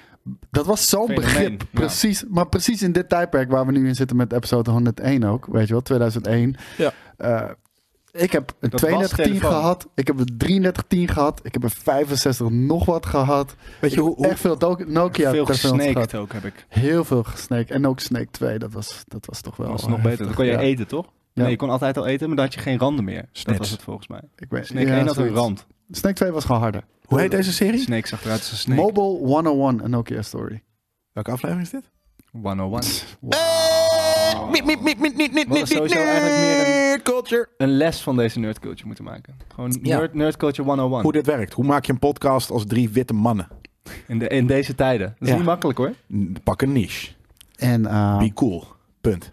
D: Dat was zo'n
C: Fenomeen,
D: begrip.
C: ja.
D: Precies, maar precies in dit tijdperk waar we nu in zitten met episode 101 ook, weet je wel, 2001.
B: Ja.
D: Eh, ik heb een
C: Dat was
D: 3210
C: telefoon.
D: gehad, ik heb een 3310 gehad, ik heb een 65 nog wat gehad.
B: Weet je hoe, hoe,
D: Echt veel do- Nokia
C: Veel
D: telefoons
C: gesnaked
D: gehad.
C: ook heb ik.
D: Heel veel gesnake. En ook Snake 2, dat was, dat was toch wel.
C: Dat was nog
D: eh,
C: beter. Dan kon je
D: ja.
C: eten, toch?
D: Ja.
C: Nee, je kon altijd al eten, maar dan had je geen randen meer. Dat
B: Snacks.
C: was het volgens mij.
D: Ik weet,
C: Snake
D: ja,
C: 1 had een
D: zoiets.
C: rand.
D: Snake 2 was gewoon harder.
B: hoe heet deze serie?
C: Snake zag eruit als een snake.
D: Mobile 101, een Nokia story.
B: Welke aflevering is dit?
C: 101.
B: Niet, niet, niet, niet, niet, niet,
C: Wat is sowieso eigenlijk meer een-
B: culture.
C: Een les van deze nerdculture moeten maken. Gewoon
B: Ja.
C: nerd, nerdculture 101.
B: Hoe dit werkt. Hoe maak je een podcast als drie witte mannen?
C: In, de, in deze tijden. Dat is
B: Ja.
C: niet makkelijk hoor.
B: N- Pak een niche.
D: En eh,
B: Be cool. Punt.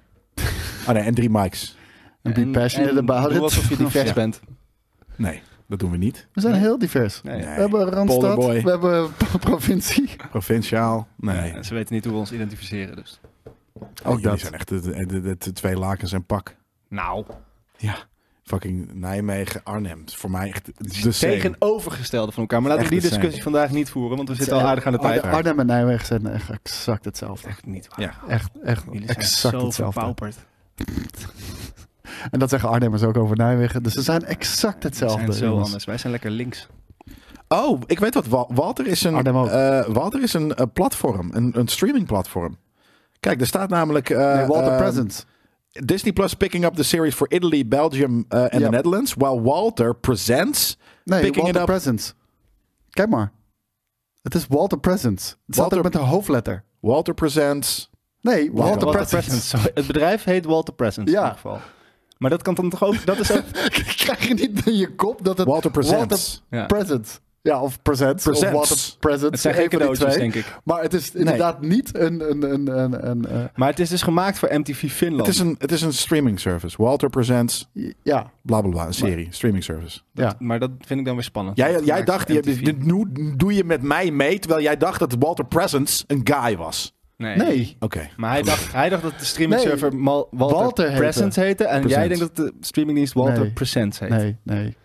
B: Ah nee, en drie mics.
D: And be passionate about it.
C: Doe alsof je divers
B: Ja.
C: bent.
B: Nee, dat doen we niet.
D: we zijn heel divers.
C: Nee.
B: Nee.
D: We hebben Randstad,
B: Polderboy.
D: we hebben provincie.
B: Provinciaal. Nee.
C: Ze weten niet hoe we ons identificeren dus.
B: Oh,
D: Ook
B: jullie
D: dat.
B: zijn echt de, de, de- de- de twee lakens en pak.
C: Nou.
B: Ja. Fucking Nijmegen, Arnhem. Het is Voor mij echt de same.
C: Tegenovergestelde van elkaar. Maar laten we
B: Echt
C: die
B: de same.
C: discussie vandaag niet voeren, want we zitten al aardig aan de tijd.
D: Arnhem, Arnhem en Nijmegen zijn echt exact hetzelfde.
C: Echt niet waar.
B: Ja.
D: Echt, echt
C: Jullie zijn
D: exact
C: zo
D: hetzelfde.
C: verpauperd.
D: En dat zeggen Arnhemmers ook over Nijmegen. Dus ze zijn exact
C: Wij
D: hetzelfde.
C: zijn zo
D: jongens.
C: anders. Wij zijn lekker links.
B: Oh, ik weet wat. Wa- Walter is een,
D: Arnhem ook.
B: eh, Walter is een eh, platform. Een, een streaming platform. Kijk, er staat namelijk... eh,
D: Nee, Walter
B: eh,
D: Presents.
B: Disney Plus picking up the series for Italy, Belgium eh, and
D: Ja.
B: the Netherlands. While Walter presents...
D: Nee,
B: picking
D: Walter
B: it up.
D: Presents. Kijk maar. Het is Walter Presents. Het staat
B: Walter-
D: ook met een hoofdletter.
B: Walter presents...
D: Nee, Walter,
B: Walter
D: Presents.
C: Sorry, Het bedrijf heet Walter Presents
D: Ja.
C: in ieder geval. Maar dat kan dan toch ook... Dat is ook
D: Krijg je niet in je kop dat het
B: Walter Presents.
D: Walter
C: Ja.
D: Presents. Ja, of Presents.
B: Presents.
D: Of Walter Presents.
C: Het zijn
D: Eén
C: geen
D: van die
C: cadeautjes,
D: twee.
C: denk ik.
D: Maar het is inderdaad niet een... een, een, een, een, eh,
C: Maar het is dus gemaakt voor MTV Finland.
B: Het is, een, het is een streaming service. Walter presents...
D: ja,
B: Bla bla bla, een serie. Streaming service.
D: ja.
C: Maar dat vind ik dan weer spannend.
B: Jij,
C: Dat
B: jij
C: gemaakt
B: dacht,
C: voor
B: je,
C: MTV.
B: dit nu doe je met mij mee, terwijl jij dacht dat Walter Presents een guy was.
C: Nee.
D: Nee.
B: Oké.
C: Maar hij dacht, hij dacht dat de streaming
D: Nee.
C: server Mal- Walter,
D: Walter heette.
C: Presents heette. En
B: Presents.
C: jij denkt dat de streamingdienst Walter
D: Nee.
C: Presents heet.
D: Nee, nee.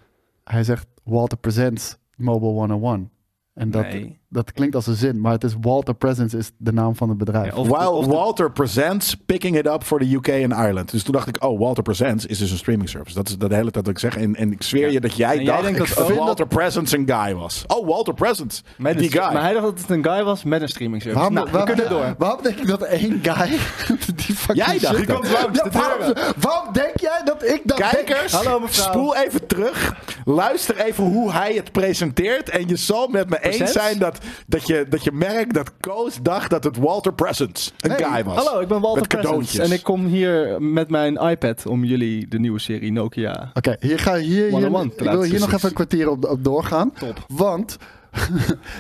D: Hij zegt Walter Presents Mobile 101. En dat,
C: Nee.
D: dat klinkt als een zin, maar het is Walter Presents is de naam van het bedrijf.
C: Ja, of-
B: While
C: de-
B: Walter Presents picking it up for the UK en Ireland. Dus toen dacht ik, oh, Walter Presents is dus een streaming service. Dat is dat de hele tijd dat ik zeg. En, en ik zweer je dat jij
C: En jij
B: dacht
C: denkt
B: ik
C: dat Oh. ook-
B: vind Walter Presents een guy was. Oh, Walter Presents.
C: Met een-
B: die guy.
C: dus- Maar hij dacht dat het een guy was met een streaming service.
D: Waarom,
C: nou, we
D: waarom-
C: kunnen door.
D: waarom denk ik dat één guy die fucking
B: Jij dacht
D: shit
B: dat.
D: had?
B: Die komt langs
D: Ja, waarom, waarom denk jij dat ik dat denk?
B: Kijkers,
C: Hallo, mevrouw.
B: spoel even terug. Luister even hoe hij het presenteert. En je zal met me eens
C: Presents?
B: zijn dat, dat, je, dat je merkt dat Koos dacht dat het Walter Presents een
D: Nee,
B: guy was.
C: Hallo, ik ben Walter
B: Met
C: Presents.
B: cadeautjes.
C: En ik kom hier met mijn iPad om jullie de nieuwe serie Nokia...
D: Oké, hier ga hier, hier,
C: One-on-one
D: ik
C: te
D: wil
C: laten
D: hier nog
B: precies.
D: even een kwartier op, op doorgaan.
C: Top.
D: Want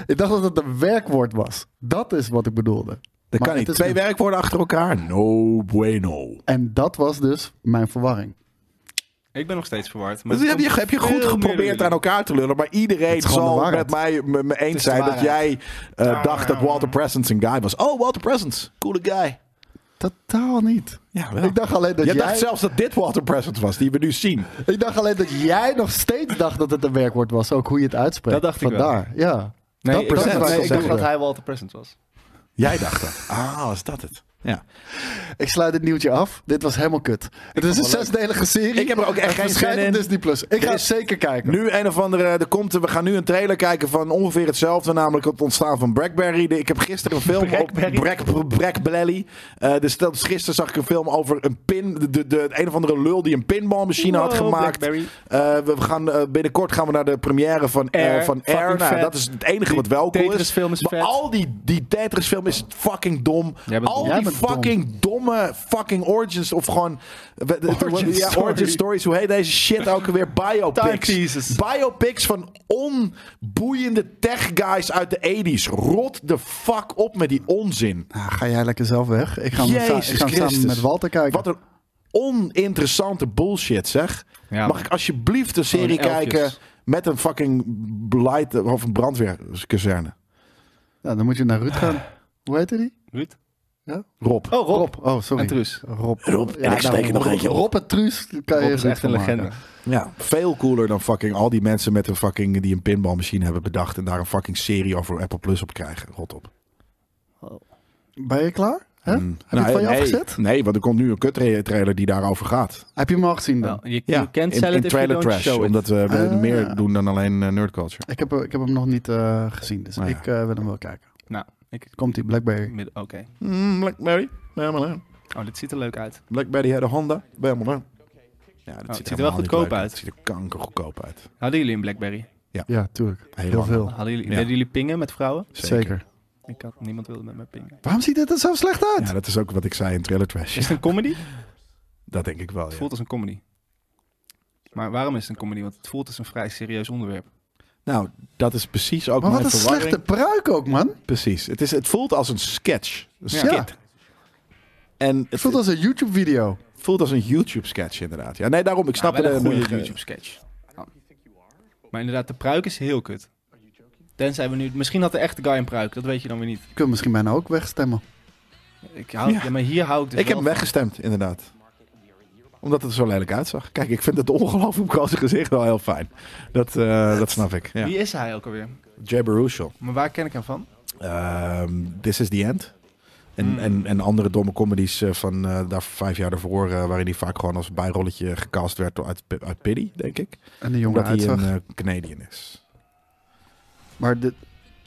D: ik dacht dat het een werkwoord was. Dat is wat ik bedoelde.
B: Dat
D: Maar
B: kan niet.
D: het is
B: Twee
D: een-
B: werkwoorden achter elkaar. No bueno.
D: En dat was dus mijn verwarring.
C: Ik ben nog steeds verward. Maar
B: Dus heb je, heb je goed geprobeerd aan elkaar te lullen, maar iedereen
D: is gewoon de
B: zal
D: waarheid.
B: met mij me, me eens
C: is
B: zijn
C: de
B: dat jij eh, dacht dat Walter Presents een guy was. Oh, Walter Presents, coole guy.
D: Totaal niet.
B: Ja,
D: Ik dacht alleen dat
B: je
D: jij...
B: dacht zelfs dat dit Walter Presents was, die we nu zien.
D: Ik dacht alleen dat jij nog steeds dacht dat het een werkwoord was, ook hoe je het uitspreekt.
C: Dat dacht ik wel.
D: Vandaar, ja.
C: Nee,
D: dat
C: ik dacht,
D: precies wat
C: nee,
D: ik
C: ik
D: wil
C: dacht dat
D: zeggen.
C: hij Walter Presents was.
B: Jij dacht dat. Ah, is dat het? Ja.
D: Ik sluit dit nieuwtje af. Dit was helemaal kut. Het is een zesdelige serie.
B: Ik heb er ook echt
D: Het
B: geen
D: verschijnt
B: zin
D: op
B: in.
D: Disney+. Plus. Ik
B: Er
D: ga het
B: is-
D: zeker kijken.
B: Nu een of andere, er komt, we gaan nu een trailer kijken van ongeveer hetzelfde, namelijk het ontstaan van Blackberry. De- Ik heb gisteren een film
C: Blackberry?
B: op Black, Blackberry. Eh dus dat is gisteren zag ik een film over een pin, de, de, de- een of andere lul die een pinballmachine had
C: Wow,
B: gemaakt.
C: Blackberry.
B: Eh, we gaan, eh, binnenkort gaan we naar de première van Air.
C: Air,
B: van
C: fucking
B: Air. Nou,
C: vet.
B: dat is het enige
C: Die
B: wat wel cool is.
C: Tetris-film is
B: maar
C: vet.
B: al die, die Tetris film is fucking dom.
C: Jij bent
B: al
C: dom.
D: Jij
B: die
D: bent dom.
B: fucking domme fucking origins of gewoon... we- de- de-
C: Origin
B: ja,
C: story.
B: origin stories. Hoe heet deze shit ook alweer?
C: Time
B: Biopics.
C: pieces.
B: Biopics van onboeiende tech guys uit de 80s. Rot de fuck op met die onzin.
D: Nou, ga jij lekker zelf weg. Ik ga, hem sta-
B: Jezus
D: ik ga hem samen
B: Christus.
D: met Walter kijken.
B: Wat een oninteressante bullshit, zeg.
C: Ja.
B: Mag ik alsjeblieft een serie
C: Gewoon elfjes.
B: kijken met een fucking blight of een brandweerkazerne?
D: Nou, dan moet je naar Ruud gaan. Hoe heette die?
C: Ruud?
B: Rob.
C: Oh, Rob.
D: Oh, sorry.
C: En Truus.
D: Rob.
B: Rob, en ik steek er nog
D: Rob-
B: eentje op.
D: Rob en Truus kan
C: Rob
D: je
C: is
D: Ruud
C: echt
D: van
C: een
D: maken.
C: legende.
B: Ja, veel cooler dan fucking al die mensen met een fucking die een pinbalmachine hebben bedacht en daar een fucking serie over Apple Plus op krijgen. Rot op.
D: Ben je klaar? Hè?
B: Mm.
D: Heb je het van je
B: nee,
D: afgezet?
B: Nee, want er komt nu een kut trailer die daarover gaat.
D: Heb je hem al gezien dan?
C: Nou, je,
B: Ja,
C: you can't
B: in,
C: sell
B: in
C: it if you
B: trailer
C: don't
B: trash.
C: show it.
B: Omdat we we
D: Ah.
B: meer doen dan alleen eh, nerd culture.
D: Ik, heb, ik heb hem nog niet eh, gezien, dus
B: Nou ja.
D: ik eh, wil hem wel kijken.
C: Nou, ik...
D: Komt die Blackberry.
C: midden- Oké.
B: Mm, Blackberry. Helemaal aan.
C: Oh, dit ziet er leuk uit.
B: Blackberry had een Honda. Helemaal aan. Ja, dat
C: Oh, het ziet er
B: helemaal
C: wel
B: niet
C: goedkoop
B: leuk
C: uit.
B: Het ziet er kanker goedkoop uit.
C: Hadden jullie een Blackberry?
D: Ja, tuurlijk.
B: Heel
D: Heel,
B: lang.
D: veel.
C: Hadden jullie,
B: Ja.
C: Deden jullie pingen met vrouwen?
D: Zeker.
C: Ik had, niemand wilde met mij pingen.
D: Waarom ziet dit er zo slecht uit?
B: Ja, dat is ook wat ik zei in trailer
C: Is
B: trash.
C: het een comedy?
B: Dat denk ik wel.
C: Het
B: ja.
C: voelt als een comedy. Maar waarom is het een comedy? Want het voelt als een vrij serieus onderwerp.
B: Nou, dat is precies ook
D: Maar wat
B: mijn
D: een
B: verwarring.
D: slechte pruik ook, man.
B: Precies. Het, is, het voelt als een sketch. Een skit.
D: Ja.
B: En
D: Het
B: het
D: voelt als een YouTube-video.
B: voelt als een YouTube-sketch inderdaad. Ja, nee, daarom. Ik snap
C: wel
B: er
C: een
B: een-
C: goede
B: eh,
C: YouTube-sketch. Oh. Maar inderdaad, de pruik is heel kut. Tenzij we nu... Misschien had de echte guy een pruik, dat weet je dan weer niet.
D: Je kunt misschien bijna ook wegstemmen.
C: Ik hou,
B: Ja.
C: ja. maar hier hou ik dus
B: Ik heb
C: wel
B: hem weggestemd, inderdaad. Omdat het er zo lelijk uitzag. Kijk, ik vind het ongelooflijk koze gezicht wel heel fijn. Dat, eh, dat snap ik.
C: van.
B: Ja.
C: Wie is hij ook alweer?
B: Jay Baruchel.
C: Maar waar ken ik hem van?
B: Ehm, This is the End. En,
D: Hmm.
C: Mm.
B: en, en andere domme comedies eh, van eh, daar vijf jaar daarvoor, eh, waarin hij vaak gewoon als bijrolletje gecast werd uit, uit Pity, denk ik.
D: En de jongen
B: Omdat hij
D: uitzag.
B: een eh, Canadian is.
D: Maar dit,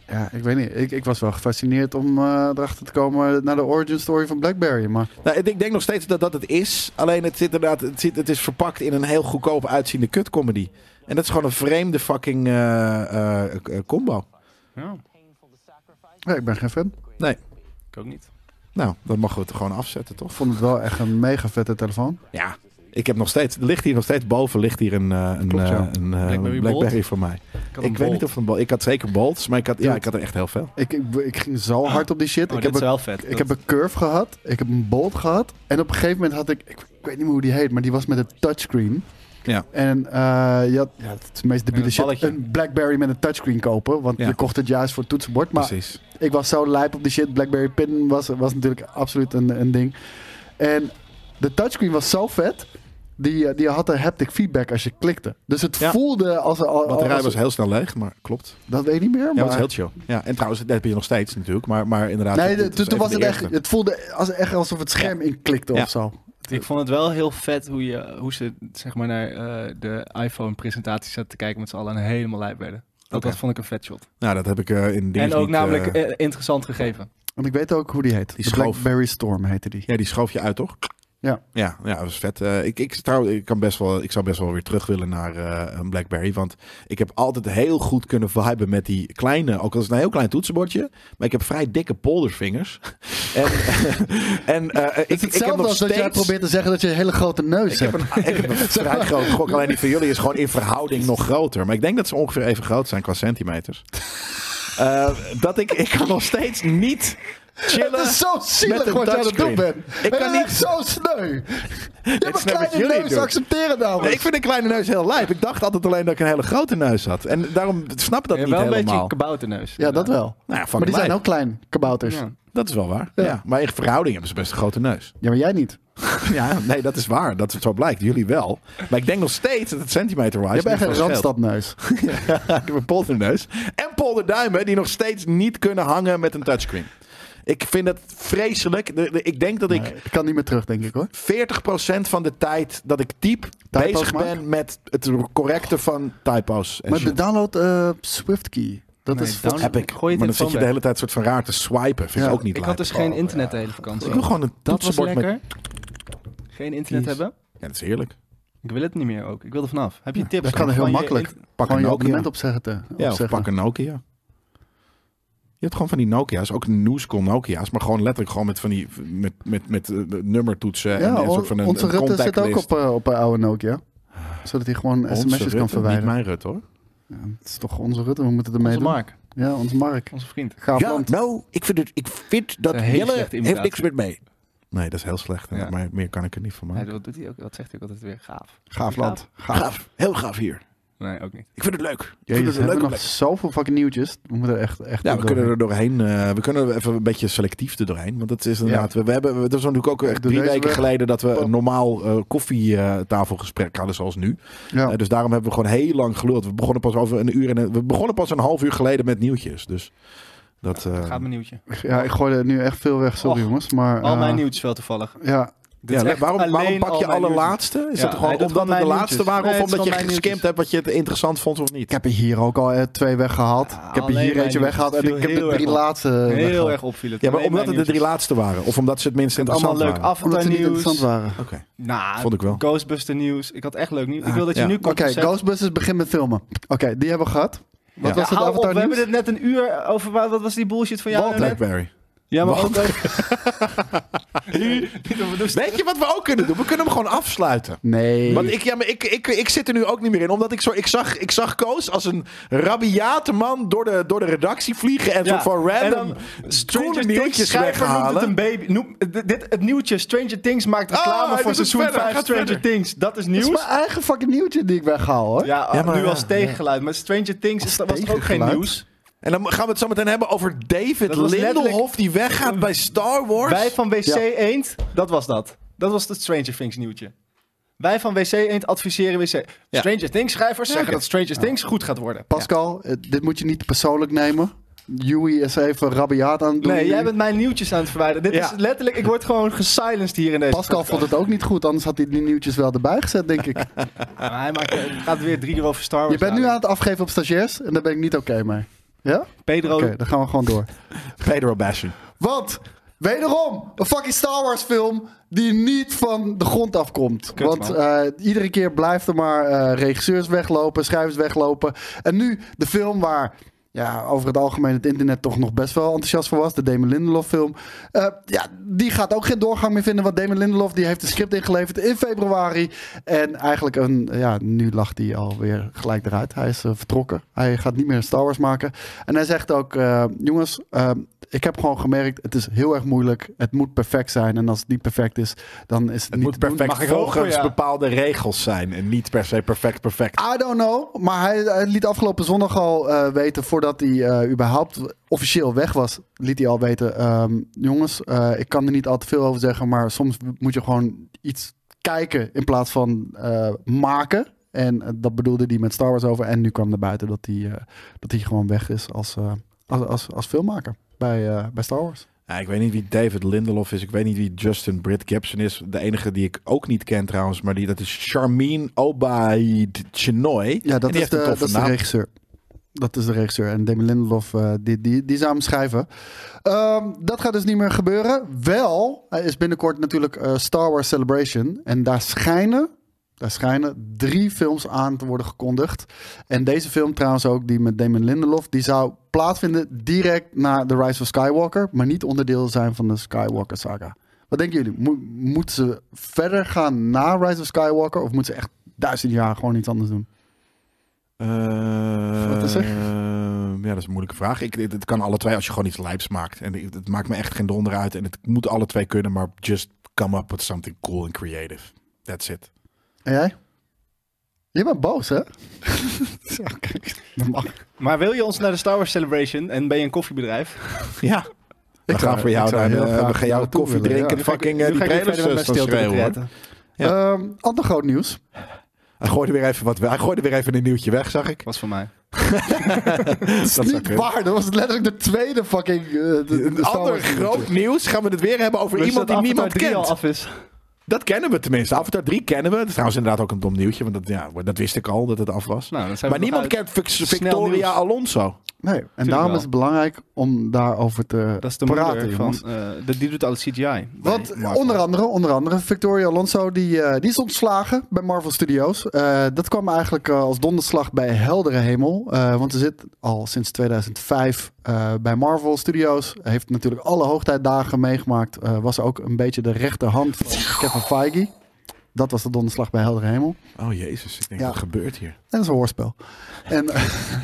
D: ja, ik weet niet. Ik, ik was wel gefascineerd om eh, erachter te komen naar de origin story van Blackberry. Maar
B: Nou, ik, ik denk nog steeds dat dat het is. Alleen het, zit inderdaad, het, zit, het is verpakt in een heel goedkoop uitziende kutcomedy. En dat is gewoon een vreemde fucking eh, eh, eh, combo.
C: Ja,
D: ja, ik ben geen fan.
C: ik ook niet.
B: Nou, dat mogen we het gewoon afzetten,
D: Ik
B: toch?
D: vond het wel echt een mega vette telefoon.
B: Ja, ik heb nog steeds, er ligt hier nog steeds boven ligt hier een, eh, een,
D: Klopt,
B: eh,
D: ja.
B: een eh,
C: Blackberry
B: Blackberry,
C: Bolt.
B: voor mij.
C: Ik,
B: Ik weet niet of een bol. Ik had zeker bolts, maar ik had, ja,
D: Dude.
B: ik had er echt heel veel.
D: Ik, ik, ik ging
B: Ah.
D: zo hard op die shit.
B: Oh,
D: ik heb,
C: Oh, is
D: een,
C: wel vet.
D: ik heb een curve gehad. Ik heb een bolt gehad. En op een gegeven moment had ik, ik, ik weet niet meer hoe die heet, maar die was met een touchscreen.
B: Ja.
D: En eh je had, ja, het is de meest debiele
C: een
D: shit.
C: balletje.
D: Een Blackberry met een touchscreen kopen. Want
B: Ja.
D: je kocht het juist voor het toetsenbord. Maar
B: Precies.
D: ik was zo lijp op die shit. Blackberry Pin was, was natuurlijk absoluut een, een ding. En de touchscreen was zo vet. Die, eh, die had een haptic feedback als je klikte. Dus het
B: Ja.
D: voelde als... als, als
B: De batterij was heel snel leeg, maar klopt.
D: Dat weet ik niet meer.
B: Ja, dat
D: maar...
B: is heel chill. Ja, en trouwens, dat heb je nog steeds natuurlijk, maar, maar inderdaad.
D: Nee,
B: dit
D: de-
B: is
D: toen toen
B: even
D: was
B: de
D: het echt...
B: eerste.
D: Het voelde als, echt alsof het scherm inklikte
B: Ja.
D: of zo.
C: Ik vond het wel heel vet hoe, je, hoe ze zeg maar, naar eh, de iPhone-presentatie zaten te kijken met z'n allen en helemaal lijp werden. Dat,
B: Oké.
C: dat vond ik een vet shot.
B: Nou, dat heb ik eh, in dingen.
C: en ook
B: niet,
C: namelijk
B: eh,
C: eh, interessant gegeven.
D: Want ik weet ook hoe die heet.
B: Die
D: de
B: schoof.
D: Blackberry Storm heette die.
B: ja, die schoof je uit, toch?
D: Ja.
B: Ja, ja dat was vet. Eh, ik, ik, trouw, ik, kan best wel, ik zou best wel weer terug willen naar eh, een Blackberry. Want ik heb altijd heel goed kunnen viben met die kleine, ook al is het een heel klein toetsenbordje. Maar ik heb vrij dikke poldervingers. en en eh, ik,
D: Het is
B: ik heb
D: hetzelfde
B: nog
D: als dat jij
B: steeds...
D: probeert te zeggen dat je een hele grote neus
B: Ik
D: hebt.
B: heb een, ik heb een vrij groot gok. Alleen die van jullie is gewoon in verhouding nog groter. Maar ik denk dat ze ongeveer even groot zijn qua centimeters. Eh, dat ik, ik kan nog steeds niet chillen.
D: Het is zo
B: met
D: zielig
B: een
D: wat jij aan het doen
B: touchscreen.
D: bent.
B: Ik
D: Het
B: kan
D: is
B: niet-
D: echt zo sneu. Je hebt
B: snap
D: een
B: wat
D: kleine
B: jullie
D: neus, nou.
B: doen.
D: accepteren
B: Nee,
D: namelijk.
B: ik vind een kleine neus heel lijp. Ik dacht altijd alleen dat ik een hele grote neus had. En daarom snap ik dat
C: Je hebt
B: niet
C: wel een beetje
B: helemaal.
C: een kabouterneus.
D: Ja, dat wel.
B: Nou ja, fuck
D: Maar die zijn
B: lijp.
D: ook klein, kabouters. Ja,
C: Ja.
B: Dat is wel waar. Ja.
D: Ja.
B: Maar in verhouding hebben ze best een grote neus.
D: maar jij niet.
B: Ja, nee, dat is waar. Dat is zo blijkt. Jullie wel. Maar ik denk nog steeds dat het centimeter-wise...
D: Je hebt echt
B: niet
D: een
B: veel scheelt.
D: randstadneus.
B: Ja, ik heb een polterneus. En polderduimen die nog steeds niet kunnen hangen met een touchscreen. Ik vind dat vreselijk. De- de- Ik denk dat ik
D: Ik kan niet meer terug, denk ik hoor.
B: 40% van de tijd dat ik typ
D: Typo's
B: bezig
D: maak?
B: ben met het correcte van typos. En
D: Maar
B: shit.
D: de download eh, SwiftKey. Dat
C: Nee, download-
D: is volgens-
B: heb ik.
C: Gooi je
B: maar dan
C: telefoon
B: zit je de
C: weg.
B: hele tijd soort van raar te swipen. Vind
D: Ja,
B: ik ook niet
C: Ik
B: lijp.
C: had dus geen
B: Oh,
C: internet de
B: ja.
C: hele vakantie.
B: Ik wil gewoon een
C: dat was
B: toetsenbord
C: lekker.
B: met...
C: Geen internet
B: Jeez.
C: hebben?
B: Ja, dat is heerlijk.
C: Ik wil het niet meer ook. Ik wil er vanaf. Heb je tips?
D: dat kan
C: Van
D: heel
C: je
D: makkelijk.
C: int-
B: Pak
D: gewoon
B: een
D: je
B: Nokia.
D: abonnement opzeggen. Te,
B: Ja, of
D: opzeggen.
B: pak een Nokia. Je hebt gewoon van die Nokia's, ook Newscom Nokia's, maar gewoon letterlijk gewoon met van die met, met, met, eh, nummertoetsen en
D: Ja,
B: een soort van een,
D: onze
B: een
D: Rutte zit ook
B: contactlist. Ah.
D: op, eh, op een oude Nokia. Zodat hij gewoon
B: Onze
D: sms'jes
B: Rutte,
D: kan verwijderen.
B: Niet mijn Rut hoor.
D: Ja, het is toch onze Rutte, we moeten ermee
C: Onze
D: doen.
C: Mark,
D: Ja, onze Mark.
C: onze vriend.
D: Gaaf land.
B: nou, ik vind, het, ik vind dat
C: Dat is een hele Jelle slechte heeft imitatie. niks
B: met mee. Nee, dat is heel slecht. hè,
C: Ja.
B: Maar meer kan ik er niet van
C: Nee,
B: maken.
C: dat, doet hij ook, dat zegt hij ook altijd weer. Gaaf.
D: Gaaf land. Gaaf.
B: Gaaf, heel gaaf hier.
C: Nee, ook niet.
B: Ik vind het leuk. Ik vind
D: Jezus,
B: het
D: we
B: een
D: hebben
B: leuke
D: nog
B: plek.
D: zoveel fucking nieuwtjes. We moeten er echt, echt
B: Ja, we
D: door.
B: kunnen er doorheen. eh, we kunnen er even een beetje selectief er doorheen. Want het is inderdaad. We, we hebben. Het was natuurlijk ook echt
D: doe
B: drie
D: deze
B: weken
D: weg.
B: geleden dat we
D: Pop.
B: een normaal eh, koffietafelgesprek hadden, zoals nu.
D: Ja.
B: Eh, dus daarom hebben we gewoon heel lang geluld. We begonnen pas over een uur en een- we begonnen pas een half uur geleden met nieuwtjes. Dus dat. eh,
C: Gaat mijn nieuwtje.
D: Ja, ik gooi er nu echt veel weg, sorry
C: Och,
D: jongens. Maar,
C: Al
D: eh,
C: mijn nieuwtjes wel toevallig.
D: Ja,
C: is
B: ja,
C: echt
B: waarom, waarom
C: alleen
B: pak
C: al
B: je
C: mijn
B: allerlaatste? Is
C: nieuwtjes.
B: dat
C: Ja,
B: gewoon
C: hij doet
B: omdat
C: gewoon
B: het de
C: mijn
B: laatste
C: nieuwtjes.
B: waren?
C: Nee,
B: of
C: het is
B: omdat je
C: gewoon mijn
B: geskimpt hebt wat je het interessant vond of niet?
D: ik heb er hier ook al eh, twee weggehaald.
C: Ja,
D: ik heb er
C: alleen
D: hier
C: mijn
D: eentje weggehaald en
C: nieuwtjes
D: ik heb
C: viel heel
D: de drie
C: erg op.
D: laatste eh,
C: Heel
D: weggehaald.
C: erg opvielen.
B: eh, Ja, maar omdat het de drie laatste waren. Of omdat ze het minst
C: Allemaal
B: interessant
C: leuk
B: waren.
D: Omdat ze niet
C: avontuurnieuws.
D: interessant waren.
B: Oké,
C: Nou,
B: Vond ik wel. Ah,
C: Ghostbuster nieuws. Ik had echt leuk nieuws. Ik wil dat je
B: Ja.
C: nu
D: Oké,
C: komt.
D: Ghostbusters begint met filmen. Oké, die hebben we gehad. Wat
B: Ja,
D: was het
C: Hou op, oh, we
D: avontuur
C: hebben het net een uur over... Wat was die bullshit van jou nou
B: Blackberry.
C: net? Ja, maar
B: Wat?
C: ook...
B: Weet je wat we ook kunnen doen? We kunnen hem gewoon afsluiten.
D: Nee.
B: Want ik, ja, maar ik, ik, ik zit er nu ook niet meer in. Omdat ik, zo, ik, zag, ik zag Koos als een rabiate man door de, door de redactie vliegen. En zo van
C: en
B: random
C: dan Stranger
B: stoere
C: Things
B: nieuwtjes
C: schrijver noemt het
B: weghalen.
C: een baby. Noem, dit, dit- het nieuwtje Stranger Things maakt
B: Ah, hij
C: reclame voor
B: doet het
C: seizoen
B: verder,
C: 5
B: gaat
C: Stranger
B: verder.
C: Things. Dat is
D: Het is
C: nieuws.
D: mijn eigen fucking nieuwtje die ik weghaal, hoor.
C: Ja,
B: Ja, maar
C: nu
B: ja,
C: als tegengeluid. Maar Stranger Things is, was toch ook geen
D: tegengeluid?
C: nieuws?
B: En dan gaan we het zo meteen hebben over David
C: Dat was
B: Lindelhof
C: letterlijk-
B: die weggaat bij Star Wars.
C: Wij van WC
D: Ja.
C: Eend, dat was dat. Dat was het Stranger Things nieuwtje. Wij van WC Eend adviseren WC.
B: Ja.
C: Stranger Things schrijvers zeggen
B: oké.
C: dat Stranger Things goed gaat worden.
D: Pascal, eh, dit moet je niet persoonlijk nemen. Joey is even rabiaat aan het doen.
C: Nee,
D: nu.
C: jij bent mijn nieuwtjes aan het verwijderen. Dit
B: Ja.
C: is letterlijk, ik word gewoon gesilenced hier in deze
D: Pascal vond het ook niet goed, anders had hij die nieuwtjes wel erbij gezet, denk ik.
C: Maar hij maakt, hij gaat weer drie uur over Star Wars.
D: Je bent nu
C: nadenken.
D: aan het afgeven op stagiairs en daar ben ik niet oké mee. Ja? Oké,
C: Pedro,
D: dan gaan we gewoon door.
B: Pedro Bastion.
D: Want, wederom, een fucking Star Wars film die niet van de grond afkomt.
C: Kut,
D: Want
C: man.
D: eh, iedere keer blijft er maar eh, regisseurs weglopen, schrijvers weglopen. En nu de film waar ja, over het algemeen het internet toch nog best wel enthousiast voor was. De Damon Lindelof film. Eh, ja, die gaat ook geen doorgang meer vinden. Want Damon Lindelof die heeft een script ingeleverd in februari. En eigenlijk een... Ja, nu lacht hij alweer gelijk eruit. Hij is eh, vertrokken. Hij gaat niet meer Star Wars maken. En hij zegt ook... eh, jongens, eh, ik heb gewoon gemerkt... Het is heel erg moeilijk. Het moet perfect zijn. En als het niet perfect is, dan is het,
B: Het
D: niet
B: moet
D: te doen.
B: perfect
C: Mag ik
B: volgens
C: hopen, ja.
B: bepaalde regels zijn. En niet per se perfect perfect.
D: I don't know. Maar hij, hij liet afgelopen zondag al eh, weten, voordat hij eh, überhaupt officieel weg was, liet hij al weten. ehm, jongens, eh, ik kan er niet al te veel over zeggen, maar soms moet je gewoon iets kijken in plaats van eh, maken. En eh, dat bedoelde hij met Star Wars over. En nu kwam er buiten dat hij, eh, dat hij gewoon weg is als, eh, als, als, als filmmaker bij, eh, bij Star Wars.
B: Ja, ik weet niet wie David Lindelof is. Ik weet niet wie Justin Britt Gibson is. De enige die ik ook niet ken trouwens. Maar die, dat is Charmin Obaid Chinoy.
D: Ja,
B: En
D: dat
B: die
D: is,
B: heeft
D: de,
B: een
D: dat
B: toffe
D: is de
B: naam.
D: regisseur. Dat is de regisseur. En Damon Lindelof, eh, die, die, die zou hem schrijven. Ehm, dat gaat dus niet meer gebeuren. Wel eh, is binnenkort natuurlijk eh, Star Wars Celebration. En daar schijnen, daar schijnen drie films aan te worden gekondigd. En deze film trouwens ook, die met Damon Lindelof... die zou plaatsvinden direct na The Rise of Skywalker... maar niet onderdeel zijn van de Skywalker saga. Wat denken jullie? Mo- moeten ze verder gaan na Rise of Skywalker... of moeten ze echt duizend jaar gewoon iets anders doen?
B: Eh,
D: Wat is er?
B: ja, dat is een moeilijke vraag. Ik, het, het kan alle twee als je gewoon iets lijps maakt. En ik- het maakt me echt geen donder uit. En het moet alle twee kunnen. Maar just come up with something cool and creative. That's it.
D: En jij? Je bent boos, hè? Zo, kijk. Dat mag.
C: maar wil je ons naar de Star Wars Celebration en ben je een koffiebedrijf?
B: Ja. We gaan
D: Ik zou-
B: voor
D: ik
B: jou
D: zou
B: naar de-
D: heel graag
B: we gaan jou
D: naartoe
B: koffie
D: willen,
B: drinken.
D: ja.
B: Fucking eh, die Bredelsus van schreeuwen. hoor. Ja.
D: Ehm, ander groot nieuws.
B: Hij gooide weer even wat. Hij gooide weer even een nieuwtje weg, zag ik.
C: Was voor mij.
B: Dat
D: Dat is
B: zou
D: niet
B: kunnen.
D: waar. Dat was letterlijk de tweede fucking... eh, de- de- de
B: Een
D: Star
B: ander
D: Wars
B: groot
D: nieuwtje.
B: nieuws gaan we het weer hebben over iemand die niemand
C: al
B: kent.
C: af is.
B: Dat kennen we tenminste. Avatar 3 kennen we. Dat is trouwens inderdaad ook een dom nieuwtje, want dat, ja, dat wist ik al dat het af was.
C: Nou, dan zijn we
B: maar
C: nog
B: niemand
C: uit.
B: kent Vic-
C: Snel
B: Victoria
C: nieuws.
B: Alonso.
D: Nee, en daarom
C: wel.
D: is het belangrijk om daarover te
C: Dat is de
D: praten,
C: moeder van...
D: jongens.
C: eh, die doet alle CGI.
D: Want
B: Nee, Marvel.
D: onder andere, onder andere, Victoria Alonso, die, eh, die is ontslagen bij Marvel Studios. Eh, dat kwam eigenlijk eh, als donderslag bij heldere hemel. eh, want ze zit al sinds 2005 eh, bij Marvel Studios. Heeft natuurlijk alle hoogtijdagen meegemaakt. Eh, was ook een beetje de rechterhand van Kevin Feige. Dat was de donderslag bij heldere hemel.
B: Oh jezus, ik denk
D: Ja.
B: wat gebeurt hier?
D: En dat is een hoorspel. En,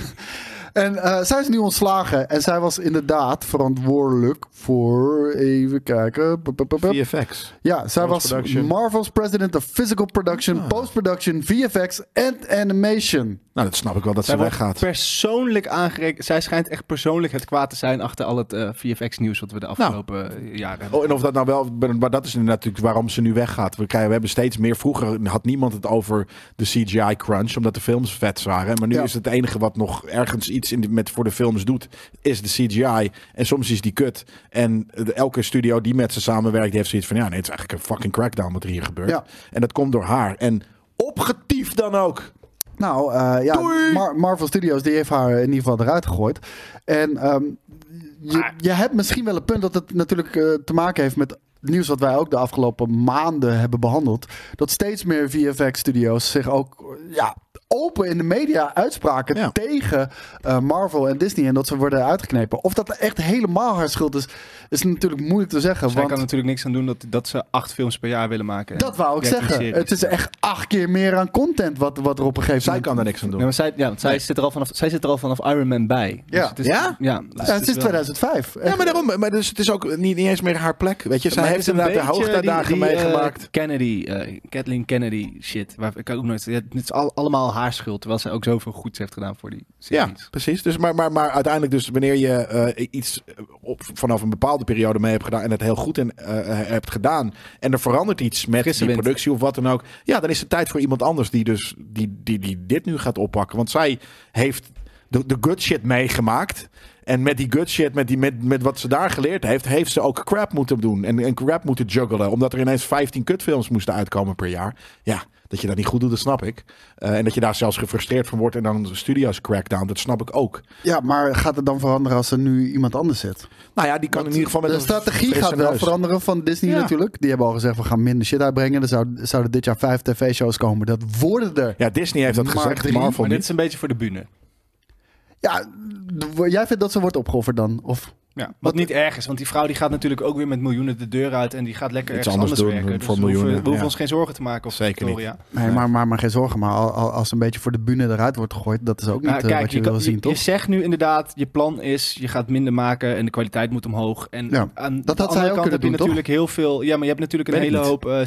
D: en eh, zij is nu ontslagen. En zij was inderdaad verantwoordelijk voor... Even kijken. Pup, pup, pup, pup.
B: VFX.
D: Ja, zij was
B: Post-production.
D: Marvel's president of physical production, post-production, VFX en animation.
B: Nou, dat snap ik wel dat
C: Zij
B: ze
C: wordt
B: weggaat.
C: persoonlijk aangereikt. Zij schijnt echt persoonlijk het kwaad te zijn achter al het eh, VFX-nieuws wat we de afgelopen eh, jaren hebben.
B: Nou. Oh, en of dat nou wel, maar dat is inderdaad natuurlijk waarom ze nu weggaat. We, krijgen, we hebben steeds meer. Vroeger had niemand het over de CGI crunch, omdat de films vet waren. Maar nu
D: Ja.
B: is het enige wat nog ergens iets in de- met, voor de films doet, is de CGI. En soms is die kut. En de- elke studio die met ze samenwerkt, die heeft zoiets van: ja, nee, het is eigenlijk een fucking crackdown wat er hier gebeurt.
D: Ja.
B: En dat komt door haar. En opgetief dan ook.
D: Nou, eh, ja,
B: Doei!
D: Mar- Marvel Studios die heeft haar in ieder geval eruit gegooid. En ehm, je, je hebt misschien wel een punt dat het natuurlijk eh, te maken heeft met het nieuws wat wij ook de afgelopen maanden hebben behandeld. Dat steeds meer VFX-studios zich ook eh, ja, open in de media uitspraken
B: Ja.
D: tegen eh, Marvel en Disney en dat ze worden uitgeknepen. Of dat echt helemaal haar schuld is, is natuurlijk moeilijk te zeggen.
C: Zij
D: want
C: kan natuurlijk niks aan doen dat, dat ze acht films per jaar willen maken.
D: dat wou ik
C: 13
D: zeggen.
C: series.
D: Het is echt acht keer meer aan content wat, wat er op een gegeven
B: Zij
D: moment...
B: kan daar niks aan
C: Nee,
B: doen.
C: maar zij, ja, want zij, zit er al vanaf, zij zit er al vanaf Iron Man bij. Dus
D: Ja.
C: het is,
B: Ja?
C: Ja, dus
D: Ja, het is
C: wel-
D: 2005.
B: Ja, maar daarom. Maar dus het is ook niet, niet eens meer haar plek. Weet je, zij
C: Maar het
B: heeft
C: is een
B: inderdaad de
C: beetje
B: hoogtijdagen
C: die, die, eh,
B: meegemaakt.
C: Kennedy, eh, Kathleen Kennedy shit. Waar, ik kan ook nooit, ja, het is al- allemaal haar schuld, terwijl zij ook zoveel goeds heeft gedaan voor die
B: Ja,
C: series.
B: precies. Dus, maar, maar, maar uiteindelijk, dus wanneer je eh, iets eh, op, vanaf een bepaalde periode mee hebt gedaan en het heel goed in, eh, hebt gedaan. En er verandert iets met
C: Frisse
B: die
C: wind.
B: productie of wat dan ook. Ja, dan is het tijd voor iemand anders die, dus, die, die, die dit nu gaat oppakken. Want zij heeft de, de good shit meegemaakt. En met die good shit, met, die, met, met wat ze daar geleerd heeft, heeft ze ook crap moeten doen. En, en crap moeten juggelen. Omdat er ineens 15 kutfilms moesten uitkomen per jaar. Ja, dat je dat niet goed doet, dat snap ik. Eh, en dat je daar zelfs gefrustreerd van wordt en dan de studio's crackdown, dat snap ik ook.
D: Ja, maar gaat het dan veranderen als er nu iemand anders zit?
B: Nou ja, die kan in ieder geval met
D: De
B: een
D: strategie
B: frisse
D: gaat wel
B: neus.
D: veranderen van Disney
B: Ja.
D: natuurlijk. Die hebben al gezegd, we gaan minder shit uitbrengen. Er zouden, zouden dit jaar vijf tv-shows komen. Dat worden er.
B: Ja, Disney heeft dat
D: Maar
B: gezegd,
D: drie-
B: Marvel
C: Maar dit
B: niet.
C: is een beetje voor de bühne.
D: Ja, d- jij vindt dat ze wordt opgeofferd dan? Of?
C: Ja, wat, niet erg is, want die vrouw die gaat natuurlijk ook weer met miljoenen de deur uit en die gaat lekker
B: Iets
C: ergens anders,
B: anders doen
C: werken. Dus
B: voor
C: we hoeven,
B: miljoenen,
C: we hoeven
B: ja.
C: ons geen zorgen te maken of
B: Zeker niet.
C: Victoria.
D: Nee, maar, maar, maar geen zorgen. Maar al- al- als een beetje voor de bühne eruit wordt gegooid, dat is ook niet
C: Maar
D: eh,
C: Nou, kijk,
D: wat je,
C: je, kan-
D: wil
C: je-
D: zien, toch?
C: je zegt nu inderdaad, je plan is, je gaat minder maken en de kwaliteit moet omhoog. En
D: Ja,
C: aan de
D: had
C: andere
D: zij ook
C: kant
D: kunnen
C: heb je
D: doen, toch?
C: natuurlijk heel veel. Ja, maar je hebt natuurlijk een
B: Weet ik niet.
C: hele hoop eh,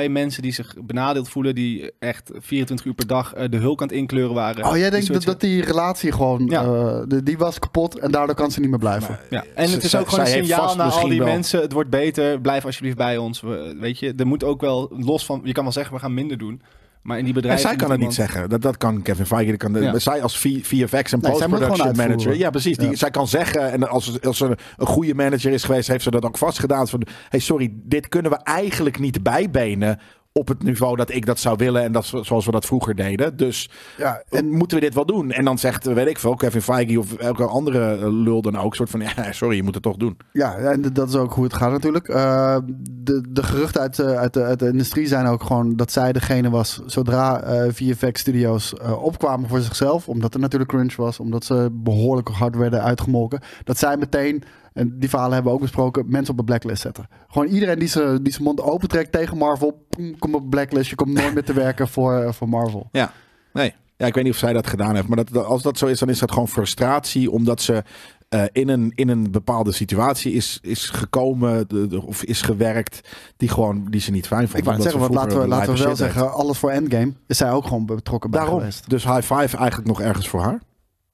C: CGI-mensen die zich benadeeld voelen, die echt 24 uur per dag eh, de hulk aan het inkleuren waren.
D: Oh, jij
C: Die
D: denkt
C: soort-
D: dat, dat die relatie gewoon...
C: Ja.
D: eh, de- die was kapot en daardoor kan ze niet meer blijven.
C: Ja, en
B: Ze-
C: het is
B: zij-
C: ook gewoon een
B: zij heeft
C: signaal
B: vast
C: naar al
B: misschien
C: die
B: wel-
C: mensen. Het wordt beter, blijf alsjeblieft bij ons. We- weet je, er moet ook wel los van. Je kan wel zeggen, we gaan minder doen. Maar in die
B: En
C: bedrijven.
B: zij kan
C: moet
B: het niet
C: iemand-
B: zeggen. Dat, dat kan Kevin Feige. Dat kan de-
C: Ja.
B: Zij als V- VFX en
D: Nee, zij moet het
B: post-production
D: gewoon
B: manager.
D: uitvoeren.
B: Ja, precies. Die,
D: Ja.
B: Zij kan zeggen, en als, als ze een goede manager is geweest, heeft ze dat ook vastgedaan. Van, hey, sorry, dit kunnen we eigenlijk niet bijbenen op het niveau dat ik dat zou willen en dat, zo- zoals we dat vroeger deden. Dus
D: Ja, en
B: en moeten we dit wel doen? En dan zegt, eh, weet ik veel, Kevin Feige of elke andere eh, lul dan ook, soort van, ja, sorry, je moet het toch doen.
D: Ja, en d- dat is ook hoe het gaat natuurlijk. Eh, de, de geruchten uit, de- uit, de, uit de industrie zijn ook gewoon dat zij degene was zodra eh VFX Studios eh, opkwamen voor zichzelf. Omdat er natuurlijk crunch was, omdat ze behoorlijk hard werden uitgemolken. Dat zij meteen, en die verhalen hebben we ook besproken, mensen op een blacklist zetten. Gewoon iedereen die zijn die zijn mond opentrekt tegen Marvel, pom, kom op blacklist. Je komt nooit meer te werken voor, eh, voor Marvel.
B: Ja, nee. Ja, ik weet niet of zij dat gedaan heeft. Maar dat- dat, als dat zo is, dan is dat gewoon frustratie. Omdat ze eh, in, een, in een bepaalde situatie is, is gekomen de- de- of is gewerkt. Die, gewoon, die ze niet fijn vond.
D: Ik wou het zeggen, want laten we, laten we wel zeggen, alles voor Endgame is zij ook gewoon betrokken bij
B: Daarom.
D: geweest.
B: Dus high five eigenlijk nog ergens voor haar.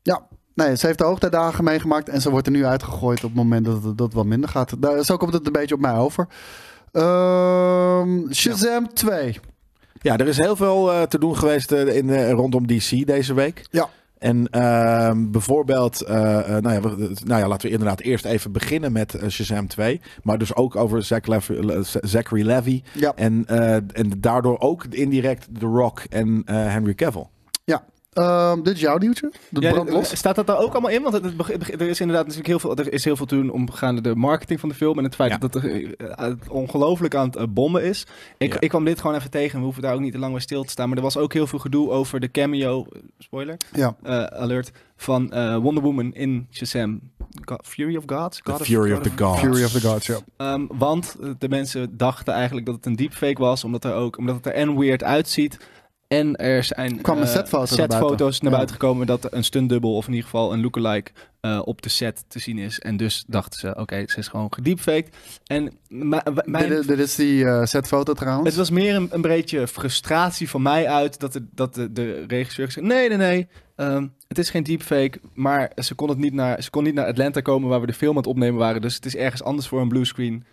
D: Ja, nee, ze heeft de hoogtijdagen meegemaakt en ze wordt er nu uitgegooid op het moment dat het, dat het wat minder gaat. Daar, zo komt het een beetje op mij over. Ehm, Shazam 2.
B: Ja, er is heel veel eh, te doen geweest eh, in, eh, rondom DC deze week.
D: Ja.
B: En ehm, bijvoorbeeld, eh, eh, nou, ja, we- nou ja, laten we inderdaad eerst even beginnen met eh, Shazam 2. Maar dus ook over Zach Lef- Le- Zachary Levy.
D: Ja.
B: En, eh, en daardoor ook indirect The Rock en eh, Henry Cavill.
D: Ehm, dit is jouw nieuwtje. De
C: Ja,
B: eh,
C: eh,
D: brand los.
C: Staat dat daar ook allemaal in? Want het, het beg- beg- er is inderdaad natuurlijk heel veel, er is heel veel te doen omgaande de marketing van de film. En het feit
B: Ja.
C: dat er eh, eh, ongelooflijk aan het eh, bommen is. Ik,
B: Ja.
C: ik kwam dit gewoon even tegen. We hoeven daar ook niet te lang bij stil te staan. Maar er was ook heel veel gedoe over de cameo. eh, Spoiler
D: Ja.
C: eh, alert. Van eh, Wonder Woman in Shazam. Go- Fury of Gods? God
B: the Fury of, the Gods.
D: Fury of the Gods, ja.
C: Ehm, want eh, de mensen dachten eigenlijk dat het een deepfake was, omdat, er ook, omdat het er en weird uitziet. En er zijn
D: Kwamen
C: eh,
D: setfoto's naar
C: setfoto's naar buiten,
D: buiten. Ja.
C: gekomen dat er een stuntdubbel of in ieder geval een lookalike eh, op de set te zien is. En dus dachten ze, oké, ze is gewoon gediepfaked. En ma- w- mijn
D: Dit, is- dit is die eh, setfoto trouwens.
C: het was meer een, een beetje frustratie van mij uit dat de, dat de, de regisseur zei: nee, nee, nee. ehm, het is geen deepfake, maar ze kon, het niet naar, ze kon niet naar Atlanta komen waar we de film aan het opnemen waren. Dus het is ergens anders voor een bluescreen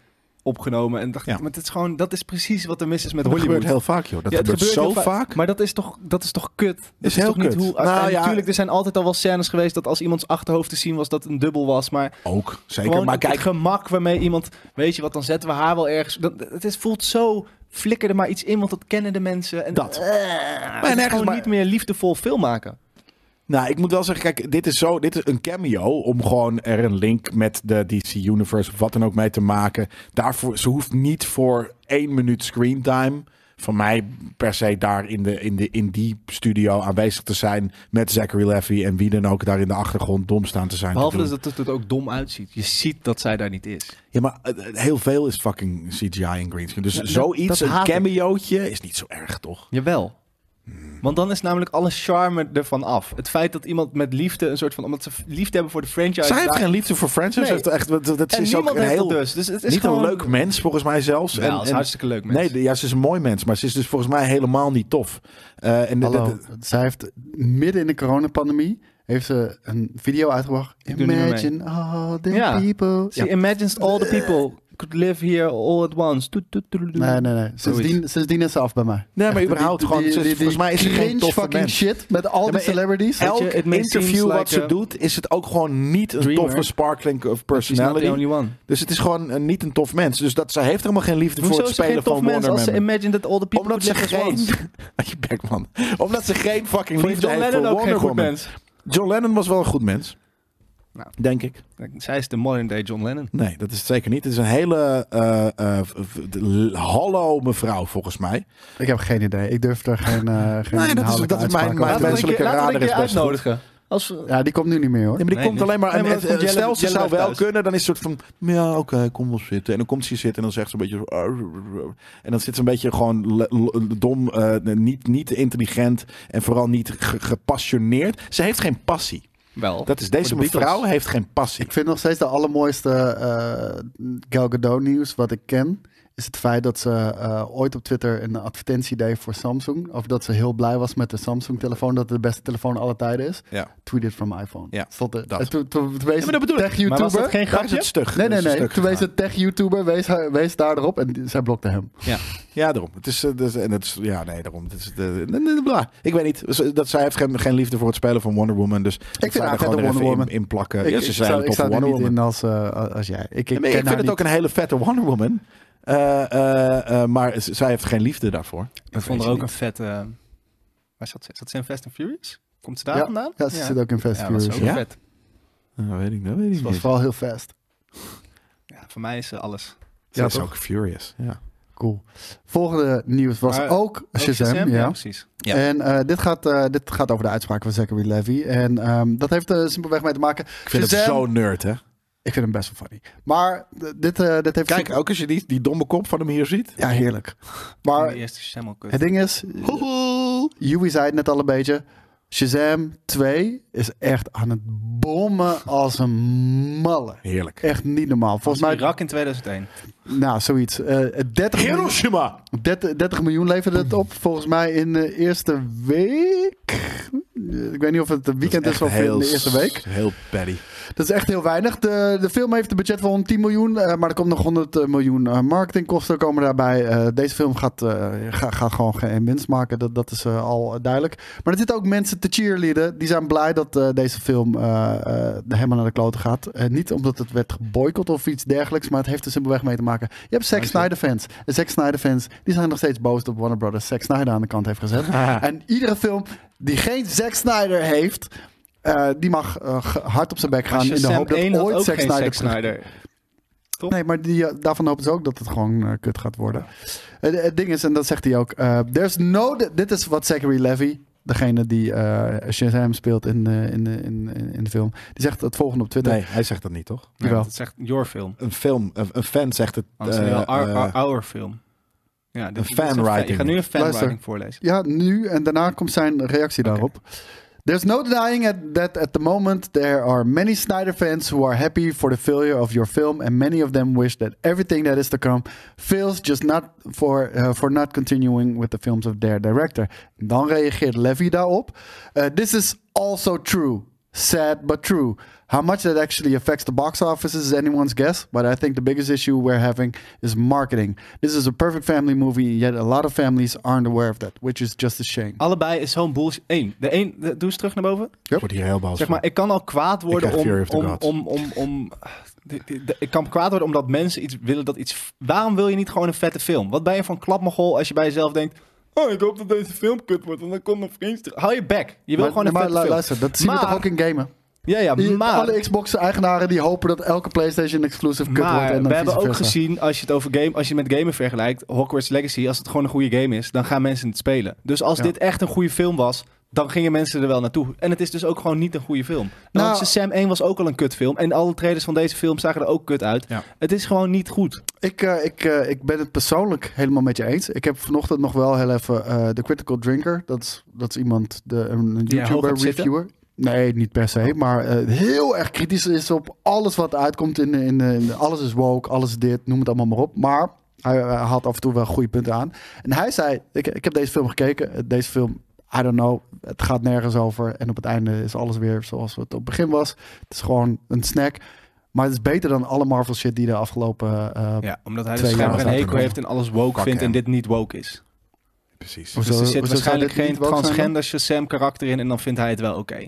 C: opgenomen. En dacht
B: Ja.
C: ik, maar het is gewoon, dat is precies wat er mis is
B: Dat
C: met Hollywood.
B: gebeurt heel vaak, joh. Dat
C: Ja, het
B: gebeurt,
C: gebeurt
B: zo
C: heel va-
B: vaak.
C: Maar dat is toch, dat is toch kut? Dat
B: Is heel
C: toch
B: kut.
C: niet
B: Nou
C: hoe... uiteindelijk-
B: ja.
C: Natuurlijk, er zijn altijd al wel scènes geweest dat als iemands achterhoofd te zien was dat het een dubbel was. Maar
B: Ook, zeker.
C: gewoon
B: maar kijk,
C: het gemak waarmee iemand... Weet je wat, dan zetten we haar wel ergens... Dat, het is, voelt zo... Flikker er maar iets in, want dat kennen de mensen. En
B: Dat.
C: Eh, het is
B: nergens
C: gewoon
B: maar-
C: niet meer liefdevol film maken.
B: Nou, ik moet wel zeggen, kijk, dit is, zo, dit is een cameo om gewoon er een link met de DC Universe of wat dan ook mee te maken. Daarvoor, ze hoeft niet voor één minuut screentime van mij per se daar in, de, in, de, in die studio aanwezig te zijn met Zachary Levy en wie dan ook daar in de achtergrond dom staan te zijn. te
C: Behalve
B: doen.
C: dus dat het er ook dom uitziet. Je ziet dat zij daar niet is.
B: Ja, maar eh, heel veel is fucking CGI en greenscreen. Dus
C: dat-
B: zoiets,
C: dat
B: een
C: haat ik.
B: cameootje, is niet zo erg, toch?
C: Jawel. Want dan is namelijk alle charme ervan af. Het feit dat iemand met liefde een soort van... Omdat ze f- liefde hebben voor de franchise...
B: Zij heeft
C: daar-
B: geen liefde voor Friends.
C: Nee.
B: Ze heeft echt, dat- dat
C: en
B: is ook
C: niemand
B: een
C: heeft
B: heel...
C: dat dus. Dus het is
B: niet
C: gewoon...
B: een leuk mens, volgens mij zelfs.
C: Ja, is een hartstikke leuk mens.
B: Nee, de- ja, ze is een mooi mens, maar ze is dus volgens mij helemaal niet tof. Eh, en de- de-
D: Hallo,
B: de-
D: zij heeft midden in de coronapandemie heeft ze een video uitgebracht.
C: doe niet meer mee.
D: Imagine all the
C: Ja.
D: people.
C: She imagines all the people could live here all at once. Toet, toet, toet, toet.
D: Nee, nee, nee. Sindsdien, sindsdien is ze af bij mij.
B: nee, maar
D: Echt,
B: überhaupt
D: die-
B: gewoon,
D: die-
B: ze is-
D: die- die
B: volgens mij is ze geen
D: cringe
B: toffe
D: fucking
B: mens.
D: shit met al die
B: maar-
D: celebrities.
C: Weet
B: Elk
C: je, it may
B: interview
C: seem
B: wat
C: like
B: ze
C: a-
B: doet, is het ook gewoon niet een
C: Dreamer.
B: toffe sparkling of
C: She's not the
B: personality.
C: only one.
B: Dus het is gewoon eh, niet een tof mens. Dus dat, ze heeft helemaal geen liefde
C: Hoezo
B: voor
C: is
B: het
C: ze geen
B: spelen
C: tof
B: van
C: mens
B: Wonder
C: als ze
B: Man.
C: imagine that all the people
B: Omdat ze
C: could live at
B: geen...
C: once?
B: Aan je bek, man. Omdat ze geen fucking
C: Vond
B: liefde
C: John
B: heeft voor
C: Lennon ook geen
B: Wonder
C: goed
B: Woman.
C: mens?
B: John Lennon was wel een goed mens.
C: Nou.
B: Denk ik.
C: Zij is de modern day John Lennon.
B: Nee, dat is het zeker niet. Het is een hele eh, eh, v- v- de- l- hallo mevrouw, volgens mij.
D: Ik heb geen idee. Ik durf er geen, eh geen
B: dat is-
D: inhoudelijke
B: dat is mijn-
D: uitspraak
B: mijn-
D: over
C: Laten we
D: te doen.
C: een
B: menselijke
C: keer, laten we een
B: radar is
C: keer
B: best goed.
C: uitnodigen. Als we-
D: Ja, die komt nu niet meer
B: Ja,
D: hoor.
B: maar die
C: Nee,
B: komt
C: nee.
B: alleen maar...
C: Nee, maar
B: en-
C: dat komt
B: en-
C: Jelle-
B: stel, ze
C: Jelle
B: zou wel
C: thuis.
B: kunnen, dan is het soort van... Ja, oké, kom wel zitten. En dan komt ze zitten en dan zegt ze een beetje... zo, "Ah, "Arr, arr, arr." En dan zit ze een beetje gewoon le- le- dom, eh, niet, niet intelligent en vooral niet ge- gepassioneerd. Ze heeft geen passie.
C: Wel.
B: Dat is, deze
C: Voor de Beatles.
B: mevrouw heeft geen passie.
D: Ik vind nog steeds de allermooiste eh Gal Gadot nieuws wat ik ken. Is het feit dat ze eh, ooit op Twitter een advertentie deed voor Samsung. Of dat ze heel blij was met de Samsung telefoon. Dat het de beste telefoon aller tijden is.
B: Ja.
D: Tweeted from iPhone.
B: Ja,
D: Stond er-
B: dat.
D: en Toen toen- toen wees
B: maar dat bedoel ik.
D: tech
C: Maar was dat
D: YouTuber.
C: geen
B: Daar is
C: grapje?
B: het stug.
D: Nee,
B: Daar
D: nee,
B: is het
D: nee.
B: stuk
D: Toen wees
B: gegaan.
D: het tech YouTuber, wees, haar- wees daar erop en die- zij blokte hem.
B: Ja, daarom. Het is, eh, dus, en het is, ja, nee, daarom. Het is, eh, nee, nee, nee, bla. Ik weet niet. Ze- Dat, zij heeft geen, geen liefde voor het spelen van Wonder Woman. Dus ik
D: vind haar vet
B: gewoon
D: een
B: er even
D: Wonder Woman.
B: In, in plakken.
D: ik,
B: ja,
D: ik
B: ze zijn
D: sta,
B: een
D: ik sta
B: toffe
D: er
B: Wonder
D: niet
B: Woman.
D: in als, eh, als jij. Ik, ik,
B: Nee, maar
D: ken
B: ik vind
D: haar
B: het ook
D: niet.
B: een hele vette Wonder Woman. Eh, eh, eh, maar z- zij heeft geen liefde daarvoor.
C: Ik vond
B: weet
C: er ook
B: het
C: een vet. eh, waar zat ze? Zat ze in Fast and Furious? Komt ze daar vandaan?
D: Ja, ze zit ook in Fast
C: Ja, dat
D: Furious.
C: is ook
D: ja.
B: Ja?
C: vet.
B: niet. Dat Eh, weet ik, dat weet
D: Ze
B: ik
D: was
B: niet.
D: vooral heel fast.
C: Ja, voor mij is ze alles.
B: Ze
D: Ja,
B: is
D: toch?
B: ook furious. Ja.
D: Cool. Volgende nieuws was
C: Maar
D: ook Shazam. ja.
C: precies.
B: Ja.
D: En eh, dit, gaat, eh, dit gaat over de uitspraak van Zachary Levy. En ehm, dat heeft er simpelweg mee te maken.
B: Ik vind het
D: Shazam-
B: zo nerd, hè?
D: Ik vind hem best wel funny. Maar eh, dit, eh, dit heeft...
B: Kijk, ook als je die, die domme kop van hem hier ziet.
D: Ja, heerlijk.
C: Maar
D: Maar
C: de eerste Shazam ook. kut.
D: het ding is... Yui zei het net al een beetje. Shazam 2 is echt aan het bommen als een malle.
B: Heerlijk.
D: Echt niet normaal.
C: Als
D: Volgens mij,
C: Irak in 2001.
D: nou, zoiets. Eh 30, miljoen,
B: Hiroshima!
D: 30, 30 miljoen leverde het op. Volgens mij in de eerste week. Eh, Ik weet niet of het een weekend is,
B: Echt
D: of in
B: heel
D: de eerste week.
B: s- Heel petty.
D: Dat is echt heel weinig. De, de film heeft een budget van 110 miljoen, eh, maar er komt nog 100 miljoen eh, marketingkosten komen daarbij. Eh, deze film gaat, eh, ga- gaat gewoon geen winst maken, dat, dat is eh, al duidelijk. Maar er zitten ook mensen te cheerleaden. Die zijn blij dat eh, deze film eh, eh, helemaal naar de kloten gaat. Eh, niet omdat het werd geboycott of iets dergelijks, maar het heeft er simpelweg mee te maken. Je hebt Zack Snyder fans. De Zack Snyder fans die zijn nog steeds boos dat Warner Brothers Zack Snyder aan de kant heeft gezet. En iedere film die geen Zack Snyder heeft... eh, die mag eh, ge- hard op zijn bek gaan Nou, in de
C: Shazam
D: hoop dat
C: 1 had
D: ooit
C: ook
D: Zack
C: geen Zack
D: Snyder, terug-
C: Snyder.
D: Nee, maar die, eh, daarvan hopen ze ook dat het gewoon eh, kut gaat worden. Het, het ding is, en dat zegt hij ook, eh, there's no... Dit is wat Zachary Levy, degene die eh, Shazam speelt in, eh, in, eh, in, in, in de film, die zegt het volgende op Twitter.
B: Nee, hij zegt dat niet, toch?
C: Nee,
D: Jawel.
C: dat is echt your film.
B: Een film, een, een fan zegt het.
C: Anders
B: eh,
C: is het wel our,
B: eh,
C: our, our film. Ja, dit- dit is een
B: fanwriting.
C: Ik ga nu een fanwriting
D: Luister.
C: voorlezen.
D: Ja, nu en daarna komt zijn reactie daarop. There's no denying it that at the moment there are many Snyder fans who are happy for the failure of your film, and many of them wish that everything that is to come fails just not for, uh, for not continuing with the films of their director. Dan reageert Levy daarop. Uh, this is also true. Sad but true. How much that actually affects the box office is anyone's guess, but I think the biggest issue we're having is marketing. This is a perfect family movie, yet a lot of families aren't aware of that, which is just a shame.
C: Allebei is zo'n bullshit. Eén. De één, de- doe eens terug naar boven.
B: Ik word hier heel boos
C: Zeg maar, ik kan al kwaad worden
B: krijg Fury
C: om,
B: of the
C: om,
B: Gods.
C: om, om, om- de- de- de- Ik kan kwaad worden omdat mensen iets willen dat iets... f- Waarom wil je niet gewoon een vette film? Wat ben je van klapmogol als je bij jezelf denkt... Oh, ik hoop dat deze film kut wordt, want dan komt nog vrienden. Hou je bek. Je wil
D: Maar-
C: gewoon een
D: maar
C: vette
D: lu-
C: film.
D: luister, dat zien we
C: Maar-
D: toch ook in gamen?
C: Ja, ja,
D: Die-
C: maar...
D: Alle Xbox-eigenaren die hopen dat elke PlayStation exclusive kut wordt. En
C: Maar
D: dan
C: we hebben
D: vice
C: ook
D: versa.
C: gezien, als je het over game, als je met gamen vergelijkt, Hogwarts Legacy, als het gewoon een goede game is, dan gaan mensen het spelen. Dus als
D: Ja.
C: dit echt een goede film was, dan gingen mensen er wel naartoe. En het is dus ook gewoon niet een goede film.
D: Nou-
C: Nou, Sam 1 was ook al een kutfilm en alle trailers van deze film zagen er ook kut uit.
B: Ja.
C: Het is gewoon niet goed.
D: Ik, eh, ik, eh, ik ben het persoonlijk helemaal met je eens. Ik heb vanochtend nog wel heel even eh, de Critical Drinker. Dat is, dat is iemand, de, een
C: Die er hoog op zit, hè?
D: YouTuber-reviewer. Nee, niet per se. Maar eh, heel erg kritisch is op alles wat uitkomt. In, in, in- alles is woke, alles is dit, noem het allemaal maar op. Maar hij eh, haalt af en toe wel goede punten aan. En hij zei, ik, ik heb deze film gekeken. Eh, Deze film, I don't know, het gaat nergens over. En op het einde is alles weer zoals het op het begin was. Het is gewoon een snack. Maar het is beter dan alle Marvel shit die de afgelopen eh,
C: Ja, omdat hij
D: Twee dus jaar schijnbaar
C: schijnbaar een
D: een later hekel
C: hekel
D: nog.
C: heeft
D: heeft
C: en alles woke
B: Fuck
C: vindt
B: vindt en
C: en
B: hem.
C: dit niet woke is.
B: Precies.
D: Hoezo-
C: Dus er zit
D: hoezo zou
C: waarschijnlijk
D: dit niet
C: geen
D: woke zijn dan?
C: transgender Sam karakter in en dan vindt hij het wel oké.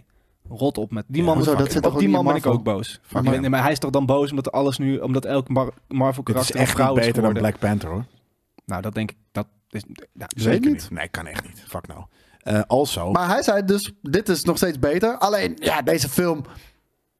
C: Rot op met die man.
D: hoezo?
C: fuck
D: Dat
C: it.
D: zit toch
C: op
D: ook
C: die
D: niet
C: man
D: in
C: ben ik ook
D: Marvel?
C: boos.
B: Fuck
C: maar,
B: yeah.
C: nee, maar hij is toch dan boos omdat alles nu, omdat elk Mar- Marvel
B: Dit is
C: karakter een
B: echt niet
C: vrouw is
B: beter dan
C: geworden.
B: Black Panther hoor.
C: Nou, dat denk ik. Dat is, ja.
D: Zeker niet.
B: Nee, kan echt niet. Fuck nou. Eh also,
D: Maar hij zei dus, dit is nog steeds beter. Alleen, ja, deze film,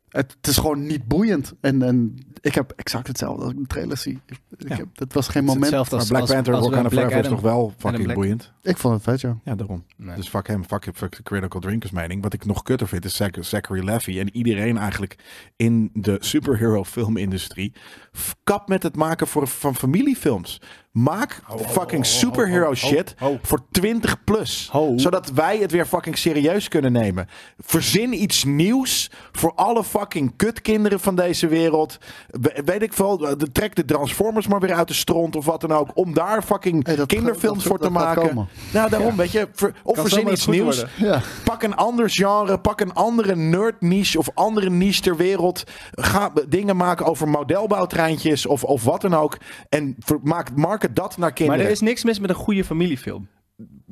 D: het, het is gewoon niet boeiend. En, en ik heb exact hetzelfde als ik de trailer zie. Ik, ik
B: Ja.
D: heb, dat was geen
C: Het is
D: moment.
C: hetzelfde
B: maar
C: als
B: Black
C: als-
B: Panther
C: als we
B: Wakanda
C: Black
B: Forever is
C: Adam-
B: toch wel fucking
C: Black-
B: boeiend?
D: Ik vond het vet, ja.
B: Ja, daarom.
C: Nee.
B: Dus fuck hem, fuck, fuck de Critical Drinkers mening. Wat ik nog kutter vind is Zach- Zachary Levy en iedereen eigenlijk in de superhero filmindustrie. F- Kap met het maken voor, van familiefilms. Maak fucking superhero shit voor 20 plus.
C: Ho.
B: Zodat wij het weer fucking serieus kunnen nemen. Verzin iets nieuws voor alle fucking kutkinderen van deze wereld. We- weet ik veel, eh, de, trek de Transformers maar weer uit de stront of wat dan ook. Om daar fucking
D: Hey, dat-
B: kinderfilms
D: dat-
B: voor te
D: dat gaat
B: maken.
D: komen.
B: Nou, daarom, weet je. ver- of verzin
C: zomaar
B: iets
C: goed
B: nieuws.
C: worden.
D: Ja.
B: Pak een ander genre. Pak een andere nerd niche of andere niche ter wereld. Ga b- dingen maken over modelbouwtreintjes of, of wat dan ook. En ver- maak market dat naar
C: Maar
B: kinderen.
C: er is niks mis met een goede familiefilm.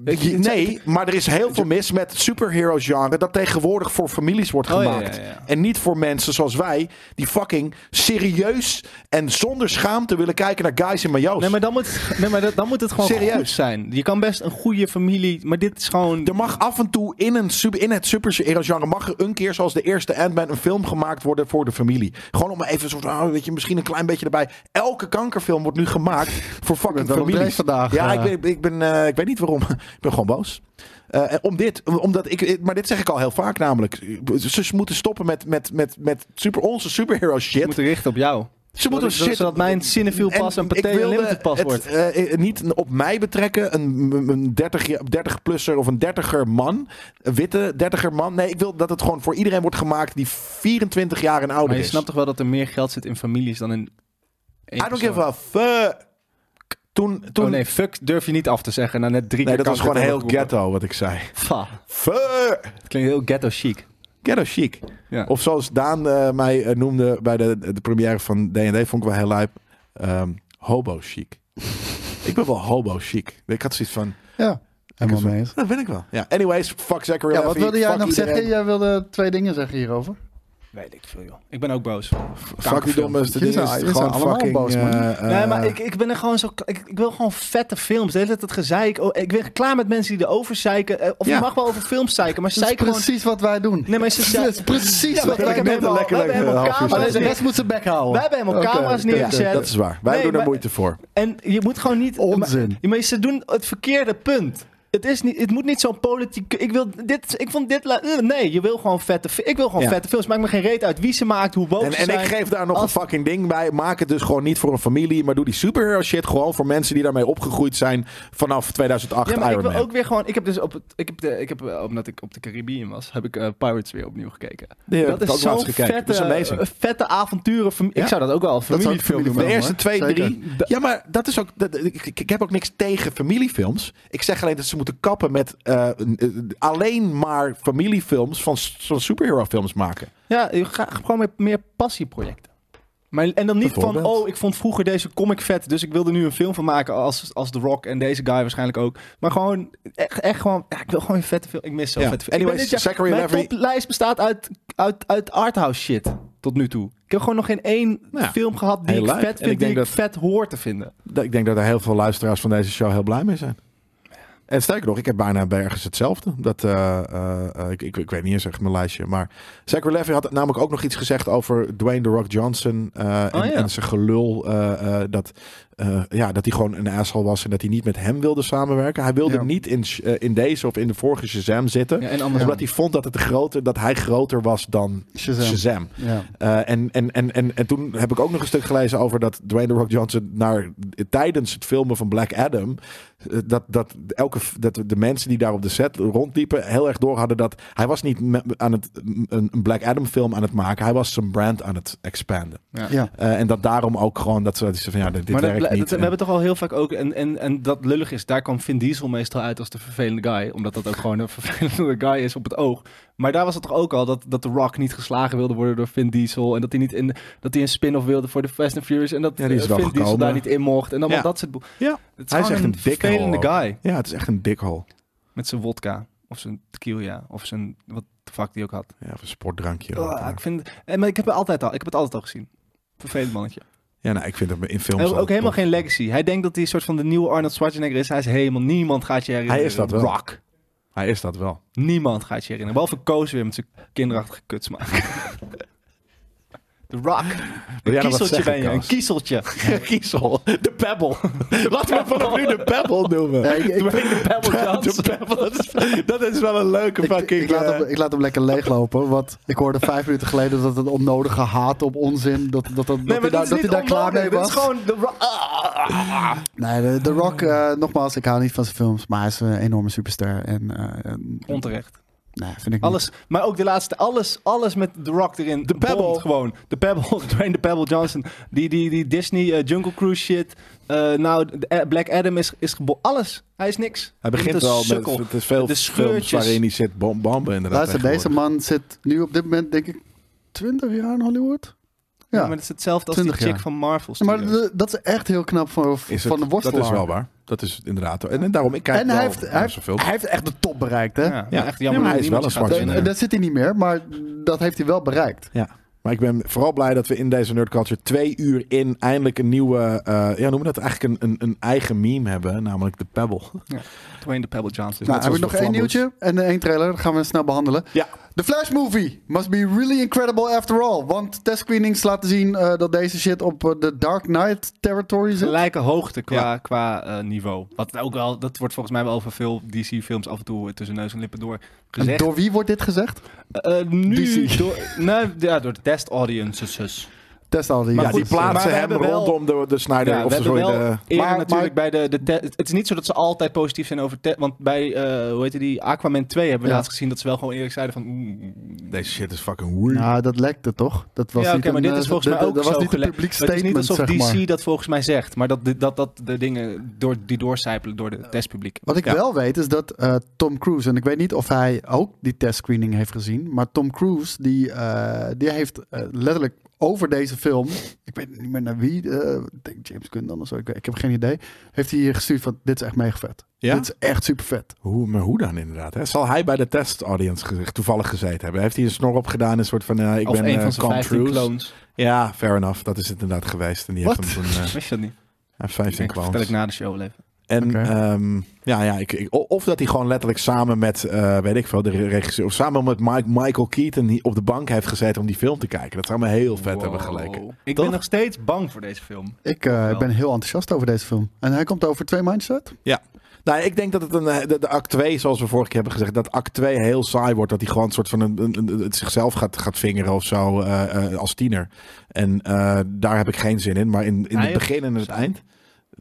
C: Ik-
B: Je-
C: het-
B: nee, maar er is heel veel mis met superhero genre dat tegenwoordig voor families wordt
C: Oh, ja,
B: gemaakt.
C: ja, ja.
B: En niet voor mensen zoals wij die fucking serieus en zonder schaamte willen kijken naar guys in majo's.
C: Nee, maar dan moet, nee, maar dat- dan moet het gewoon
B: Serieus.
C: goed zijn. Je kan best een goede familie, maar dit is gewoon...
B: Er mag af en toe in, een super, in het superhero-genre mag er een keer zoals de eerste Ant-Man een film gemaakt worden voor de familie. Gewoon om even zo, van, oh, weet je, misschien een klein beetje erbij. Elke kankerfilm wordt nu gemaakt voor fucking
D: wel op
B: families.
D: dreef vandaag,
B: ja,
D: eh.
B: ik, ben, ik, ben, eh, ik weet niet waarom. ik ben gewoon boos. Eh, en om dit, omdat ik, ik- maar dit zeg ik al heel vaak namelijk. Eh, Ze moeten stoppen met, met, met, met super, onze superhero shit.
C: Je moet richten op jou.
B: Ze moeten
C: Zodat-
B: shit
C: Zodat mijn cinefiel pas en
B: ik
C: Pathé
B: wilde
C: Unlimited pas
B: het,
C: wordt.
B: eh, eh, niet op mij betrekken, een, een 30 ja- 30-plusser of een 30er man. Een witte 30er man. Nee, ik wil dat het gewoon voor iedereen wordt gemaakt die 24 jaar en ouder
C: Maar je
B: is.
C: snapt toch wel dat er meer geld zit in families dan in... één
B: I don't
C: persoon?
B: give a fuck. Toen, toen
C: Oh nee, fuck durf je niet af te zeggen. Na net drie
B: nee,
C: keer
B: dat was
C: kan
B: gewoon
C: ik dit
B: heel
C: nog roepen.
B: ghetto wat ik zei.
C: Fa.
B: Fuck.
C: Het klinkt heel ghetto chic.
B: Ghetto chic.
C: Ja.
B: Of zoals Daan eh, mij eh, noemde bij de, de première van D&D, vond ik wel heel lijp. Ehm, hobo chic. ik ben wel hobo chic. Ik had zoiets van,
D: Ja, helemaal mee eens.
B: dat ben ik wel. Ja, anyways, fuck Zachary
D: Ja,
B: Levi,
D: wat wilde jij
B: fuck
D: nog
B: iedereen.
D: zeggen? Jij wilde twee dingen zeggen hierover.
C: Weet ik veel, joh. Ik ben ook boos.
B: Eh. Fuck die domste
D: Je
B: dingen.
D: zou-
B: is
D: je
B: het
D: zou
B: Gewoon
D: allemaal
B: fucking...
D: boos, man.
B: eh, eh,
C: Nee, maar ik, ik ben er gewoon zo. Ik, ik wil gewoon vette films. De hele tijd het gezeik. Oh, ik ben klaar met mensen die erover zeiken. Eh, Of
B: Ja.
C: je mag wel over films zeiken, maar
D: Dat is
C: zeiken gewoon.
D: precies wat wij doen.
C: Nee, maar ze
D: Dat is
C: zeiken.
D: precies
C: Ja,
D: wat
C: maar
D: wij
B: ik
D: doen.
B: net een lekker,
C: wij
B: lekker
C: hebben
B: half uur
C: elkaar-
D: Alleen
B: zitten.
D: de rest moet zijn bek houden.
C: Wij hebben helemaal
D: Oké,
C: camera's
D: oké.
C: neergezet.
B: Dat is waar. Wij
C: Nee,
B: doen er
C: maar-
B: moeite voor.
C: En je moet gewoon niet.
D: Onzin.
C: Maar, maar ze doen het verkeerde punt. Het, is niet, het moet niet zo'n politiek. Ik, wil dit, ik vond dit. la- eh, Nee, je wil gewoon vette. fi- Ik wil gewoon
B: Ja.
C: vette films. Maakt me geen reet uit wie ze maakt, hoe woke
B: En,
C: ze
B: en
C: zijn.
B: ik geef daar nog
C: Als-
B: een fucking ding bij. Maak het dus gewoon niet voor een familie. Maar doe die superhero shit gewoon voor mensen die daarmee opgegroeid zijn. Vanaf 2008
C: Ja, maar ik
B: Iron
C: wil
B: Man.
C: ook weer gewoon. Ik heb dus op het. Ik heb de, ik heb, eh, omdat ik op de Caribbean was, heb ik eh, Pirates weer opnieuw gekeken.
B: heb
C: dat
B: ik ook
C: is zo'n
B: laatst gekeken. Dat is
C: vette,
B: amazing.
C: eh, vette avonturen. fam-
B: Ja.
C: Ik zou dat ook wel een
D: zou ik
C: familiefilm
D: familiefilm
C: noemen.
B: De eerste
D: hoor.
B: twee,
D: Zeker.
B: drie. Ja, maar dat is ook. dat- ik, ik- ik heb ook niks tegen familiefilms. Ik zeg alleen dat ze moeten kappen met eh, een- eh, alleen maar familiefilms van, s- van superhero films maken.
C: Ja, je ga gewoon met meer passieprojecten. Maar, en dan niet van,
B: Bijvoorbeeld.
C: oh, ik vond vroeger deze comic vet, dus ik wilde nu een film van maken als, als The Rock en deze guy waarschijnlijk ook. Maar gewoon, echt, echt gewoon, ja, ik wil gewoon een vette film. Ik mis zo'n
B: Ja.
C: vette film. Ik ben
B: Anyways,
C: dit jaar-
B: Zachary
C: mijn
B: Levi-
C: toplijst bestaat uit, uit, uit arthouse shit tot nu toe. Ik heb gewoon nog geen één
B: Nou ja,
C: film gehad die
B: heel
C: ik
B: leuk.
C: vet
B: En ik
C: vind, die
B: denk
C: ik
B: dat-
C: vet hoor te vinden.
B: Ik denk dat er heel veel luisteraars van deze show heel blij mee zijn. En sterker nog, ik heb bijna bij ergens hetzelfde. Dat, eh, eh, eh, ik, ik, ik weet niet eens echt mijn lijstje. Maar Zachary Levy had namelijk ook nog iets gezegd over Dwayne The Rock Johnson. eh, en,
C: Oh ja.
B: en zijn gelul eh, eh, dat, eh, ja, dat hij gewoon een asshole was. En dat hij niet met hem wilde samenwerken. Hij wilde
D: Ja.
B: niet in, Sh- eh, in deze of in de vorige Shazam zitten.
C: Ja, en andersom.
B: Omdat hij vond dat, het groter, dat hij groter was dan
D: Shazam.
B: Shazam.
D: Ja.
B: Eh, en, en, en, en, en toen heb ik ook nog een stuk gelezen over dat Dwayne The Rock Johnson naar, tijdens het filmen van Black Adam. eh, Dat, dat, elke, dat de mensen die daar op de set rondliepen heel erg door hadden dat hij was niet me- aan het, een een Black Adam film aan het maken. Hij was zijn brand aan het expanden.
D: Ja.
B: Eh, en dat daarom ook gewoon dat ze dat ze van ja, dit, dit
C: maar dat
B: werkt
C: ble-
B: niet.
C: dat- we
B: En-
C: hebben toch al heel vaak ook, en, en, en dat lullig is, daar kwam Vin Diesel meestal uit als de vervelende guy. Omdat dat ook gewoon een vervelende guy is op het oog. Maar daar was het toch ook al dat, dat The Rock niet geslagen wilde worden door Vin Diesel. En dat hij, niet in, dat hij een spin-off wilde voor de Fast and Furious. En dat
B: Ja, die is
C: eh,
B: wel
C: Vin Diesel
B: gekomen.
C: daar niet in mocht. En allemaal
B: Ja.
C: dat soort... boel.
B: Ja.
C: Het is
B: Hij is
C: gewoon
B: echt een dikhol
C: vervelende
B: ook.
C: guy.
B: ja, het is echt een dikhol.
C: Met zijn wodka. Of zijn tequila. Of zijn... Wat de fuck die ook had.
B: Ja, of een sportdrankje.
C: Ah, ik vind... eh, Maar ik heb, het altijd al, ik heb het altijd al gezien. Vervelend mannetje.
B: Ja, nou, ik vind hem in
C: Hij
B: films
C: heeft ook helemaal
B: tof.
C: geen legacy. Hij denkt dat hij een soort van de nieuwe Arnold Schwarzenegger is. Hij is helemaal niemand gaat je herinneren.
B: Hij is dat wel.
C: Rock.
B: Hij is dat wel.
C: Niemand gaat je herinneren. Behalve Koos weer met zijn kinderachtige kutsmaak. The Rock. Een
B: jij nog wat
C: kiezeltje
B: zeggen,
C: ben je. Een
B: Koos?
C: kiezeltje.
B: Kiezel. De Pebble. Laten we vanaf nu de Pebble noemen.
D: Ja, ik, ik,
C: De Pebble
B: De
C: Johnson.
B: Pebble, dat is- dat is wel een leuke
D: ik,
B: fucking...
D: ik laat
B: eh,
D: hem, ik laat hem lekker leeglopen. Want ik hoorde vijf minuten geleden dat het onnodige haat op onzin. Dat, dat, dat, dat
C: Nee,
D: hij
C: maar dat
D: daar, dat
C: is
D: hij
C: niet
D: daar klaar mee
C: Dit is
D: was.
C: gewoon The Rock.
D: Nee, de, The Rock, eh, nogmaals, ik hou niet van zijn films. Maar hij is een enorme superster. En, eh, eh,
C: Onterecht.
D: nee, vind ik niet.
C: Alles, maar ook de laatste, alles, alles met The Rock erin. De
B: Pebble.
C: gewoon. De Pebble, Dwayne de Pebble Johnson. Die, die, die Disney eh, Jungle Cruise shit. Eh, nou, de- eh, Black Adam is, is gebo- Alles. Hij is niks.
B: hij
C: Het
B: begint
C: is een
B: wel met,
C: sukkel.
B: het is veel
C: De
B: films
C: scheurtjes.
B: waarin hij zit bom, bomben inderdaad.
D: Luister, deze
B: tegenwoordig.
D: man zit nu op dit moment, denk ik, 20 jaar in Hollywood.
C: Ja,
D: Ja,
C: maar het is hetzelfde als die
D: 20
C: chick
D: jaar.
C: van Marvel.
D: maar
C: Studios.
D: de- dat is echt heel knap van,
B: Is
D: van
B: het-
D: de worstelaar.
B: Dat is wel waar. Dat is inderdaad. En, en daarom, ik kijk
D: En
B: wel
D: hij heeft,
B: naar
D: hij, heeft,
B: zoveel.
D: hij heeft echt de top bereikt, hè?
C: ja,
D: En
C: maar echt jammer.
B: maar hij
C: dat
B: is wel een
C: niemand gaat
B: zwarte
C: winnen.
B: nerd.
D: Daar zit hij niet meer, maar dat heeft hij wel bereikt.
B: Ja. Maar ik ben vooral blij dat we in deze Nerd Culture twee uur in eindelijk een nieuwe, eh, ja noem je dat, eigenlijk een, een, een eigen meme hebben, namelijk de Pebble.
C: Dwayne de Pebble Johnson.
D: Nou,
B: zoals
D: hebben we nog
B: de
D: één
B: Flamboes.
D: nieuwtje en eh, één trailer. Dat gaan we snel behandelen.
B: Ja.
D: The Flash movie must be really incredible after all. Want testscreenings laten zien eh, dat deze shit op eh, de Dark Knight territory zit.
C: Gelijke hoogte qua,
B: Ja.
C: qua eh, niveau. Wat ook wel, dat wordt volgens mij wel over veel DC-films af en toe eh, tussen neus en lippen door
D: En
C: gezegd.
D: door wie wordt dit gezegd?
C: Eh, nu
D: DC.
C: door, nou, ja, door de test audiences.
D: Test al die.
B: Ja,
C: goed,
B: die plaatsen
C: maar we
B: hem
C: hebben wel-
B: rondom de, de Snyder. eh,
C: Ja,
B: of
C: we
B: sorry,
C: hebben wel
B: de,
C: eerder
D: Maar-
C: natuurlijk bij de, de te- Het is niet zo dat ze altijd positief zijn over... te- want bij, eh hoe heet die, Aquaman 2 hebben we
D: Ja.
C: laatst gezien... dat ze wel gewoon eerlijk zeiden van... mm, oeh,
B: deze shit is fucking weird.
D: Nou, dat lekte toch? Dat was
C: eh, ja, oké,
D: niet
C: maar
D: een,
C: dit is
D: eh,
C: volgens mij
D: dat-
C: ook
D: Dat was
C: zo
D: niet een
C: gele-
D: publiek
C: Het
D: statement,
C: is niet alsof
D: zeg
C: DC
D: maar.
C: dat volgens mij zegt, maar dat, de- dat, dat de dingen door, die doorcijpelen door de testpubliek.
D: Wat ik
B: Ja.
D: wel weet is dat eh, Tom Cruise, en ik weet niet of hij ook die testscreening heeft gezien, maar Tom Cruise die, eh, die heeft eh, letterlijk over deze film, ik weet niet meer naar wie, eh, ik denk James Gunn dan of zo, ik, weet- ik heb geen idee, heeft hij hier gestuurd van dit is echt mega vet.
B: Ja?
D: Dit is echt super vet.
B: Hoe, maar hoe dan inderdaad? Hè? Zal hij bij de test audience ge- toevallig gezeten hebben? Heeft hij een snor opgedaan? Een soort van, eh, ik
C: of
B: ben
C: een
B: eh,
C: van zijn
B: Tom
C: 15
B: Cruise?
C: clones.
B: Ja, fair enough. Dat is het inderdaad geweest. En die
D: Wat?
B: heeft hem toen eh, hij
C: Wist je dat niet?
B: heeft 15
C: Ik vertel ik nou.
B: clones.
C: na de show wel even.
B: En
D: Oké.
B: ehm, ja, ja ik, ik- o- of dat hij gewoon letterlijk samen met, eh, weet ik veel, de re- regisseur, of samen met Mike, Michael Keaton die op de bank heeft gezeten om die film te kijken. Dat zou me heel vet hebben geleken.
C: Wow. Ik
B: Toch?
C: ben nog steeds bang voor deze film.
D: Ik eh,
C: Wel.
D: ben heel enthousiast over deze film. En hij komt over twee maandjes uit.
B: Nou, ik denk dat het een, eh, de, de act 2, zoals we vorige keer hebben gezegd, dat act 2 heel saai wordt. Dat hij gewoon een soort van een, een- een- het zichzelf gaat, gaat vingeren of zo eh, eh, als tiener. En eh, daar heb ik geen zin in. Maar in, in
C: Hij
B: het
C: of-
B: begin en in het eind.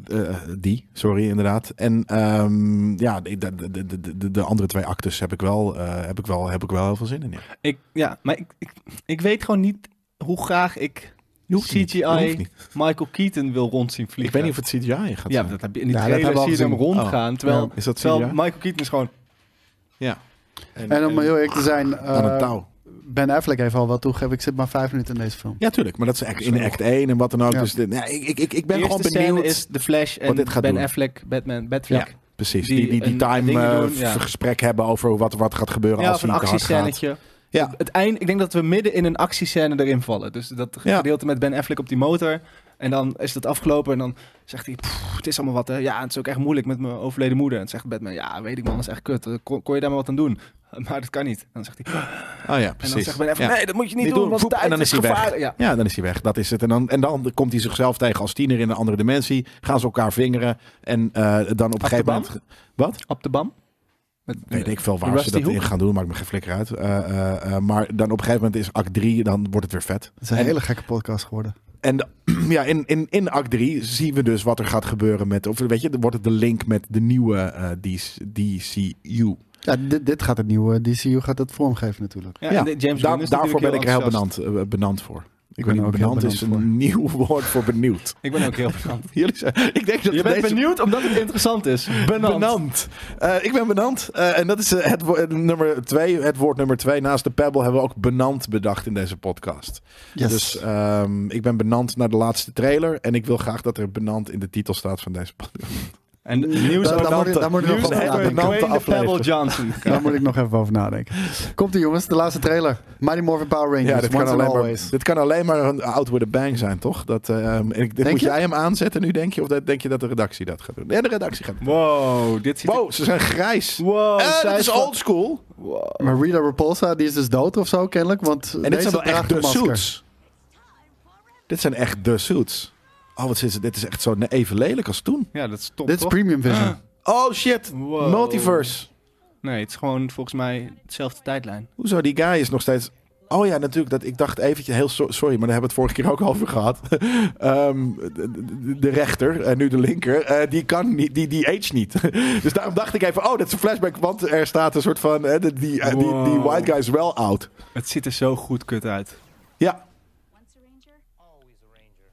B: eh, die, sorry, inderdaad. En ehm, ja, de, de, de, de, de andere twee actes heb ik wel, eh, heb ik wel, heb ik wel heel veel zin in. ja.
C: Ik, ja, maar ik, ik, ik weet gewoon niet hoe graag ik
B: Je hoeft niet. Je
C: CGI
B: hoeft niet.
C: Michael Keaton wil rond zien
B: Ik
C: vliegen.
B: weet niet of het CGI gaat
C: Ja,
B: zijn.
C: dat heb je in die
D: Ja, dat
C: trailer Oh.
D: hebben we
C: zie
D: al
C: je hem
D: gezien.
C: rondgaan, terwijl,
B: Is dat
C: terwijl
B: CGI?
C: Michael Keaton is gewoon...
B: Ja. En, eh,
D: En om heel eerlijk te zijn,
B: aan een
D: eh,
B: touw.
D: Ben Affleck heeft al wel toegeven, ik zit maar vijf minuten in deze film.
B: Ja, tuurlijk. Maar dat is echt in act 1 en wat dan ook.
D: Ja.
B: Dus dit- ja, ik, ik- ik, ik ben
C: de
B: gewoon
C: eerste
B: benieuwd.
C: scène is The Flash en
B: dit gaat
C: Ben
B: doen.
C: Affleck, Batman, Batfleck.
B: Ja. Precies, die,
C: Die
B: die, die,
C: een-
B: time
C: dingen
B: eh,
C: doen, ja.
B: v- gesprek hebben over wat, wat gaat gebeuren
C: Ja,
B: als
C: of een
B: hij te hard gaat.
C: actiescènetje.
B: Ja.
C: Het eind, ik denk dat we midden in een actiescène erin vallen. Dus dat
B: Ja.
C: gedeelte met Ben Affleck op die motor. En dan is dat afgelopen en dan zegt hij, "Pff, het is allemaal wat hè. Ja, het is ook echt moeilijk met mijn overleden moeder. En dan zegt Batman, ja, weet ik man, dat is echt kut. Eh, Kon, kon je daar maar wat aan doen? Maar dat kan niet. En dan zegt hij,
B: Oh ja,
C: en
B: precies.
C: dan zegt Batman even,
B: Ja.
C: nee, dat moet je niet
B: Niet
C: doen,
B: doen,
C: want
B: voep,
C: tijd
B: en dan
C: is
B: is hij weg.
C: gevaarlijk. Ja.
B: Ja, dan is hij weg. Dat is het. En dan, en dan komt hij zichzelf tegen als tiener in een andere dimensie. Gaan ze elkaar vingeren. En eh, dan op een gegeven
C: Achterbank?
B: moment... Wat?
C: Op de bam. Met,
B: Weet ik veel waar
C: Rusty
B: ze dat
C: Hook?
B: in gaan doen. Maakt me geen flikker uit. Eh, eh, eh, maar dan op een gegeven moment is act 3. Dan wordt het weer vet.
D: Het is een
B: En-
D: hele gekke podcast geworden.
B: En de- ja, in, in, in act 3 zien we dus wat er gaat gebeuren met... Of weet je, dan wordt het de link met de nieuwe eh, DC, DCU.
D: Ja, dit, dit gaat het nieuwe. DCU gaat het vormgeven natuurlijk.
C: Ja,
B: Ja,
C: en de- James
B: Daar-
C: Gunn is
B: daarvoor
C: natuurlijk
B: ben ik er heel
C: enthousiast.
B: benand, eh, benand voor. Ik
D: ben
B: ben
D: er
B: niet
D: ook heel
B: benand is
D: benand
B: een nieuw woord voor benieuwd.
C: Ik ben ook heel benand.
B: Jullie zijn, ik denk dat we
C: Je bent
B: deze-
C: benieuwd omdat het interessant is. Benand.
B: Benand. Eh, ik ben benand. Eh, en dat is eh, het, wo- eh, nummer twee, het woord nummer twee. Naast de Pebble hebben we ook benand bedacht in deze podcast.
D: Yes.
B: Dus ehm, ik ben benand naar de laatste trailer. En ik wil graag dat er benand in de titel staat van deze podcast.
C: En nieuws
D: daar, daar,
B: benante-
D: moet ik- daar moet ik nog
B: nieuws-
D: over
B: een hele
D: nadenken.
B: benante
C: Dwayne de Pebble
B: aflevering.
C: Johnson.
D: Daar moet ik nog even over nadenken. Komt ie jongens, de laatste trailer. Mighty Morphin Power Rangers,
B: Ja, dit kan,
D: Once and
B: alleen maar,
D: Always.
B: dit kan alleen maar een out with a bang zijn, toch? Dat, ehm, en ik,
D: Denk
B: moet
D: je?
B: jij hem aanzetten nu, denk je? Of dat- denk je dat de redactie dat gaat doen? Nee, de redactie gaat doen.
C: Wow, dit ziet er-
B: Wow, ze zijn grijs.
C: Wow,
B: Eh,
C: zij
B: dat
C: is
B: is
C: van-
B: old school.
C: Wow.
D: Maar Rita Repulsa, die is dus dood of zo kennelijk. Want
B: En dit
D: deze
B: zijn wel echt
D: draagt een
B: de
D: masker.
B: suits. Dit zijn echt de suits. Oh, wat is het? Dit is echt zo ne- even lelijk als toen.
C: Ja, dat is top,
D: Dit is
C: toch?
D: Premium Vision.
B: Oh shit,
C: Wow.
B: multiverse.
C: Nee, het is gewoon volgens mij dezelfde tijdlijn.
B: Hoezo, die guy is nog steeds... Oh ja, natuurlijk. Dat, ik dacht eventjes, heel so- sorry, maar daar hebben we het vorige keer ook over gehad. Ehm, de, de- de rechter, en nu de linker, eh, die kan niet, die, die age niet. dus daarom dacht ik even, oh, dat is een flashback, want er staat een soort van, eh, die, die, eh, die, die
C: Wow.
B: white guy is wel oud.
C: Het ziet er zo goed kut uit.
B: Ja.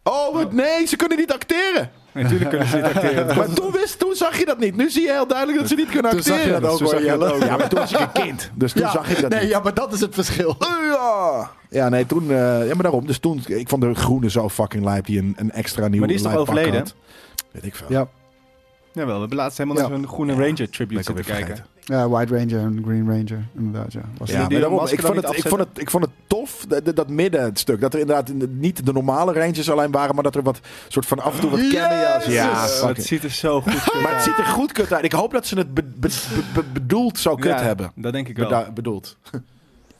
B: Oh, wat nee, ze kunnen niet acteren.
C: Natuurlijk kunnen ze dit acteren.
B: Maar toen, wist, toen zag je dat niet. Nu zie je heel duidelijk dat ze niet kunnen
D: Toen zag
B: acteren.
D: je dat ook,
B: Toen zag
D: hoor,
B: je dat
D: Jelle.
B: ook. Ja, maar toen was ik een kind. Dus toen
D: Ja,
B: zag ik dat
D: nee,
B: niet.
D: ja, maar dat is het verschil.
B: Ja. ja, nee, toen... eh, ja, maar daarom. Dus toen... Ik vond de groene zo fucking lijp die een, een extra nieuwe
C: Maar die is toch
B: lijp pak
C: overleden?
B: had. Weet ik veel.
D: Ja,
C: Jawel, we hebben laatst helemaal
D: Ja.
C: naar zo'n Groene Ranger
B: ben
C: tribute
B: ik alweer
C: zitten kijken.
B: vergeten.
D: ja White Ranger en Green Ranger. Inderdaad, ja. Was
B: Ja,
D: het.
B: maar
C: die
B: daarom,
C: masker
B: ik,
C: dan
B: vond het,
C: niet
B: ik, vond het, ik vond het tof, dat, dat- dat middenstuk. Dat er inderdaad in de- niet de normale rangers alleen waren, maar dat er wat soort van af en toe wat kennen. Ja,
D: Jezus!
B: ja,
C: Eh,
B: fuck
C: het
B: it.
C: ziet er zo goed kut
B: Maar
C: uit.
B: het ziet er goed kut uit. Ik hoop dat ze het be- be- be- bedoeld zo kut
C: Ja,
B: hebben.
C: Dat denk ik wel.
B: Beda- bedoeld.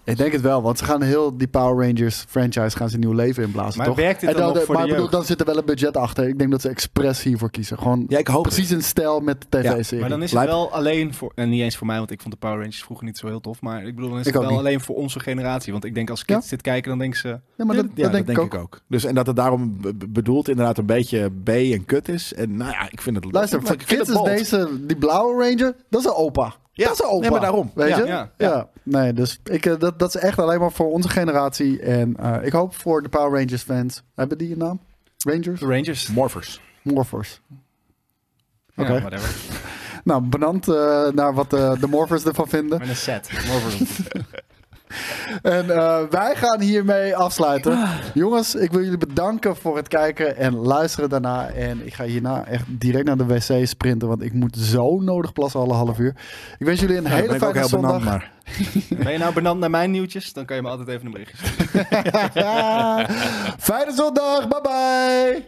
D: Ik denk het wel, want ze gaan heel die Power Rangers franchise gaan ze nieuw leven inblazen,
C: Maar
D: toch?
C: werkt dit
D: En
C: dan
D: dan
C: nog
D: de-
C: voor
D: maar
C: de
D: ik bedoel,
C: jeugd?
D: dan zit er wel een budget achter. Ik denk dat ze expres hiervoor kiezen. Gewoon
B: Ja, ik hoop het.
D: precies in stijl met de
B: Ja,
D: tv-serie.
C: Maar dan is het
B: Lijp.
C: wel alleen voor... En niet eens voor mij, want ik vond de Power Rangers vroeger niet zo heel tof. Maar ik bedoel, dan is
D: Ik
C: het
D: ook
C: wel
D: niet.
C: alleen voor onze generatie. Want ik denk als
D: Ja.
C: kids dit kijken, dan denken ze...
D: Ja, maar dat,
B: Ja,
D: dat denk, ik ook.
B: Dus en dat het daarom be- be- bedoeld inderdaad een beetje B en kut is. En nou ja, ik vind het
D: Luister,
B: ik
D: voor
B: vind het
D: kids is
B: bold.
D: deze, die blauwe ranger, dat is een opa.
B: Ja,
D: dat is een opa.
B: nee, maar daarom.
D: Weet
B: Ja,
D: je?
C: ja,
D: ja. nee, dus ik, eh, dat, dat is echt alleen maar voor onze generatie. En eh, ik hoop voor de Power Rangers fans. Hebben die een naam? Rangers?
C: De Rangers.
B: Morphers.
D: Morphers.
C: Ja,
D: Oké.
C: whatever.
D: Nou, benand eh, naar wat eh, de Morphers ervan vinden.
C: Met een set. Morphers.
D: En eh, wij gaan hiermee afsluiten. Jongens, ik wil jullie bedanken voor het kijken en luisteren daarna. En ik ga hierna echt direct naar de wc sprinten, want ik moet zo nodig plassen alle half uur. Ik wens jullie een
B: Ja,
D: hele
B: ben ik ook
D: fijne
B: heel benauwd
D: zondag.
B: naar.
C: ben je nou benand naar mijn nieuwtjes? Dan kan je me altijd even een berichtje sturen.
D: fijne zondag, bye bye.